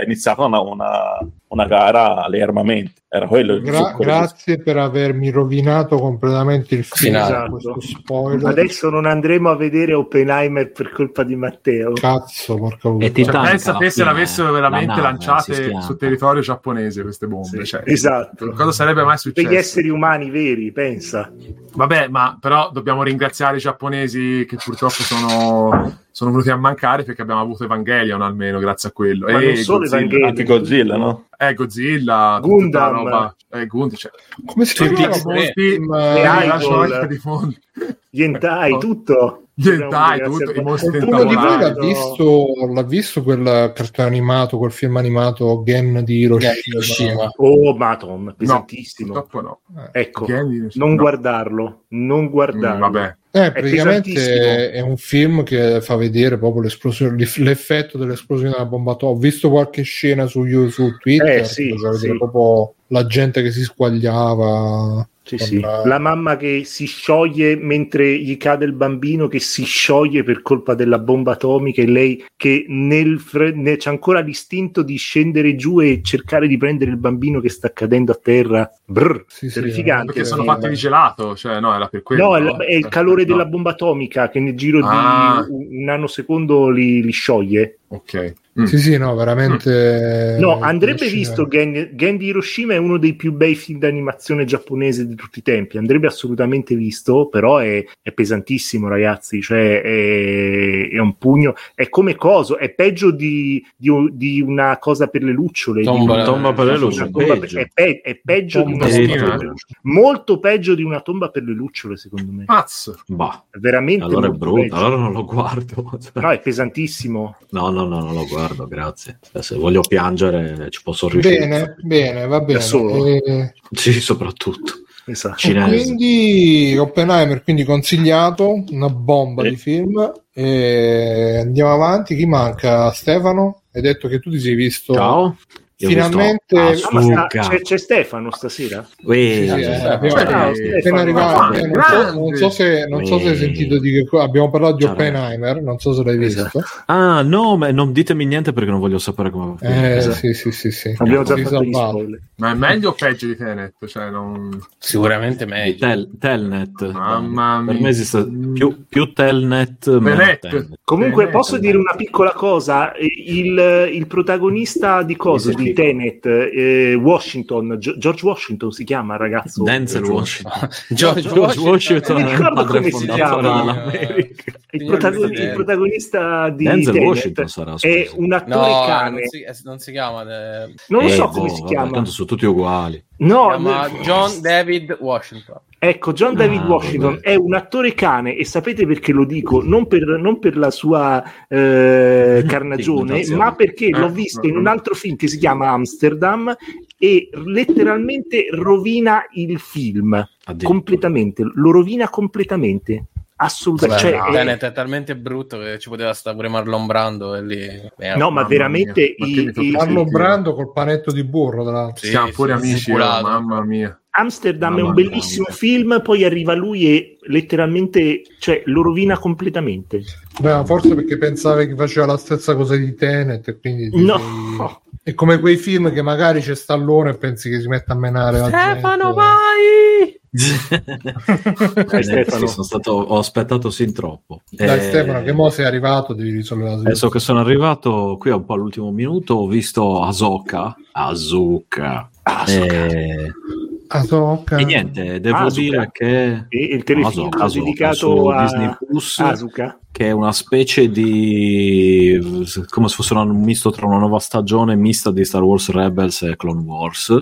è iniziata una, una- una gara agli armamenti, era quello il Gra- succo del grazie per avermi rovinato completamente il film Finale. con questo spoiler. Esatto. Adesso non andremo a vedere Oppenheimer per colpa di Matteo. Cazzo, porca E puttana. Titanic Cioè, pensa alla te se fine, l'avessero veramente la nave si lanciate schianta. sul territorio giapponese queste bombe. Sì, cioè, esatto. Cosa sarebbe mai Per successo? gli esseri umani veri, pensa. Vabbè, ma però dobbiamo ringraziare i giapponesi che purtroppo sono, sono venuti a mancare perché abbiamo avuto Evangelion almeno, grazie a quello. Ma e non solo Godzilla, Evangelion. anche Godzilla, no? Eh, Godzilla, tutta Gundam. la roba. Eh, Gundam, cioè, Come si tutti i chiama? fonti, Ma- eh, Idol. lascio anche di fondo. Gli entai, No. tutto. Gli hentai, Era un- tutto, i mostri Qualcuno di voi l'ha Tavolato. visto, l'ha visto quel cartone animato, quel film animato Gen di Hiroshima? Hiroshima. Oh, Maton, No, pesantissimo. purtroppo no. Eh. ecco, Gandhi, non no. guardarlo, non guardarlo. Mm, vabbè. Eh, praticamente pesantissimo. è un film che fa vedere proprio l'esplosione, l'eff- l'effetto dell'esplosione della bomba atomica. Ho visto qualche scena su, You- su Twitter, Eh, sì, che fa vedere sì. proprio la gente che si squagliava. Sì, sì. Guarda- La mamma che si scioglie mentre gli cade il bambino, che si scioglie per colpa della bomba atomica e lei che nel fre- ne- c'è ancora l'istinto di scendere giù e cercare di prendere il bambino che sta cadendo a terra. Brr, Sì, Mm. sì, terrificante. Perché Sì, sono sì, fatti sì. di gelato, cioè no, era per quello. eh. No, è, la- è il calore No. della bomba atomica che nel giro Ah. di un un nanosecondo li, li scioglie. Ok. Mm. Sì, sì, no, veramente. Mm. No, andrebbe Hiroshima. visto Gen, Gen di Hiroshima è uno dei più bei film d'animazione giapponese di tutti i tempi, andrebbe assolutamente visto, però è, è pesantissimo ragazzi, cioè è, è un pugno, è come coso, è peggio di, di un- di una cosa per le lucciole. di Tomba- una- Tomba per le una lucciole, tomba peggio. per- è, pe- è peggio di Tomba una sì, tomba per le eh. lucciole. molto peggio di una tomba per le lucciole secondo me, Pazzo. Bah, È veramente allora è molto brutto, peggio. allora non lo guardo. cioè, No, è pesantissimo. No, no, no, non lo guardo, grazie. Cioè, Se voglio piangere ci posso riuscire. Bene, bene, va bene. solo. E- Sì, soprattutto. Esatto. Ci- Cinese. Quindi Oppenheimer, quindi consigliato, una bomba Sì. di film. E andiamo avanti. Chi manca? Stefano? Hai detto che tu ti sei visto. Ciao. Io ho Finalmente- visto Ah, ma sta- Asuka. c'è, c'è Stefano stasera? Uè, Sì, sì, eh, abbiamo- Ciao, appena Stefano. Stefano, arrivato, ma- eh, non, so, grande. non so se, non so se hai Sì. sentito di che co- abbiamo parlato di Ciao, Oppenheimer, non so se l'hai visto. Esatto. Ah, no, ma non ditemi niente perché non voglio sapere come va. a finire. Eh, Esatto. sì, sì, sì, sì. Abbiamo già Sì, fatto gli salvato. spoiler. Ma è meglio o peggio di Tenet? Cioè, non... Sicuramente meglio. Tel- telnet. Mamma Per mia. me esiste più, più Telnet. meno Tenet. Telnet. Comunque Tenet. posso dire una piccola cosa, Eh, il, il protagonista di cosa? Sì, sì, Di sì. Tenet, eh, Washington, Gio- George Washington si chiama il ragazzo. Denzel George- Washington. George, George Washington Non mi è il ricordo padre come si fondatore chiama. dell'America. Il, Signor protagon- il Presidente. protagonista di Denzel Tenet Washington sarà, scusa. è un attore No, cane, non si, non si chiama. eh, non lo Eh, so boh, come si vabbè, chiama. Tanto sono tutti uguali. No, si chiama no. John David Washington. Ecco, John David Ah, Washington vabbè. è un attore cane e sapete perché lo dico? Non per, non per la sua eh, carnagione, Imitazione. ma perché l'ho Eh, visto no, mm, in un no. altro film che si chiama Amsterdam e letteralmente rovina il film Addirittura. completamente, lo rovina completamente. Assolutamente. Cioè, Cioè, è- Tenet è talmente brutto che ci poteva stare pure Marlon Brando e lì. eh, no, ma Mamma veramente mia. Ma i- che mi tocca i- sentire. Marlon Brando col panetto di burro, tra l'altro. sì, Siamo sì, pure amici, oh, sicurato. mamma mia. Amsterdam è Mamma un mia. bellissimo film, poi arriva lui e letteralmente cioè, lo rovina completamente. Beh, ma forse perché pensava che faceva la stessa cosa di Tenet, e quindi ti No. sei- è come quei film che magari c'è Stallone e pensi che si metta a menare. la Stefano, gente. vai! Eh, Stefano. sì, sono stato- ho aspettato sin troppo. Dai, Eh, Stefano, che mo sei arrivato, devi risolvere la Adesso situazione. che sono arrivato qui un po' all'ultimo minuto, ho visto Asoka. Asoka. Eh, Ah, so, ok. E niente, eh, devo Asuka. dire che... E il telefilm Asoka, Asoka, dedicato su a Disney Plus. Asuka. che è una specie di come se fosse una- un misto tra una nuova stagione mista di Star Wars Rebels e Clone Wars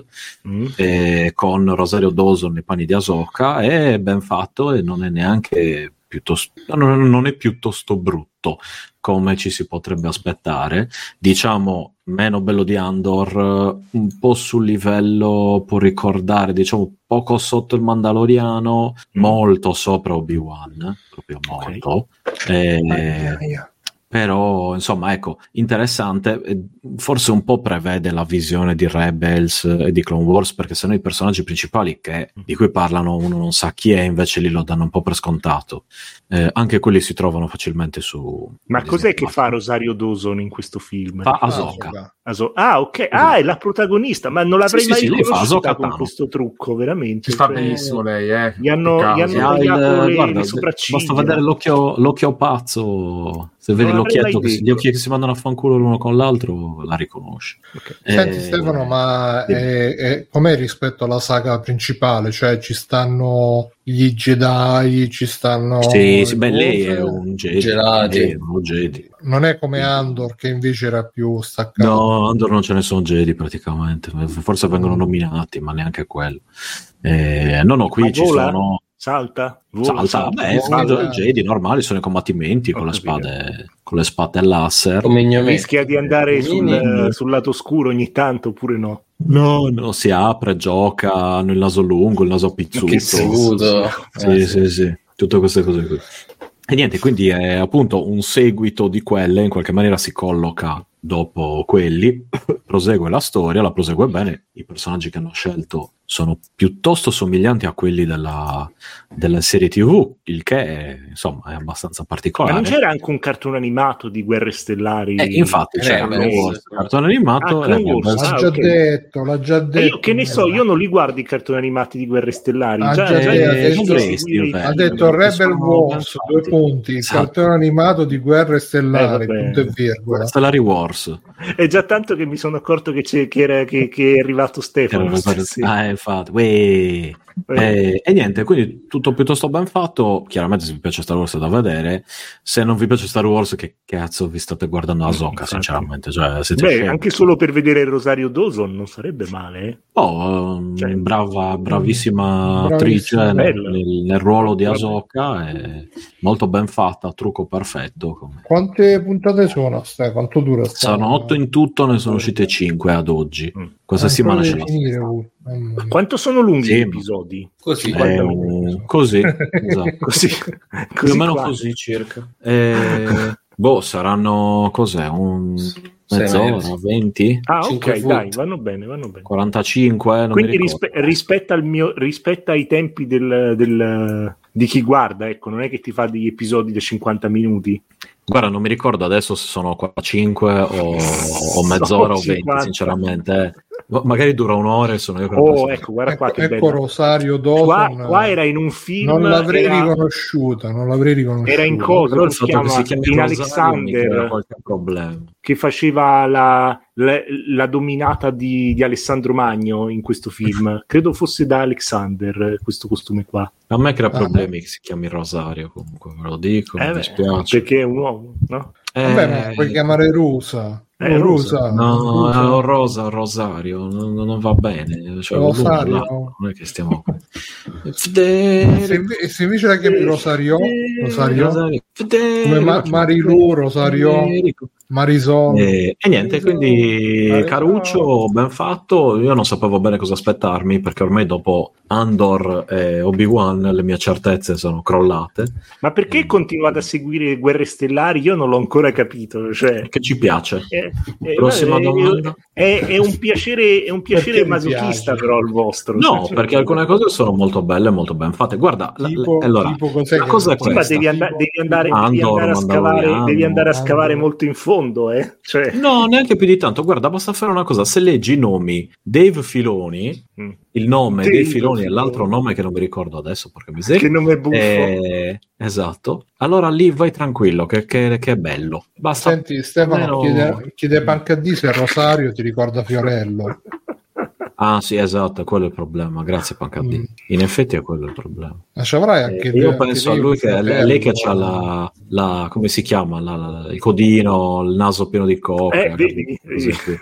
eh, con Rosario Dawson nei panni di Ahsoka è ben fatto e non è neanche piuttosto non non è piuttosto brutto come ci si potrebbe aspettare diciamo meno bello di Andor eh, un po' sul livello può ricordare diciamo poco sotto il Mandaloriano molto sopra Obi-Wan proprio molto Ok. eh, Ai, ai, ai. Però, insomma, ecco, interessante, eh, forse un po' prevede la visione di Rebels e di Clone Wars, perché se no i personaggi principali che, di cui parlano uno non sa chi è, invece lì lo danno un po' per scontato. Eh, anche quelli si trovano facilmente su... Ma su cos'è Disney che Plus. fa Ah, Rosario Dawson in questo film? Fa Ahsoka. Aso- ah, ok, ah, è la protagonista, ma non l'avrei Sì, mai sì, sì, lei fa riconosciuta Ahsoka con Tano. questo trucco, veramente. Ci sta Cioè, benissimo lei, eh. gli hanno- Peccato. gli hanno- Sì, ha tagliato il- le- guarda, le sopracciglia. Basta vedere l'occhio, l'occhio pazzo. Se vedi Non l'avrei l'occhietto, mai che si- gli detto. occhi che si mandano a fanculo l'uno con l'altro, la riconosci. Ok. Eh, Senti Stefano, ma sì. eh, eh, com'è rispetto alla saga principale? Cioè ci stanno gli Jedi, ci stanno... Sì, sì, beh, i lei è Wolf? un Jedi. Gelati. Lei è un Jedi. Non è come Andor che invece era più staccato. No, Andor non ce ne sono Jedi praticamente. Forse Mm. vengono nominati, ma neanche quello. Eh, no, no, qui Ma ci vola? sono. Salta, vola, Salta, beh, vola. sono i Jedi normali, sono i combattimenti Ho con le capito. spade, con le spade laser. Come gnometti. rischia di andare sul, Mini. sul lato oscuro ogni tanto oppure no. No, no, si apre, gioca, hanno il naso lungo, il naso pizzuto. Che saluto. Sì, sì, sì, tutte queste cose qui. Eh, E niente, quindi è appunto un seguito di quelle, in qualche maniera si colloca dopo quelli, prosegue la storia, la prosegue bene, i personaggi che hanno scelto sono piuttosto somiglianti a quelli della, della serie TV, il che è, insomma è abbastanza Ma particolare. non c'era anche un cartone animato di Guerre Stellari? Eh, infatti, c'è Rebels. Clone Wars, cartone animato Ah, e Clone Wars, Rebels. L'ha ah, già ok. detto, l'ha già detto. Eh, io che ne so, io non li guardo i cartoni animati di Guerre Stellari. Ah, già, già, già eh, inizio non a dovresti, seguire- vabbè. Ha detto perché Rebel Eh, sono Wars, ben due fatti. punti, il Esatto. cartone animato di guerre stellari, Eh, vabbè. punto e virgola. Stellari Wars. È già tanto che mi sono accorto che, c'è- che era- che- che è arrivato Stefano. Sì. Ah, infatti. uè. Eh, Eh, e niente, quindi tutto piuttosto ben fatto. Chiaramente, se vi piace Star Wars è da vedere. Se non vi piace Star Wars, che cazzo vi state guardando la zocca, Infatti. sinceramente. Cioè, siete Esatto. Beh, scemi. anche solo per vedere Rosario Dawson non sarebbe male. eh. Oh, ehm, Cioè, brava, bravissima bravissima, attrice nel, bella. nel- nel ruolo di Vabbè. Asoka, è molto ben fatta, trucco perfetto. come- Quante puntate sono? Stai, quanto dura? sta- Sono otto in tutto, ne sono uscite cinque ad oggi. Mm. Questa Ancora settimana devi ce la finire, uh, mamma mia. Quanto sono lunghi Sì, gli ma- episodi? Così. Eh, Eh, un- così, esatto. Così, più o così meno qua. così circa. Eh, boh, saranno cos'è? Un Sei mezz'ora, mesi. 20, Ah, ok, Cinque dai, foot. vanno bene, vanno bene. 45, non Quindi mi ricordo. rispe- rispetta, al mio- rispetta ai tempi del- del- di chi guarda, ecco, non è che ti fa degli episodi da 50 minuti. Guarda, non mi ricordo adesso se sono qua 5 o, o mezz'ora o 20, 50. sinceramente. eh. Ma- Magari dura un'ora e sono io che non Oh, posso- ecco, guarda Ecco, qua che ecco bello. Rosario Qua, Dawson. qua era in un film, non l'avrei era, riconosciuta, non l'avrei riconosciuta. era in cosa, Però come il si fatto chiama? che si chiami in Rosario mi crea Alexander, qualche problema. che faceva la, la- la dominata di, di Alessandro Magno in questo film. Credo fosse da Alexander eh, questo costume qua. A me crea Ah, problemi che si chiami Rosario, comunque ve lo dico, Eh mi beh, dispiace. perché è un uomo, no? Eh, Vabbè, ma puoi chiamare Rusa. Eh, Rusa. No, Rusa. è un rosa, un rosario, non, non va bene. Cioè, Rosario. l'uno, l'altro, non è che stiamo... Fedele- Se, inve- se invece la Eh, chiami Rosario, Rosario Rosario. Fedele- come Ma- Marilu, Rosario, Marisol, Eh, e niente, quindi Rosario. Caruccio, ben fatto. Io non sapevo bene cosa aspettarmi perché ormai dopo Andor e Obi-Wan le mie certezze sono crollate. Ma perché Eh. continuate a seguire Guerre Stellari? Io non l'ho ancora capito. Cioè, Che ci piace. Eh, eh, Prossima vabbè, domanda. È, è un piacere, è un piacere Perché mi masochista, piace? però, il vostro. No, Cioè, perché alcune cose sono molto belle, molto ben fatte. Guarda, la- tipo, la- allora, tipo cos'è la che- cosa è Sì, ma questa. cioè, devi, andare- devi andare, devi Andor, andare a scavare, Mandaloriano, devi andare a scavare Andor. molto in fondo, eh? Cioè, No, neanche più di tanto. Guarda, basta fare una cosa: se leggi i nomi Dave Filoni, mm. il nome Dave dei Filoni e Filoni. l'altro nome che non mi ricordo adesso, perché mi che sembra. nome buffo. Eh. esatto. Allora lì vai tranquillo, che, che- che è bello. Basta. Senti Stefano almeno- chiede, chiede panca di se Rosario ti ricorda Fiorello. Ah, sì, esatto, quello è il problema. Grazie, Pancadì. Mm. In effetti è quello il problema. Ma ci avrai anche Eh, te- io anche penso a te lui un che è fratello. lei che ha la, la- come si chiama La- la- il codino, il naso pieno di coca. Eh, vedi, cose vedi. qui.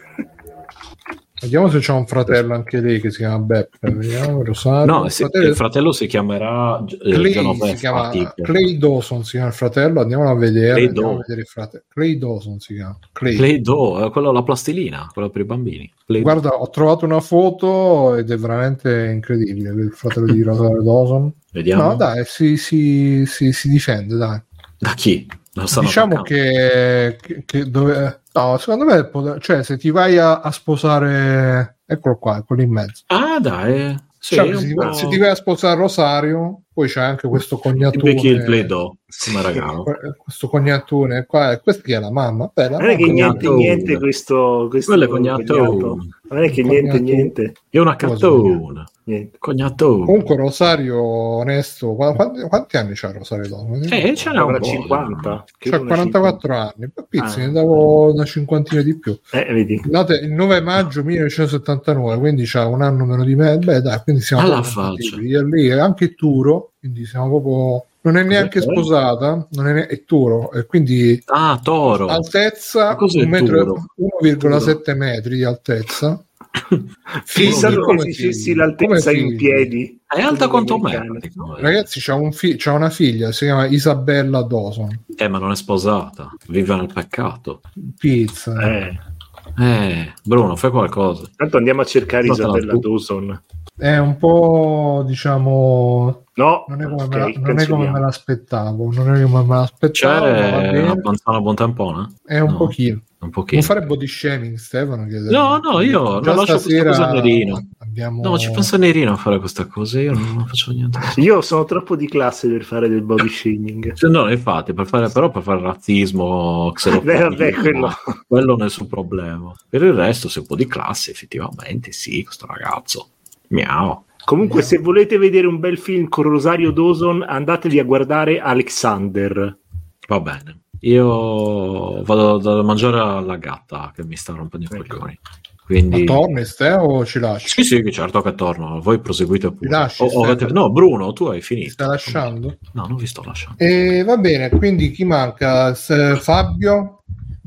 Vediamo se c'è un fratello anche lei che si chiama Beppe. Vediamo Rosario. No, Il se- Ah, fratello- il fratello si chiamerà eh, Clay, Genoveffa, si chiama, tipo. Clay Dawson si chiama il fratello, andiamolo a vedere. Clay andiamo a Dawson. vedere il fratello. Clay Dawson si chiama. Clay. Play-Doh, eh, quello la plastilina, quello per i bambini. Play-Doh. Guarda, ho trovato una foto ed è veramente incredibile il fratello di Rosario Dawson. Vediamo. No, dai, si, si- si- si difende, dai. Da chi? Lo stanno diciamo attaccando. che, che- che dove- no, secondo me, pot- cioè, se ti vai a, a sposare, eccolo qua, è quello in mezzo. Ah, dai. Sì, Cioè, è un se, ti- po'- se ti vai a sposare Rosario, poi c'è anche questo ti cognatone. becchi il play doh come regalo. que- questo cognatone qua, e questa chi è la mamma? Beh, la Non è che mamma- niente, Cognato. niente questo, questo Quello è cognato. Non è che niente, Cognato. niente, È una Cosa? cattona. niente. Cognato. Comunque Rosario, onesto, qua- quanti, quanti anni c'ha Rosario Domo? Eh, ce n'ha un Avrà po'. 50. C'ha Credo una 44 anni, Beh, Ah. pizzi, ne davo una cinquantina di più. 50. Eh, vedi. Guardate, il 9 maggio 1979, quindi c'ha un anno meno di me. Beh, dai, quindi siamo Alla proprio faccia. compatibili. Io lì è anche Turo, quindi siamo proprio. Non è neanche Cos'è? sposata, non è, ne- è Turo, e quindi Ah, toro. altezza Ma cos'è un metro- Turo? 1,7 metri di altezza. Fissalo Come come figlio? se fissi l'altezza Come in figlio? piedi. È alta quanto me. eh. Americano. praticamente. Ragazzi, c'ha, un fi- c'ha una figlia, si chiama Isabella Dawson. Eh, ma non è sposata. Vive nel peccato. Pizza. Eh, Eh, Bruno, fai qualcosa. tanto andiamo a cercare No, Isabella no, tu- Dawson. È un po', diciamo, No, non è come, ok, me, la- non è come cancelliamo. me l'aspettavo. Non è come me C'è l'aspettavo. ma va bene. una panzana buon tampone? È un Cioè, No. pochino. Un pochino. Non fare body shaming, Stefano. che- No, no, io non Già lascio questo stasera cosanerino. Abbiamo... No, ci pensa Nerino a fare questa cosa, io non, non faccio niente. Io sono troppo di classe per fare del body shaming. Cioè, No, infatti, per fare, però per fare razzismo, Beh, xenofobia, vabbè, quello. quello nessun problema. Per il resto, se un po' di classe, effettivamente, sì, questo ragazzo. Miau. Comunque, se volete vedere un bel film con Rosario Dawson, andatevi a guardare Alexander. Va bene. Io vado da mangiare alla gatta che mi sta rompendo i Ecco. coglioni. Quindi... Ma torni, Ste, o ci lasci? Sì, sì, certo che torno. Voi proseguite pure. Mi lasci, O- o- Stefano? No, Bruno, tu hai Ti finito. sta lasciando? Eh. No, non vi sto lasciando. E va bene, quindi chi manca? S- Fabio?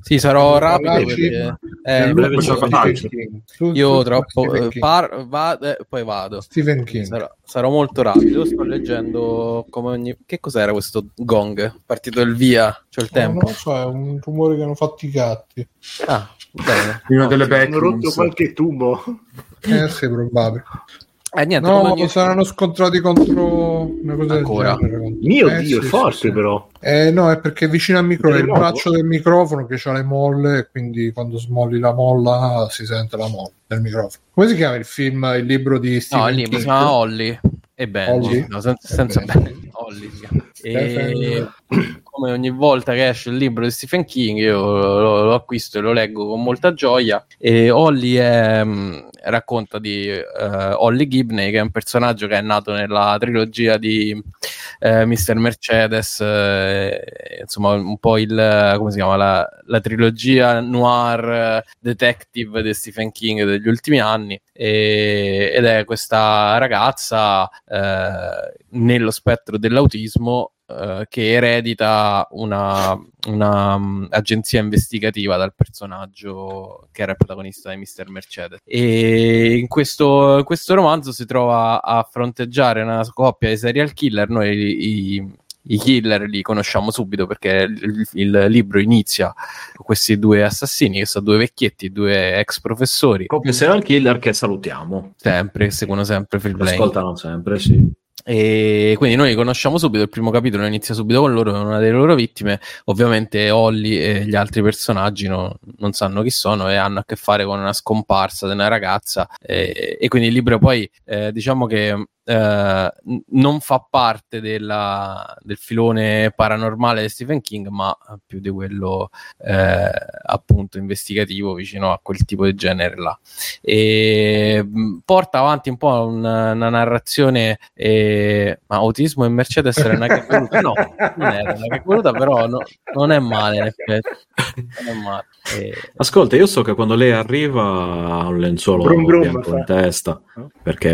Sì, sarò rapido. Parlaci? perché- eh, Gianluca, breve Stephen giocapace. King. Tu- io tu- troppo Stephen eh, King. par- vado, eh, poi vado. Stephen King. Sarò, sarò molto rapido. Sto leggendo come ogni. Che cos'era questo gong? Partito il via. C'ho il No, non Eh, tempo. lo so, è un rumore che hanno fatto i gatti. Ah, bene. Una delle Hanno rotto backrooms. qualche tubo. Eh sì, probabile. Eh, Mm. niente, come No, ogni- saranno scontrati contro una cosa Ancora? del genere. Mio Eh, Dio, è sì, sì, forte, sì. però. Eh, no, è perché vicino al microfono è il Terremoto? braccio del microfono che ha le molle, e quindi quando smolli la molla si sente la molla del microfono. Come si chiama il film, il libro di Stephen No, lì mi King? si chiama Olly e Benji, Holly? no, sen- E senza Benji. Benji, Holly si Stephen- chiama. E come ogni volta che esce il libro di Stephen King io lo, lo acquisto e lo leggo con molta gioia e Holly è, mh, racconta di eh, Holly Gibney che è un personaggio che è nato nella trilogia di eh, Mr. Mercedes eh, insomma un po' il come si chiama la, la trilogia noir eh, detective di Stephen King degli ultimi anni e- ed è questa ragazza eh, nello spettro dell'autismo eh, che eredita una, una, mm, agenzia investigativa dal personaggio che era il protagonista di Mr. Mercedes e in questo, in questo romanzo si trova a fronteggiare una coppia di serial killer noi i- i killer li conosciamo subito perché il- il libro inizia con questi due assassini che sono due vecchietti, due ex professori, Proprio serial killer che salutiamo. sempre, che seguono sempre Phil Lo Blaine. ascoltano sempre, sì. E quindi noi li conosciamo subito, il primo capitolo inizia subito con loro, una delle loro vittime. Ovviamente Holly e gli altri personaggi no- non sanno chi sono e hanno a che fare con una scomparsa di una ragazza. E, e quindi il libro poi eh, diciamo che eh, n- non fa parte della- del filone paranormale di Stephen King, ma più di quello eh, appunto investigativo vicino a quel tipo di genere là e mh, porta avanti un po' una, una narrazione eh, ma autismo e Mercedes era una che voluta no, non era una che voluta però no- non è male in effetti non è male Eh, Ascolta, io so che quando lei arriva ha un lenzuolo Brum brum, bianco fa. in testa No? perché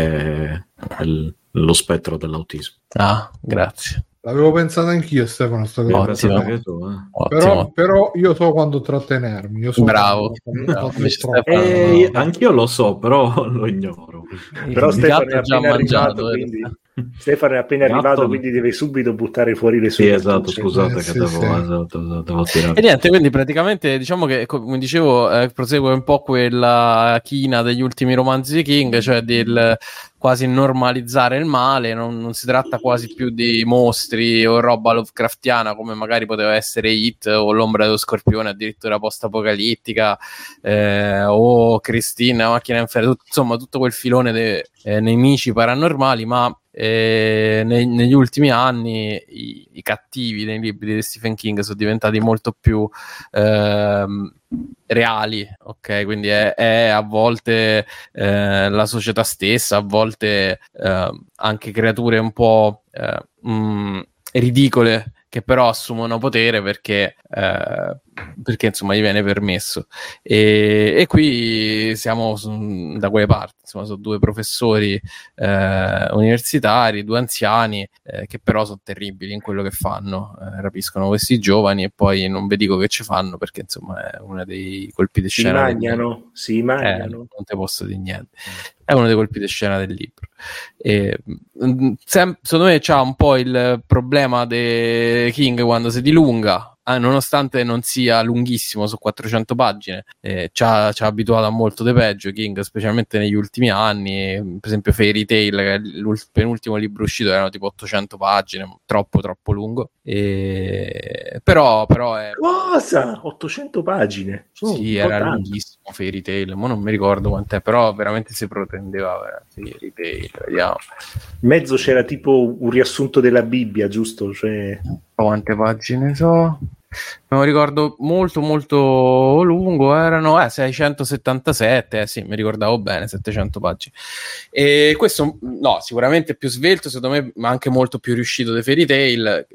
è l- lo spettro dell'autismo. ah, grazie L'avevo pensato anch'io, Stefano. sta cosa. Io Ottimo. pensavo anche tu, eh. Però, ottimo però io so quando trattenermi. Io so Bravo. quando- Bravo, quando invece troppo. Stefano- Eh, io- anch'io Ah, lo so, però lo ignoro. Però Il Stefano è gatto ha già appena mangiato, arrivato, eh. quindi Stefano è appena Gatto- arrivato, quindi deve subito buttare fuori le sue. Sì, esatto, astuzie. scusate Eh, che sì, devo, sì. esatto, esatto, devo tirare. E niente, quindi praticamente diciamo che, co- come dicevo, eh, prosegue un po' quella china degli ultimi romanzi di King, cioè del quasi normalizzare il male, non, non si tratta quasi più di mostri o roba Lovecraftiana come magari poteva essere Hit o L'ombra dello scorpione, addirittura post-apocalittica, eh, o Cristina, Macchina Inferno, tut- insomma tutto quel filone dei eh, nemici paranormali, ma eh, ne- negli ultimi anni i, i cattivi nei libri di Stephen King sono diventati molto più ehm, reali, ok? Quindi è, è a volte eh, la società stessa, a volte eh, anche creature un po' eh, mh, ridicole che però assumono potere perché, eh, perché insomma gli viene permesso. E, e qui siamo su- da quelle parti, insomma, sono due professori eh, universitari, due anziani eh, che però sono terribili in quello che fanno, eh, rapiscono questi giovani e poi non vi dico che ci fanno perché insomma è uno dei colpi di Si scena. del- magnano, si eh, magnano. non ti posso dire niente. È uno dei colpi di scena del libro. E, mm, sem- secondo me c'ha un po' il problema di King quando si dilunga, ah, nonostante non sia lunghissimo, su 400 pagine, eh, ci ha ci ha abituato a molto di peggio King, specialmente negli ultimi anni. Per esempio Fairy Tail, che è il penultimo libro uscito, erano tipo 800 pagine, troppo troppo lungo. E... Però, però è... Cosa? 800 pagine. Sono Sì, un po' era tanto. lunghissimo Fairy Tail, ma non mi ricordo quant'è, però veramente si protendeva eh, Fairy Tail, vediamo In mezzo c'era tipo un riassunto della Bibbia, giusto? Cioè, quante pagine so. Me lo ricordo molto molto lungo, erano eh, 677, eh, sì, mi ricordavo bene, 700 pagine. E questo no, sicuramente più svelto, secondo me, ma anche molto più riuscito dei Fairy Tail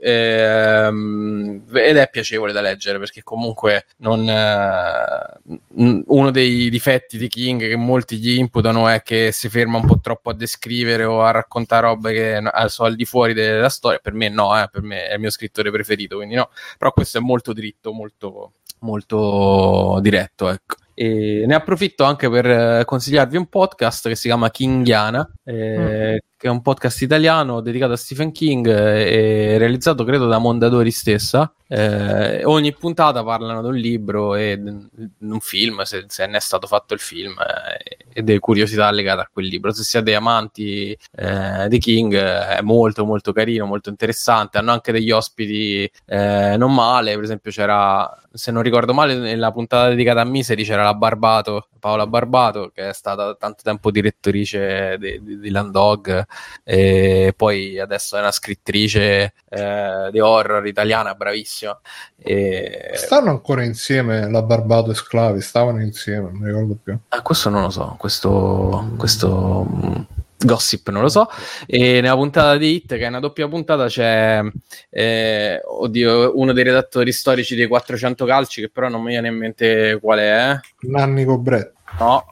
ehm, ed è piacevole da leggere perché comunque non, eh, mh, uno dei difetti di King che molti gli imputano è che si ferma un po' troppo a descrivere o a raccontare robe che eh, sono al di fuori della storia, per me no, eh, per me è il mio scrittore preferito, quindi no, però questo è molto dritto, molto molto diretto, ecco. E ne approfitto anche per eh, consigliarvi un podcast che si chiama Kingiana, eh, che è un podcast italiano dedicato a Stephen King eh, e realizzato credo da Mondadori stessa. Eh, ogni puntata parlano di un libro e di un film, se, se ne è stato fatto il film, eh, e delle curiosità legate a quel libro. Se siete amanti eh, di King eh, è molto molto carino, molto interessante. Hanno anche degli ospiti eh, non male, per esempio c'era, se non ricordo male, nella puntata dedicata a Miseri c'era la Barbato, Paola Barbato, che è stata tanto tempo direttrice di, di, di Landog e poi adesso è una scrittrice eh, di horror italiana, bravissima. E... Stanno ancora insieme la Barbato e Sclavi, stavano insieme, non mi ricordo più. Ah, questo non lo so, questo, questo, mh, gossip non lo so. E nella puntata di Hit, che è una doppia puntata, c'è eh, oddio, uno dei redattori storici dei 400 calci, che però non mi viene in mente qual è. eh. Nanni Cobretti, No,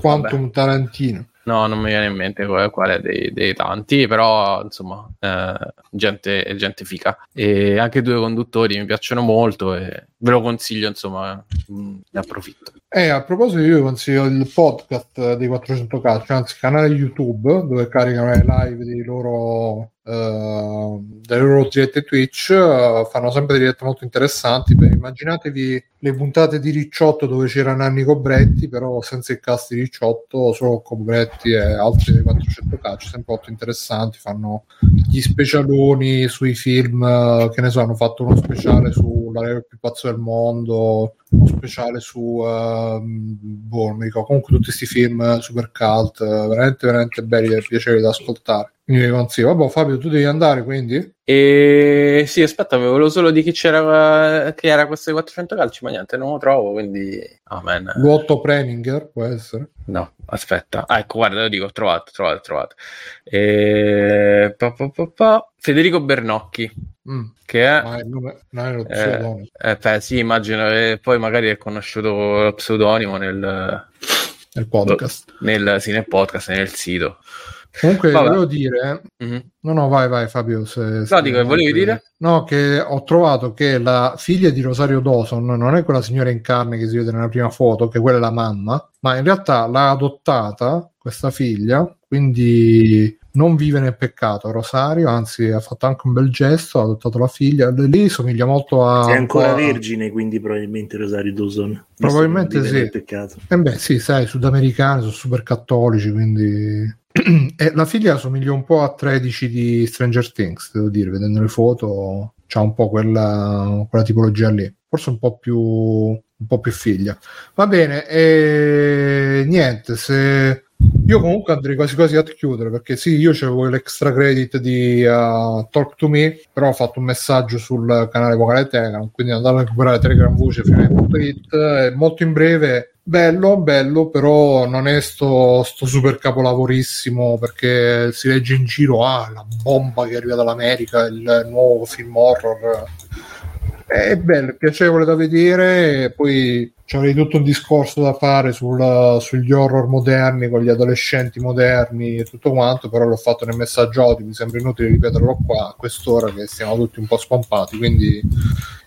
Quantum Tarantino. no, non mi viene in mente qual qual è dei, dei tanti, però insomma, eh, gente, gente fica. E anche i due conduttori mi piacciono molto e ve lo consiglio, insomma, mh, ne approfitto. E Eh, a proposito, io vi consiglio il podcast eh, dei 400 calcio, anzi, canale YouTube dove caricano le live dei loro, eh, delle loro dirette Twitch. eh, fanno sempre dirette molto interessanti. Beh, immaginatevi le puntate di Ricciotto dove c'era Nanni Cobretti, però senza il cast di Ricciotto, solo Cobretti e altri dei 400 calcio, sempre molto interessanti. Fanno gli specialoni sui film, eh, che ne so, hanno fatto uno speciale sull'aereo più pazzo del mondo, uno speciale su ehm, boh, non mi ricordo, comunque tutti questi film eh, super cult, eh, veramente veramente belli e piacevoli da ascoltare. Quindi vi consiglio. Vabbè Fabio, tu devi andare quindi? E sì, aspetta, volevo solo di chi c'era che era questo dei 400 calci, ma niente, non lo trovo, quindi amen. L'otto Preminger può essere. No, aspetta. Ah, ecco, guarda, lo dico, ho trovato, ho trovato, ho trovato. E... pa, pa, pa, pa. Federico Bernocchi, Mm. che è Ma è il nome- non è lo pseudonimo. eh, eh, beh, sì, immagino che poi magari è conosciuto lo pseudonimo nel, nel podcast. nel, sì, nel podcast, nel sito. Comunque Vabbè. volevo dire, eh, Mhm. no no vai vai Fabio. Se, se- No, dico, volevi dire? No, che ho trovato che la figlia di Rosario Dawson non è quella signora in carne che si vede nella prima foto, che quella è la mamma, ma in realtà l'ha adottata questa figlia, quindi non vive nel peccato Rosario, anzi ha fatto anche un bel gesto, ha adottato la figlia, lì somiglia molto a... È ancora a- vergine, quindi probabilmente Rosario Dawson. visto che Probabilmente non vive sì. nel Peccato. Eh beh, sì, sai, sudamericani sono super cattolici, quindi... e la figlia somiglia un po' a 13 di Stranger Things, devo dire, vedendo le foto c'ha un po' quella, quella tipologia lì, forse un po' più, un po' più figlia. Va bene, e niente, se... Io comunque andrei quasi quasi a chiudere perché sì, io c'avevo l'extra credit di uh, Talk to Me, però ho fatto un messaggio sul canale vocale Telegram, quindi andate a recuperare Telegram Voce Fiume.it, eh, molto in breve. Bello, bello, però non è sto, sto super capolavorissimo perché si legge in giro ah, la bomba che arriva dall'America, il nuovo film horror Eh, è bello, è piacevole da vedere. e Poi c'avrei tutto un discorso da fare sul- sugli horror moderni con gli adolescenti moderni e tutto quanto, però l'ho fatto nel messaggio audio, mi sembra inutile ripeterlo qua a quest'ora che siamo tutti un po' spompati. Quindi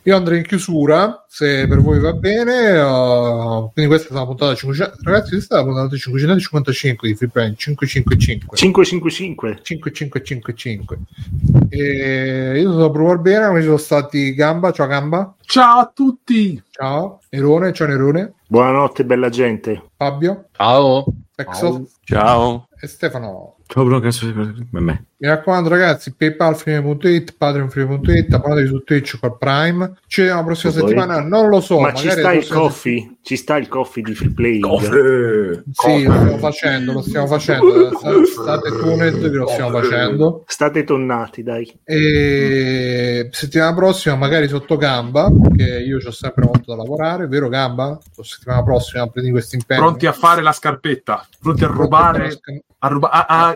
io andrei in chiusura, se per voi va bene. uh, quindi questa è stata la puntata 500, ragazzi, questa è la puntata 555 di Free Plan 555. 555. 5555 e io sono Bru Barbera noi sono stati Gamba ciao Gamba Ciao a tutti! ciao Nerone ciao Nerone Buonanotte, bella gente. Fabio Ciao. Exos Ciao. e Stefano Ciao, Bruno, cazzo, per me. mi raccomando ragazzi paypalframe.it patreonframe.it abbonatevi su Twitch col Prime ci vediamo la prossima Poi- settimana non lo so Ma Oh, magari ci sta la il prossima coffee? Ci sta il coffee di free play? Cofre! se- sì lo stiamo facendo lo stiamo facendo Sta- state tuned che lo stiamo facendo State tonnati, dai. e settimana prossima magari sotto gamba perché io ho sempre molto da lavorare vero gamba? settimana prossima prendi questo impegno Pronti a fare la scarpetta, pronti a rubare, a, ruba- a- a-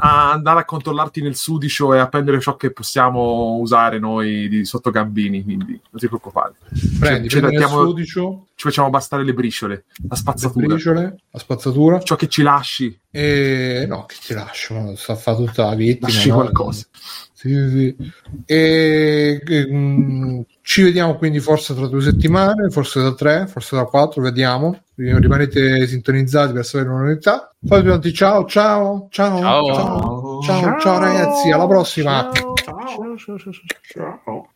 a andare a controllarti nel sudicio e a prendere ciò che possiamo usare noi di sottogambini, quindi non ti preoccupare. prendi, ci prendi il trattiamo- sudicio Ci facciamo bastare le briciole, la le spazzatura, Cioè, briciole, la spazzatura ciò che ci lasci, e no che ti lascio ma sta a fare tutta la vittima lasci no? qualcosa. Sì, sì, sì. E, che, mm, ci vediamo quindi forse tra due settimane, forse da tre, forse da quattro, vediamo. Rimanete sintonizzati per sapere le novità. Fate tanti ciao, ciao, ciao, Ciao. ciao, ciao, ciao ragazzi, alla prossima. Ciao, ciao, ciao, ciao, ciao.